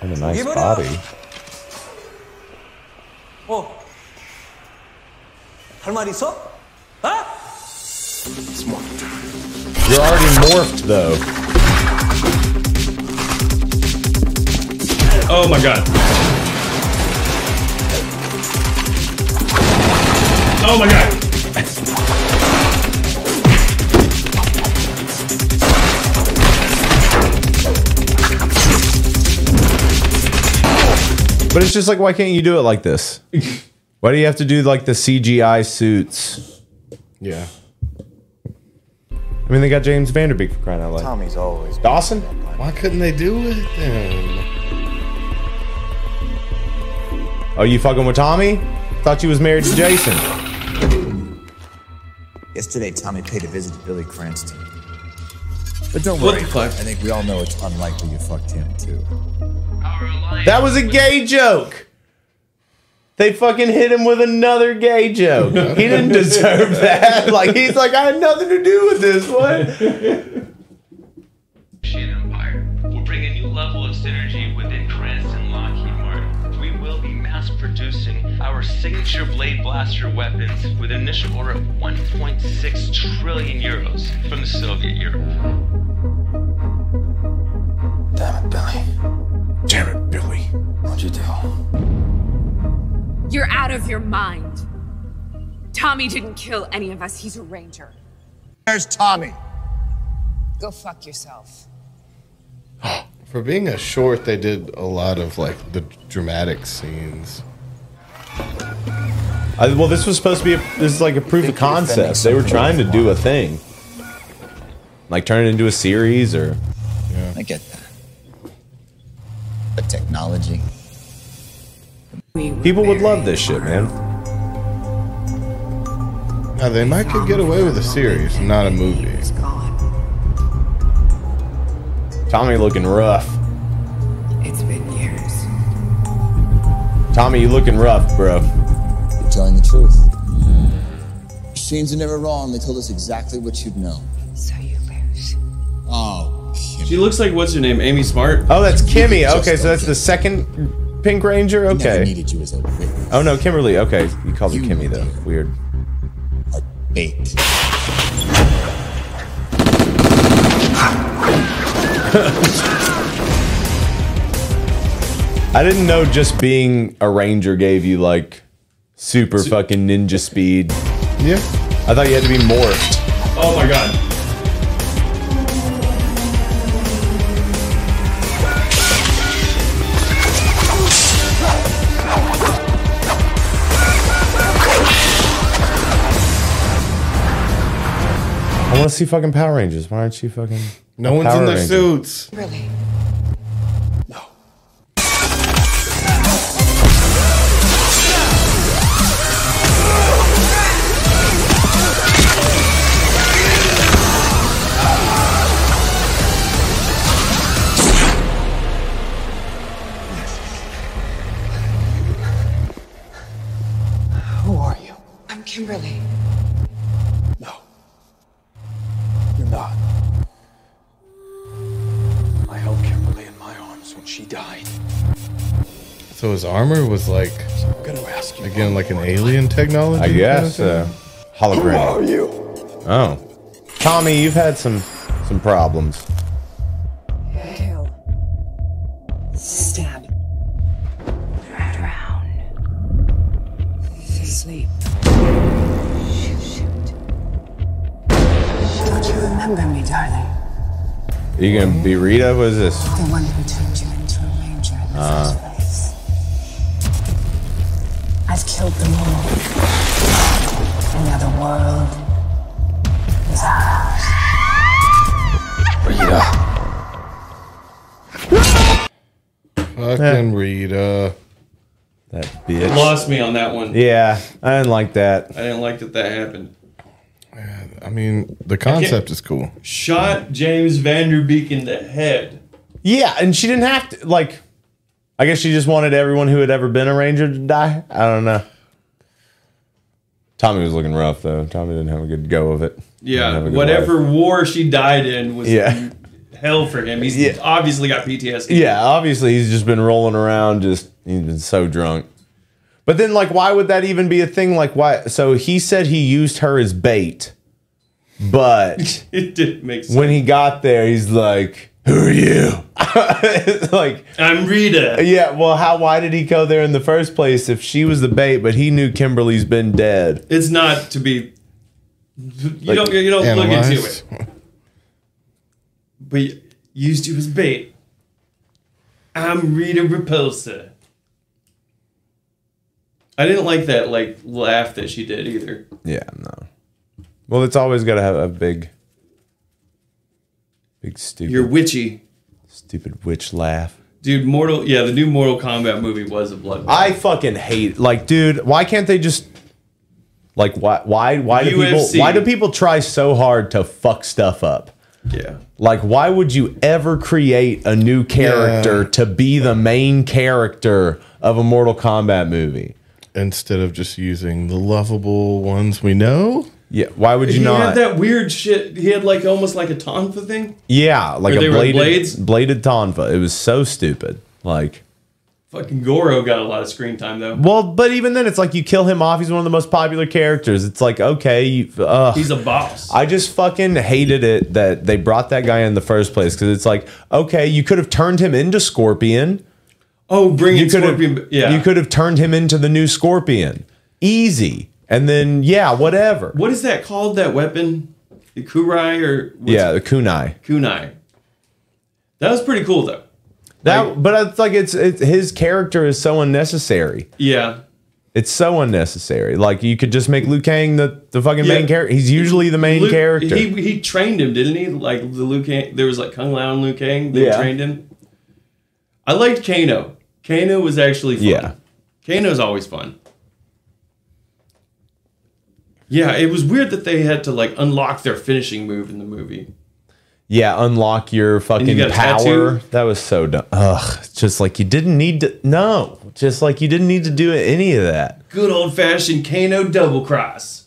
And a nice Give it up. body. Oh. Almarizo? Huh? You're already morphed though. Oh my god. Oh my god. But it's just like, why can't you do it like this? Why do you have to do like the CGI suits? Yeah. I mean, they got James Vanderbeek for crying out loud. Tommy's always Dawson? Why couldn't they do it then? Oh, you fucking with Tommy? Thought you was married to Jason. Yesterday, Tommy paid a visit to Billy Cranston. But don't worry. What the fuck? I think we all know it's unlikely you fucked him, too. That was a gay joke. They fucking hit him with another gay joke. He didn't deserve that. Like he's like, I had nothing to do with this. What? Russian Empire will bring a new level of synergy within Cranston Lockheed Martin. We will be mass producing our signature blade blaster weapons with an initial order of 1.6 trillion euros from the Soviet Europe. Damn it, Billy. Damn it, Billy. What'd you do? You're out of your mind. Tommy didn't kill any of us. He's a ranger. There's Tommy. Go fuck yourself. For being a short, they did a lot of like the dramatic scenes. I, well, this was supposed to be a, this is like a proof of concept. They were trying to do a thing, like turn it into a series or I get that. But technology. We were people would very love this shit, man. Now they might could get away with a series, not a movie. Gone. Tommy looking rough. It's been years. Tommy, you looking rough, bro. You're telling the truth. Machines are never wrong. They told us exactly what you'd know. So you lose. Oh, She looks like what's her name? Amy Smart? Oh, that's Kimmy. Okay, so that's the second Pink Ranger. never Okay. needed you as a witness. Oh no, Kimberly. Okay, you called her Kimmy though. Weird. A bait. I didn't know just being a ranger gave you like super fucking ninja speed. Yeah. I thought you had to be morphed. Oh my god. I want to see fucking Power Rangers. Why aren't you fucking? No one's in Power their Ranger? suits. Really? Who are you? I'm Kimberly. You're not. I held Kimberly in my arms when she died. So his armor was like I'm gonna ask you. again like an alien technology. I guess kinda so. thing? Hologram. Who are you? Oh, Tommy, you've had some some problems. Kill. Stab. Drown. Sleep. Shoot. shoot. Don't you remember me, darling? Are you gonna be Rita? What is this? The one who turned you into a ranger in the Uh. first place. I've killed them all. Another world is ours. Yeah. Fucking Rita. That It bitch. lost me on that one. Yeah, I didn't like that. I didn't like that that happened. I mean, the concept is cool. Shot James Vanderbeek in the head. Yeah, and she didn't have to. Like, I guess she just wanted everyone who had ever been a ranger to die. I don't know. Tommy was looking rough though. Tommy didn't have a good go of it. Didn't Yeah, have a good whatever life. war she died in was Yeah. hell for him. He's obviously got PTSD. Yeah, obviously he's just been rolling around. Just he's been so drunk. But then, like, why would that even be a thing? Like, why? So he said he used her as bait, but It didn't make sense. when he got there, he's like, "Who are you?" like, I'm Rita. Yeah, well, how? Why did he go there in the first place if she was the bait? But he knew Kimberly's been dead. It's not to be. You don't. You don't look into it. But you used you as bait. I'm Rita Repulsa. I didn't like that like laugh that she did either. Yeah, no. Well, it's always got to have a big, big stupid. You're witchy, stupid witch laugh. dude. Mortal. Yeah, the new Mortal Kombat movie was a blood. bath. I fucking hate. Like, dude, why can't they just? Like, why? Why? Why do UFC. people? Why do people try so hard to fuck stuff up? Yeah. Like, why would you ever create a new character to be the main character of a Mortal Kombat movie? Instead of just using the lovable ones we know. Yeah. Why would he had that weird shit. He had like almost like a tonfa thing. Yeah, like Or a they were bladed, blades? bladed tonfa. It was so stupid. Like, Fucking Goro got a lot of screen time though. well, but even then, it's like you kill him off. He's one of the most popular characters. It's like, okay, you, uh, He's a boss. I just fucking hated it that they brought that guy in the first place because it's like, okay, you could have turned him into Scorpion. Oh, bring in could Scorpion. Have, yeah. you could have turned him into the new Scorpion. Easy. And then, yeah, whatever. What is that called? That weapon, the kurai or what's yeah, the kunai. it? kunai. That was pretty cool though. That, but it's like it's, it's his character is so unnecessary. Yeah. It's so unnecessary. Like you could just make Liu Kang the, the fucking Yeah. main character. He's usually the main Luke- character. He, he trained him, didn't he? Like the Liu Kang, there was like Kung Lao and Liu Kang. They Yeah. trained him. I liked Kano. Kano was actually fun. Yeah. Kano's always fun. Yeah, it was weird that they had to like unlock their finishing move in the movie. yeah, unlock your fucking got a power. tattoo? That was so dumb. Ugh, it's just like you didn't need to. No, just like you didn't need to do any of that. Good old fashioned Kano double cross.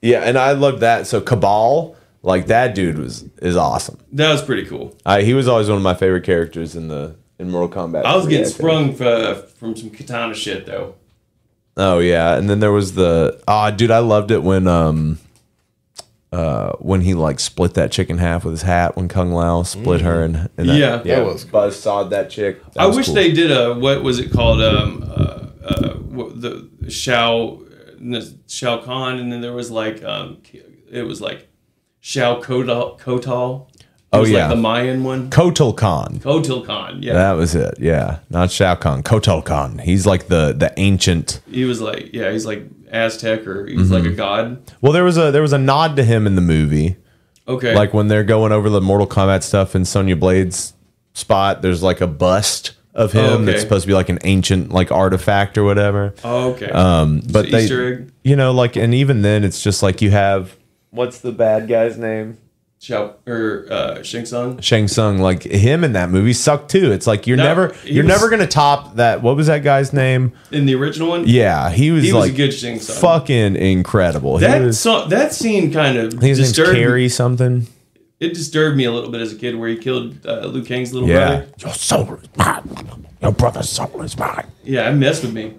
Yeah, and I love that. So Cabal, like that dude was is awesome. That was pretty cool. I, he was always one of my favorite characters in the in Mortal Kombat. I was 3, getting think. sprung for, from some katana shit though. Oh yeah, and then there was the ah, dude. I loved it when um, uh, when he like split that chick in half with his hat when Kung Lao split her and, and that, Yeah. That was buzz sawed that chick. That I was wish cool. they did a what was it called? Um, uh, uh, what- the Shao Shao Kahn, and then there was like um, it was like Shao Kotal. Kotal. It Oh, was yeah. like the Mayan one. Kotal Khan. Kotal Khan. Yeah, That was it. Yeah. Not Shao Kahn. Kotal Khan. He's like the the ancient. he was like yeah, he's like Aztec or he was like a Mhm. god. Well, there was a there was a nod to him in the movie. Okay. Like when they're going over the Mortal Kombat stuff in Sonya Blade's spot, there's like a bust of him Oh, okay. that's supposed to be like an ancient like artifact or whatever. Oh, okay. Um, It's but an they, Easter egg. you know, like, and even then, it's just like you have What's the bad guy's name? Shao or uh, Shang Tsung. Shang Tsung, like him in that movie sucked too. It's like you're No, never he you're was- never gonna top that. What was that guy's name? In the original one. Yeah, he was He was like a good Shang Tsung. fucking incredible. He That was- so, that scene kind of I think his name's disturbed Carrie something. it disturbed me a little bit as a kid where he killed uh, Liu Kang's little Yeah. brother. Your soul is mine. Ah, Your brother's soul is mine. Yeah, it messed with me.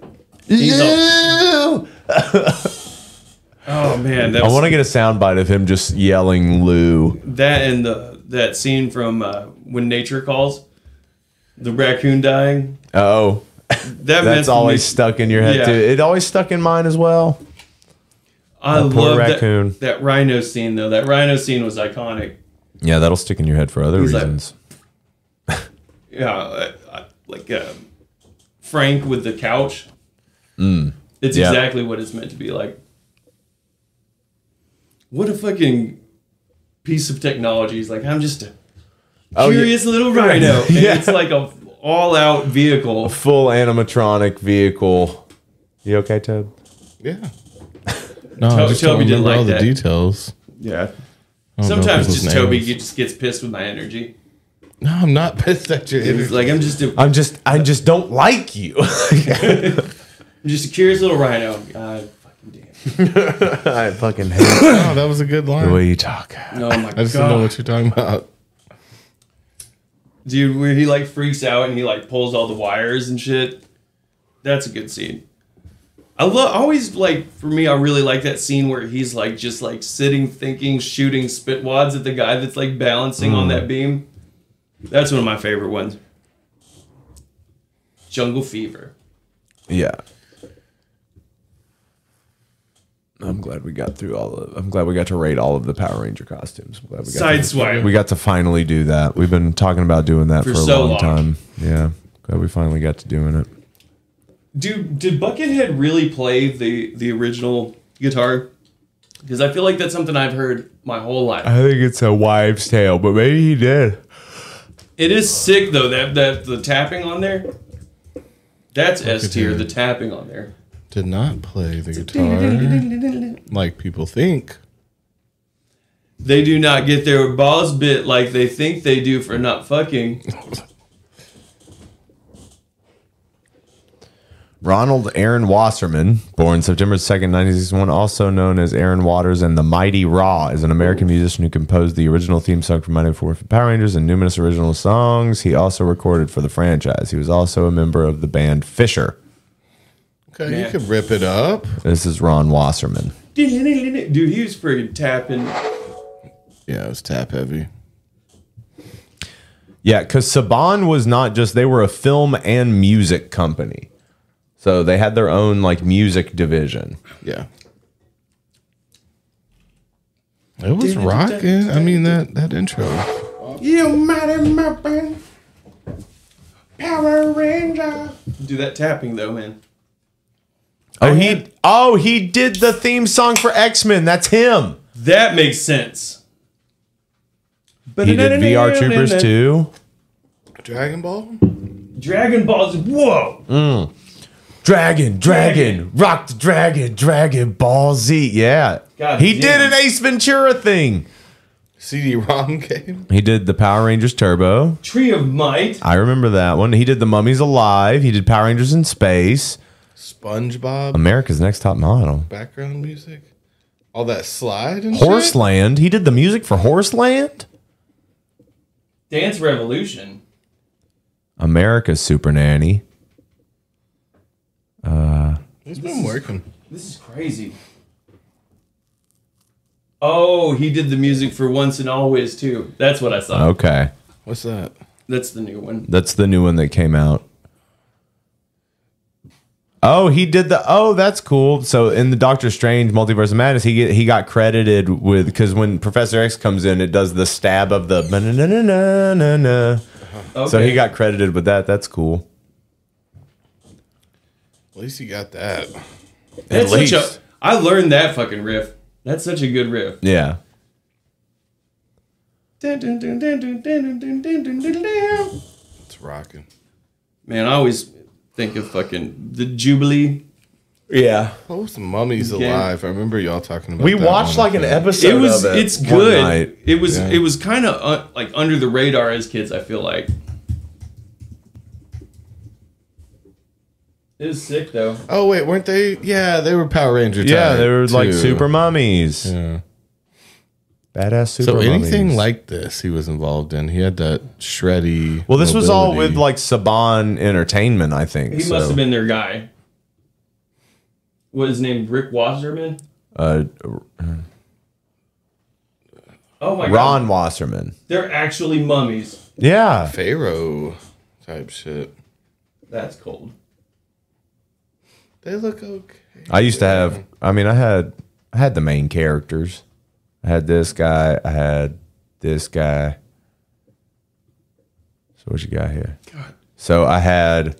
He's all- oh man, that I was, want to get a soundbite of him just yelling Lou. that and the that scene from uh, When Nature Calls, the raccoon dying. Oh, That messed that's with always me. stuck in your head Yeah. too. It always stuck in mine as well. I The poor love raccoon. That, that rhino scene though. That rhino scene was iconic. Yeah, that'll stick in your head for other He's like- reasons. Yeah, I, I, like uh, Frank with the couch. Mm. It's Yeah. exactly what it's meant to be like. What a fucking piece of technology. He's like, I'm just a Oh, yeah. curious little rhino. And Yeah. It's like a all out vehicle. A full animatronic vehicle. You okay, Toad? Yeah. No, To- I just don't Toby remember didn't like all that. the details. I Yeah. don't know Sometimes people's just Toby names. he just gets pissed with my energy. No, I'm not pissed at your It was energy. like I'm just a I'm just I just don't like you. I'm just a curious little rhino. Uh, I fucking hate no, that was a good line. the way you talk. oh my I just god. don't know what you're talking about. Dude, where he like freaks out and he like pulls all the wires and shit. That's a good scene. I love always like for me, I really like that scene where he's like just like sitting, thinking, shooting spit wads at the guy that's like balancing on Mm. that beam. That's one of my favorite ones. Jungle Fever. Yeah. I'm glad we got through all of. I'm glad we got to rate all of the Power Ranger costumes. I'm glad we got Sideswipe. To, we got to finally do that. We've been talking about doing that For for, a so long, long. time. Yeah. Glad we finally got to doing it. Dude, did Buckethead really play the the original guitar? Because I feel like that's something I've heard my whole life. I think it's a wives' tale, but maybe he did. It is sick though that that the tapping on there. That's S tier. The tapping on there. Did not play the guitar like people think. They do not get their balls bit like they think they do for not fucking. Ronald Aaron Wasserman, born September 2nd, 1961, also known as Aaron Waters and the Mighty Raw, is an American musician who composed the original theme song for Mighty Four for Power Rangers and numerous original songs. He also recorded for the franchise. He was also a member of the band Fisher. Okay, Yeah. you could rip it up. This is Ron Wasserman. Dude, he was friggin' tapping. Yeah, it was tap heavy. Yeah, because Saban was not just, they were a film and music company. So they had their own like music division. Yeah. It was rocking. I mean that that intro. You mighty muppin. Power Ranger. Do that tapping though, man. Oh, he oh he did the theme song for X Men. That's him. That makes sense. He did VR Troopers too. Dragon Ball? Dragon Balls. Whoa. Mm. Dragon, dragon, rock the dragon, Dragon Ball Z. Yeah, God he damn. did an Ace Ventura thing. CD ROM game? He did the Power Rangers Turbo. Tree of Might. I remember that one. He did the Mummies Alive. He did Power Rangers in Space. SpongeBob America's Next Top Model. background music? All that slide and shit? Horseland. He did the music for Horseland. Dance Revolution. America's Super Nanny. Uh, He's been working. This is crazy. Oh, he did the music for Once and Always too. That's what I saw. okay, What's that? That's the new one. that's the new one that came out. Oh, he did the. Oh, that's cool. So in the Doctor Strange Multiverse of Madness, he get, he got credited with because when Professor X comes in, it does the stab of the. na-na-na-na-na-na. So Okay. he got credited with that. That's cool. At least you got that. That's At such a. least. I learned that fucking riff. That's such a good riff. Yeah. It's rocking. Man, I always think of fucking the Jubilee. Yeah. What was the Mummies Game. Alive? I remember y'all talking about We that watched, one, I like, an think. episode it was. of it it's one good. night. It was. Yeah. It was kind of uh, like under the radar as kids. I feel like. It was sick though. Oh wait, weren't they? Yeah, they were Power Ranger. Yeah, type, they were like too. super mummies. Badass super so anything mummies. like this, he was involved in. He had that shreddy. Well, this was all mobility. with like Saban Entertainment, I think. He so. must have been their guy. What is his name? Rick Wasserman. Uh, Oh my god. Ron Wasserman. They're actually mummies. Yeah. Pharaoh type shit. That's cold. They look okay. I used to have. I mean, I had. I had the main characters. I had this guy. I had this guy. So what you got here? So I had.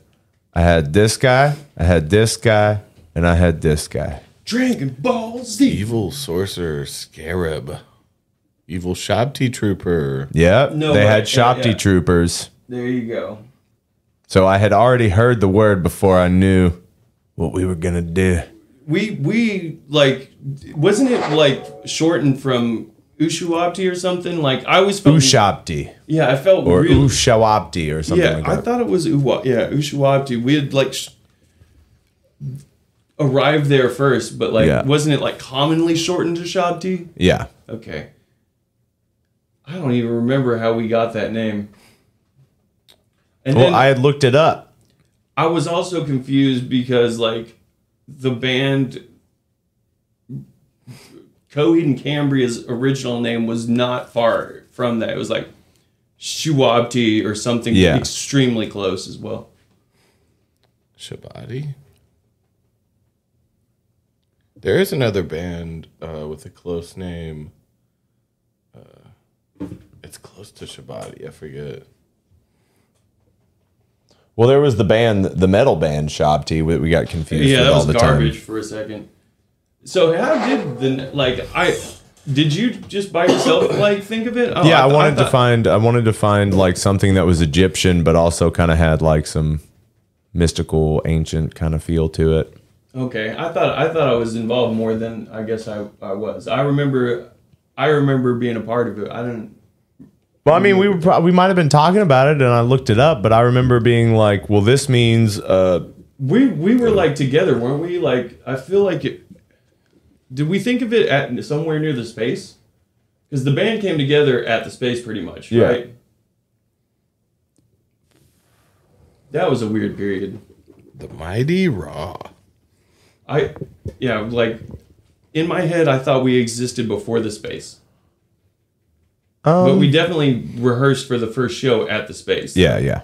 I had this guy. I had this guy, and I had this guy. Dragon Ball Z. Evil sorcerer scarab. Evil Shabti trooper. Yeah, No, they but- had Shopti yeah. troopers. There you go. So I had already heard the word before I knew what we were gonna do. We we like wasn't it like shortened from Ushuapti or something? Like I always felt Ushopti Yeah, I felt or really Ushawapti or something yeah, like I that. thought it was Uwa. Yeah, Ushuapti. We had like sh- arrived there first, but like Yeah. wasn't it like commonly shortened to Shabti? yeah, Okay. I don't even remember how we got that name. And well, then I had looked it up. I was also confused because like the band Coheed and Cambria's original name was not far from that. It was like Shuabti or something Yeah. extremely close as well. Shabadi. There is another band uh, with a close name. Uh, it's close to Shabadi. I forget. Well, there was the band, the metal band Shopti. We, we got confused. yeah, with that all was the garbage Time. for a second. So how did the like I did you just by yourself like think of it? Oh, yeah, I, th- wanted to thought- find. I wanted to find like something that was Egyptian, but also kind of had like some mystical, ancient kind of feel to it. Okay, I thought I thought I was involved more than I guess I, I was. I remember, I remember being a part of it. I didn't. Well, I mean, we were pro- we might have been talking about it, and I looked it up, but I remember being like, "Well, this means uh, We we were like together, weren't we? Like I feel like it. Did we think of it at somewhere near the space? Because the band came together at the space pretty much, Yeah. right? That was a weird period. The Mighty Raw. I, yeah, like in my head, I thought we existed before the space. um, but we definitely rehearsed for the first show at the space. yeah, yeah."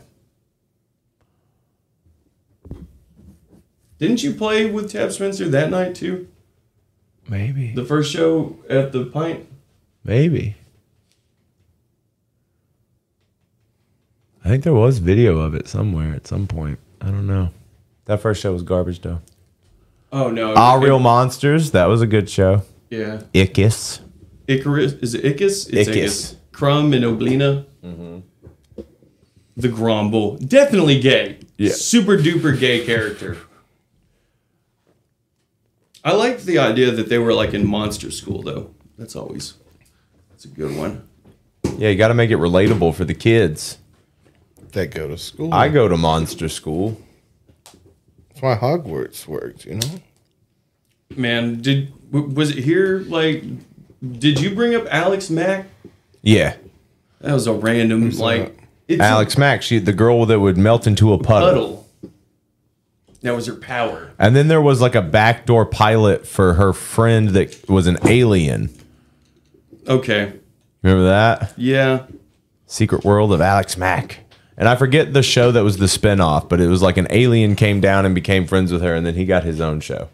Didn't you play with Tab Spencer that night too? Maybe. The first show at the pint? Maybe. I think there was video of it somewhere at some point. I don't know. That first show was garbage, though. Oh no. All it- Ah, Real Monsters. That was a good show. Yeah. Ickis. Icarus is it Icus? It's Icus. Crumb and Oblina. The Grumble. Definitely gay. Yeah. Super duper gay character. I like the idea that they were like in monster school though. That's always that's a good one. Yeah, you got to make it relatable for the kids. That go to school. I go to monster school. That's why Hogwarts worked, you know? Man, did w- was it here like did you bring up Alex Mack? Yeah. That was a random like it's a Alex Mack, she, the girl that would melt into a puddle. puddle. That was her power. And then there was like a backdoor pilot for her friend that was an alien. Okay. Remember that? Yeah. Secret World of Alex Mack. And I forget the show that was the spinoff, but it was like an alien came down and became friends with her, and then he got his own show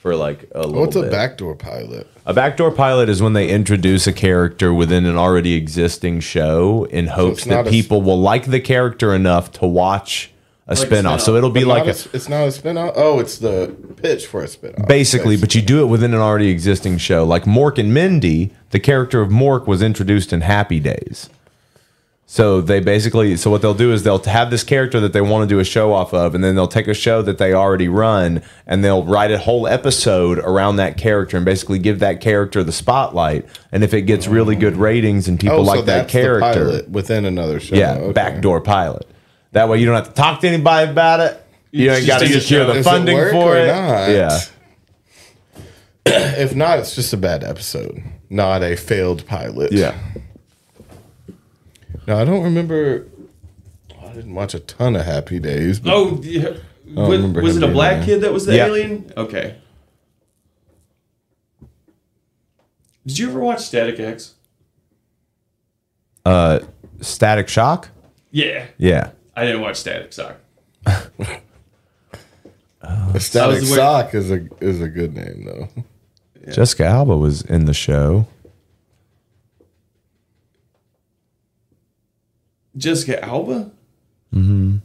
for like a little What's a bit. backdoor pilot? A backdoor pilot is when they introduce a character within an already existing show in hopes it's not that a- people will like the character enough to watch a Like a spinoff. So spinoff. it'll be But not like a, a s- it's not a spinoff. Oh, it's the pitch for a spinoff. basically, but you do it within an already existing show. Like Mork and Mindy, the character of Mork was introduced in Happy Days. So they basically, so what they'll do is they'll have this character that they want to do a show off of, and then they'll take a show that they already run and they'll write a whole episode around that character and basically give that character the spotlight. And if it gets really good ratings and people Oh, so like that that's the character, pilot within another show. yeah, Okay. backdoor pilot. That way you don't have to talk to anybody about it. You It's ain't just got to in the secure show. the Does it funding work or for it. not? Yeah. if not, it's just a bad episode, not a failed pilot. Yeah. No, I don't remember. I didn't watch a ton of Happy Days. but- Oh, yeah. I don't Wa- remember was him it a being black there. kid that was the Yeah. alien? Okay. Did you ever watch Static X? Uh, Static Shock. Yeah. Yeah. I didn't watch Static Shock. A I Static was aware- Sock is a is a good name though. Jessica Alba was in the show. Jessica Alba Mm-hmm.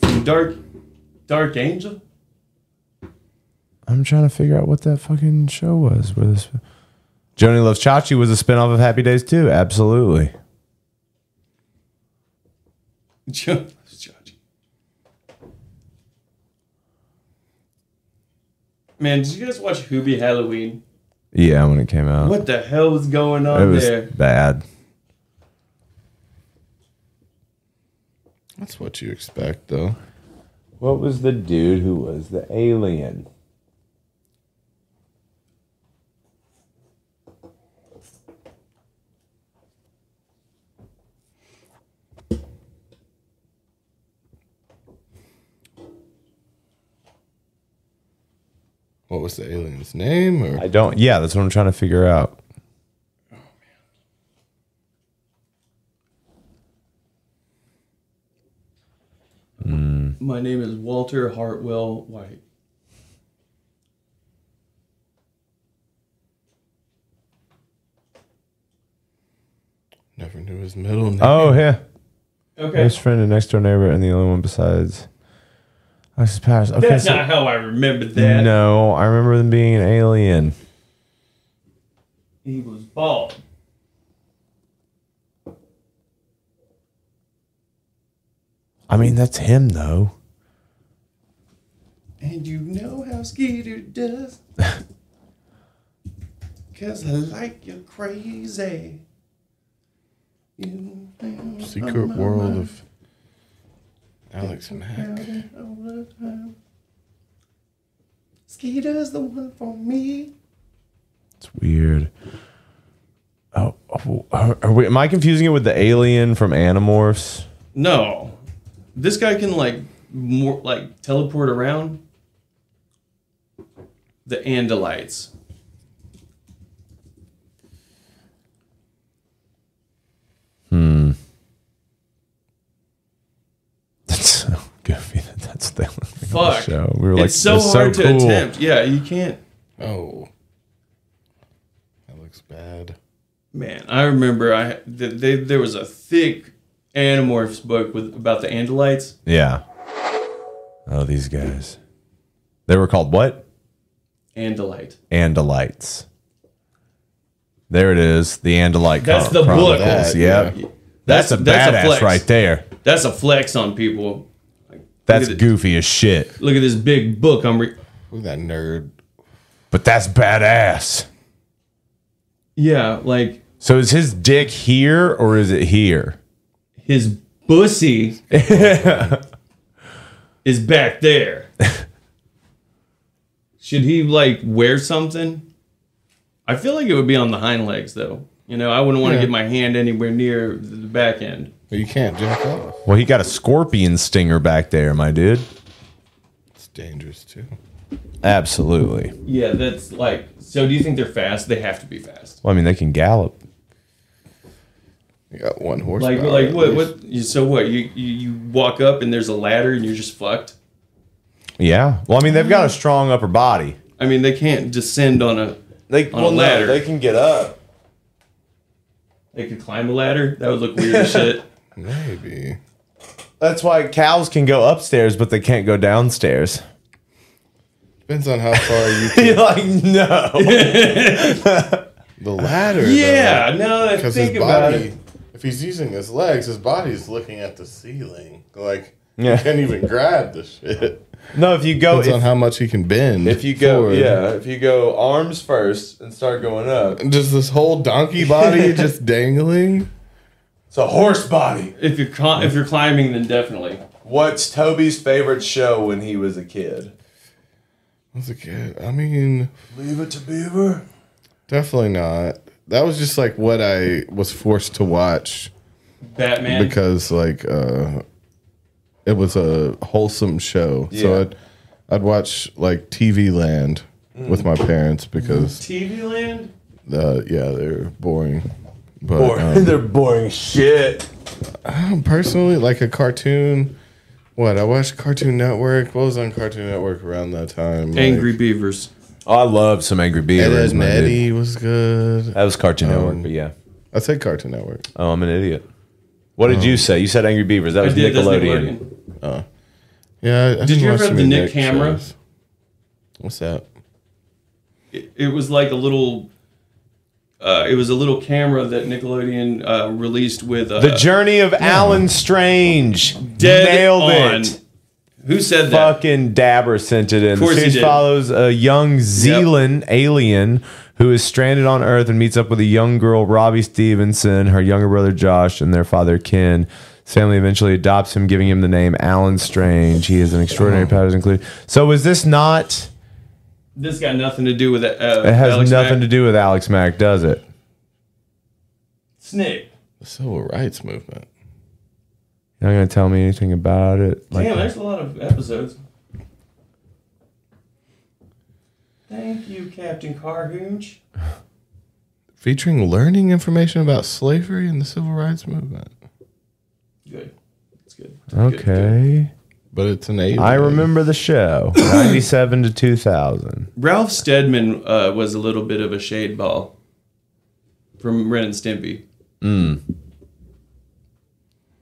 from Dark Dark Angel. I'm trying to figure out what that fucking show was. Where this Joni Loves Chachi was a spinoff of Happy Days too. Absolutely. Jo- Man, did you guys watch Hoobie Halloween? Yeah, when it came out, What the hell was going it on was there? bad. That's what you expect though. What was the dude who was the alien? What was the alien's name? Or I don't. Yeah, that's what I'm trying to figure out. My name is Walter Hartwell White. never knew his middle name. Oh yeah. Okay. Best friend and next door neighbor, and the only one besides. Alexis Powers. Okay, That's so- not how I remember that. No, I remember them being an alien. He was bald. I mean, that's him though. And you know how Skeeter does. Cause I like you crazy. You Secret World of Um, uh, Alex Mack. Skeeter's the one for me. It's weird. Oh, oh, are, are we, am I confusing it with the alien from Animorphs? No, this guy can like more like teleport around. The Andalites. Hmm. That's so goofy that that's the only thing on the Fuck. show. We were like, it's so "That's hard to cool." attempt. Yeah, you can't. Oh, that looks bad. Man, I remember I th- they, there was a thick Animorphs book with about the Andalites. Yeah. Oh, these guys. They were called what? Andalite. Andalites. There it is. The Andalite. That's the book. Chronicles. Yep. That's, a that's badass flex. right there. That's a flex on people. That's goofy as shit. Look at this big book. I'm re- Look at that nerd. But that's badass. Yeah, like So is his dick here or is it here? His bussy is back there. Should he like wear something? I feel like it would be on the hind legs though. You know, I wouldn't want to Yeah. get my hand anywhere near the back end. You can't jack off. Well, he got a scorpion stinger back there, my dude. It's dangerous too. Absolutely. Yeah, that's like. So, do you think they're fast? They have to be fast. Well, I mean, they can gallop. You got one horse. Like, like what? What? You, so what? You, you you walk up and there's a ladder and you're just fucked. Yeah. Well, I mean, they've got a strong upper body. I mean, they can't descend on a they on a ladder. they can get up. They could climb a ladder. That would look weird as shit. Maybe. That's why cows can go upstairs, but they can't go downstairs. Depends on how far you. You're like, no. the ladder. Yeah, though. now that I 'Cause think about it. If he's using his legs, his body's looking at the ceiling. Like, Yeah. he can't even grab the shit. No, if you go, Depends on if- how much he can bend. If you go- yeah, if you go arms first and start going up. just this whole donkey body just dangling. It's a horse body. If you're cli- if you're climbing, then definitely. What's Toby's favorite show when he was a kid? As a kid, I mean, Leave it to Beaver. definitely not. That was just like what I was forced to watch. Batman. because like uh it was a wholesome show Yeah. so I'd, I'd watch like tv land with my parents because TV Land. uh yeah they're boring but Boring. um, They're boring shit. um, personally like a cartoon what i watched cartoon network what was on cartoon network around that time Like, Angry Beavers. Oh, I love some Angry Beavers. Ed, Ed, and Eddie was good That was Cartoon Network, Um, but yeah. i said cartoon network Oh, I'm an idiot. What did you say? You said Angry Beavers. That I was did, that's Nickelodeon. oh yeah I, I Did you ever watch have the any Nick Nick Camera? shows. what's that It, it was like a little. Uh, it was a little camera that Nickelodeon uh, released with uh, the Journey of Alan Strange. Dead Nailed on. it. Who said that? Fucking Dabber sent it in. Of course he the series did. follows a young Zealand alien who is stranded on Earth and meets up with a young girl, Robbie Stevenson, her younger brother Josh, and their father Ken. His family eventually adopts him, giving him the name Alan Strange. He has an extraordinary Oh. powers included. So was this not? This got nothing to do with uh, It has nothing to do with Alex Mack, does it? Snake. the civil rights movement You're not gonna tell me anything about it. Like, Damn, there's a lot of episodes. Thank you, Captain Carhooch. featuring learning information about slavery and the civil rights movement. Good. That's good. okay, But it's an eight. I remember the show, ninety-seven to two thousand. Ralph Steadman uh, was a little bit of a shade ball from Ren and Stimpy. Mm.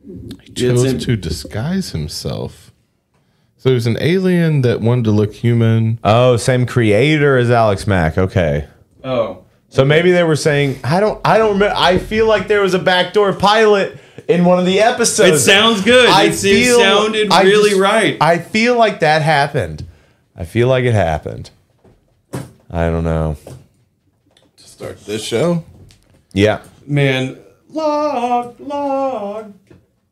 He It's chose in- to disguise himself. So he was an alien that wanted to look human. Oh, same creator as Alex Mack. Okay. Oh. So maybe they were saying, I don't, I don't remember. I feel like there was a backdoor pilot in one of the episodes. It sounds good. It seems- sounded really right. I feel like that happened. I feel like it happened. I don't know. To start this show, Yeah. Man, log, log.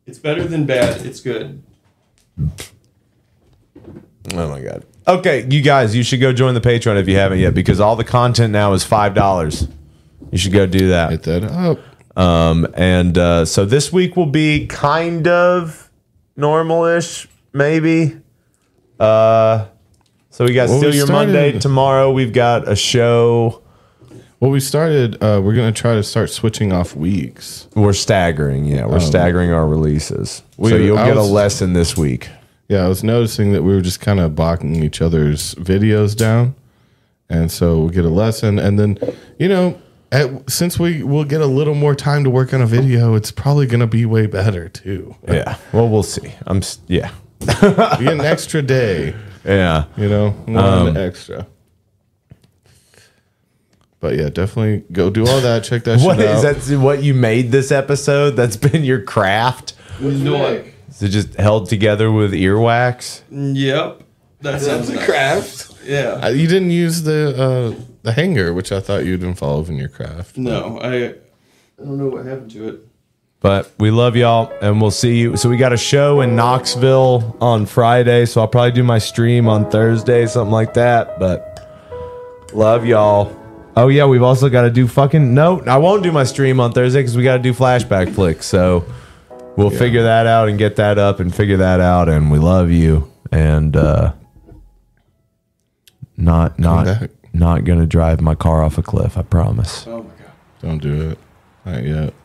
It's better than bad. It's good. Oh my god. Okay, you guys, you should go join the Patreon if you haven't yet, because all the content now is five dollars. You should go do that. Hit that up. Um, and uh, so this week will be kind of normal-ish, maybe. Uh, so we got Well, still we your started- Monday tomorrow. We've got a show. Well, we started. Uh, we're gonna try to start switching off weeks. We're staggering, yeah. We're Um, staggering our releases, we- so you'll I get a was- lesson this week. Yeah, I was noticing that we were just kind of blocking each other's videos down, and so we'll get a lesson, and then you know. At, since we will get a little more time to work on a video, it's probably going to be way better too. Yeah. Well, we'll see. I'm. s- Yeah. You get an extra day. Yeah. You know, one Um, extra. But yeah, definitely go do all that. Check that What shit out. is that? What you made this episode? That's been your craft. No, I- Is it just held together with earwax? yep. That sounds nice. craft. Yeah. Uh, You didn't use the uh, the hanger, which I thought you'd involve in your craft. No, I, I don't know what happened to it. But we love y'all and we'll see you. So we got a show in Knoxville on Friday, so I'll probably do my stream on Thursday, something like that. But love y'all. Oh yeah, we've also got to do fucking no. I won't do my stream on Thursday because we got to do flashback flicks. So we'll figure that out and get that up and figure that out. And we love you. And uh, not not back. not gonna drive my car off a cliff. I promise. Don't do it. Not yet.